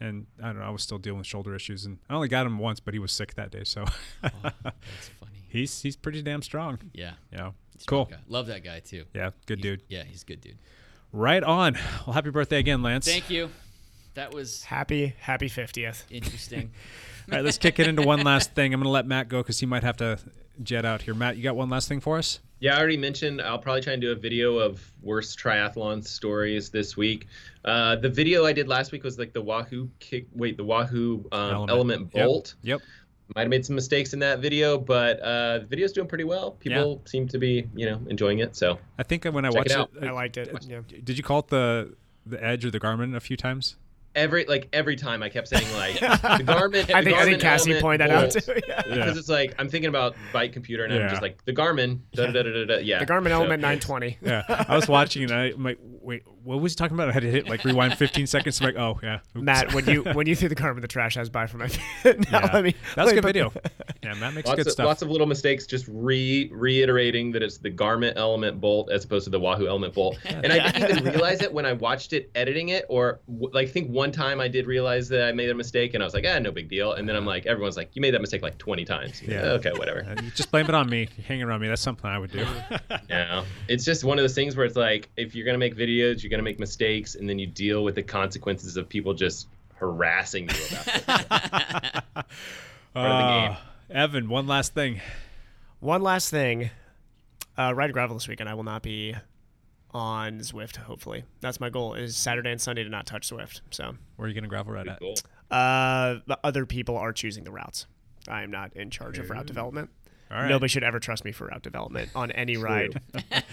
S1: And I don't know, I was still dealing with shoulder issues. And I only got him once, but he was sick that day. So,
S4: That's funny.
S1: he's he's pretty damn strong.
S4: Yeah.
S1: Yeah.
S4: He's a
S1: Cool.
S4: good guy. Love that guy too.
S1: Yeah. Good dude.
S4: Yeah, he's a good dude.
S1: Right on. Well, happy birthday again, Lance.
S4: Thank you. That was
S11: Happy, happy 50th.
S4: interesting.
S1: All right, let's kick it into one last thing. I'm going to let Matt go because he might have to jet out here. Matt, you got one last thing for us?
S2: Yeah, I already mentioned I'll probably try and do a video of worst triathlon stories this week. Uh, the video I did last week was like the Wahoo kick. Wait, the Wahoo um, element.
S1: Yep.
S2: bolt.
S1: Yep.
S2: Might have made some mistakes in that video, but uh, the video's doing pretty well. People seem to be, you know, enjoying it. So
S1: I think when I
S2: Check
S1: watched
S2: it
S1: it,
S2: out.
S11: I liked it. Yeah.
S1: did you call it the the Edge or the Garmin a few times?
S2: every like every time I kept saying like the garment.
S11: I think, I think Cassie pointed that out too. Yeah.
S2: Because it's like I'm thinking about bike computer and
S1: Yeah.
S2: I'm just like the Garmin, da da da da da. Yeah,
S11: The Garmin
S2: So-
S11: Element 920.
S1: Yeah, I was watching and I, am like, wait, what was he talking about? I had to hit like rewind 15 seconds. I'm like, oh yeah, Oops.
S11: Matt, when you when you threw the Garmin in the trash, I was by for my pit. now
S1: Yeah.
S11: let me.
S1: that was
S11: let
S1: a good
S11: me
S1: video.
S11: put-
S1: Yeah, Matt makes
S2: Lots
S1: good
S2: of,
S1: stuff.
S2: lots of little mistakes, just re reiterating that it's the garment element bolt as opposed to the Wahoo element bolt. And I didn't even realize it when I watched it editing it, or w- like I think one time I did realize that I made a mistake, and I was like, ah, no big deal. And then I'm like, everyone's like, you made that mistake like 20 times.
S1: Yeah.
S2: Yeah. Okay, whatever.
S1: Uh, you just blame it on me. You're hanging around me. That's something I would do.
S2: No, it's just one of those things where it's like, if you're gonna make videos, you're gonna make mistakes, and then you deal with the consequences of people just harassing you about it. of the game.
S1: Uh, Evan, one last thing.
S11: One last thing. Uh, ride gravel this weekend. I will not be on Zwift. Hopefully, that's my goal. Is Saturday and Sunday to not touch Zwift. So,
S1: Where are you gonna gravel right at?
S2: Cool.
S11: uh, the other people are choosing the routes. I am not in charge of route development.
S1: All right.
S11: Nobody should ever trust me for route development on any ride,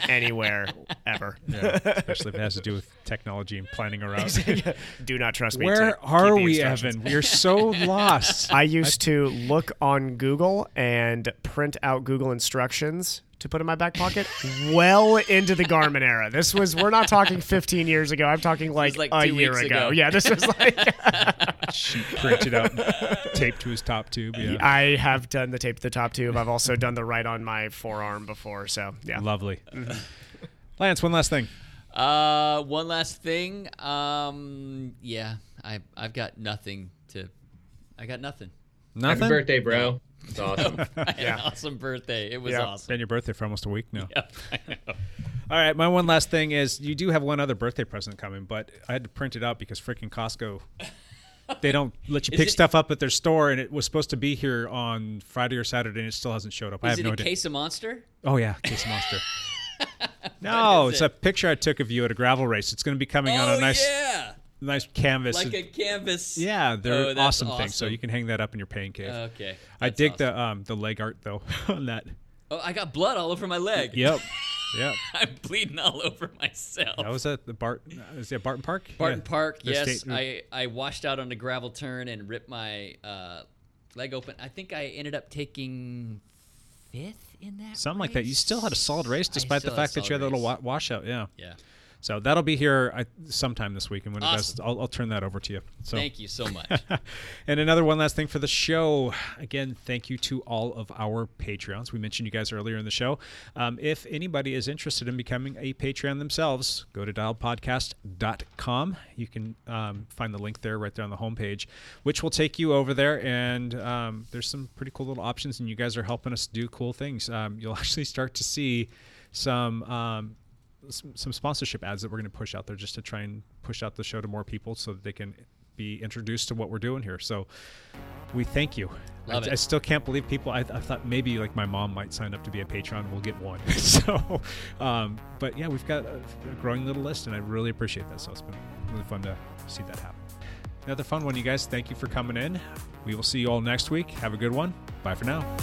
S11: anywhere, ever.
S1: Yeah, especially if it has to do with technology and planning around.
S11: Do not trust me. to
S1: Where
S11: keep
S1: are
S11: the
S1: we,
S11: instructions.
S1: Evan? We are so lost.
S11: I used to look on Google and print out Google instructions to put in my back pocket well into the Garmin era. This was we're not talking 15 years ago. I'm talking like,
S4: like
S11: a
S4: two
S11: year
S4: weeks
S11: ago.
S4: ago.
S11: Yeah, this was like
S1: sheet printed out, and taped to his top tube. Yeah.
S11: I have done the tape to the top tube. I've also done the right on my forearm before, so yeah.
S1: Lovely. Lance, one last thing.
S4: Uh, one last thing. Um, yeah, I I've got nothing to. I got nothing.
S1: Nothing.
S2: Happy birthday, bro. It's awesome.
S4: I had an
S11: Yeah.
S4: awesome birthday. It was
S11: Yeah.
S1: It's
S4: awesome.
S1: been your birthday for almost a week now. All right, my one last thing is you do have one other birthday present coming, but I had to print it out because freaking Costco. They don't let you
S4: Is
S1: pick
S4: it-
S1: stuff up at their store, and it was supposed to be here on Friday or Saturday, and it still hasn't showed up. I
S4: Is
S1: have
S4: it
S1: no
S4: a
S1: idea.
S4: case of monster?
S1: Oh yeah, Case Monster. no, it's a picture I took of you at a gravel race. It's going to be coming on
S4: oh
S1: a nice,
S4: yeah,
S1: nice canvas.
S4: like a canvas.
S1: yeah,
S4: Oh,
S1: they're
S4: that's
S1: awesome, things. So
S4: awesome.
S1: you can hang that up in your pain cave.
S4: Okay.
S1: I
S4: that's
S1: dig
S4: awesome.
S1: the um the leg art though on that.
S4: Oh, I got blood all over my leg.
S1: Yep, yep.
S4: I'm bleeding all over myself.
S1: That was at the Bart. Is it Barton Park?
S4: Barton
S1: Yeah.
S4: Park.
S1: The
S4: yes,
S1: state-
S4: I I washed out on the gravel turn and ripped my uh, leg open. I think I ended up taking fifth in that.
S1: something like that. You still had a solid race
S4: I
S1: despite the
S4: still had a
S1: fact that
S4: solid
S1: you had a little
S4: race.
S1: wa- washout. Yeah.
S4: Yeah.
S1: So that'll be here I, sometime this week, and when it does,
S4: Awesome.
S1: I'll, I'll turn that over to you. So
S4: Thank you so much.
S1: and another one last thing for the show. Again, thank you to all of our Patreons. We mentioned you guys earlier in the show. Um, if anybody is interested in becoming a Patreon themselves, go to dialpodcast.com. You can um, find the link there right there on the homepage, which will take you over there. And um, there's some pretty cool little options, and you guys are helping us do cool things. Um, you'll actually start to see some. Um, some, some sponsorship ads that we're going to push out there just to try and push out the show to more people so that they can be introduced to what we're doing here. So we thank you.
S4: Love
S1: I,
S4: it.
S1: I still can't believe people. I, I thought maybe like my mom might sign up to be a patron. We'll get one. so, um, but yeah, we've got a, a growing little list, and I really appreciate that. So it's been really fun to see that happen. Another fun one, you guys. Thank you for coming in. We will see you all next week. Have a good one. Bye for now.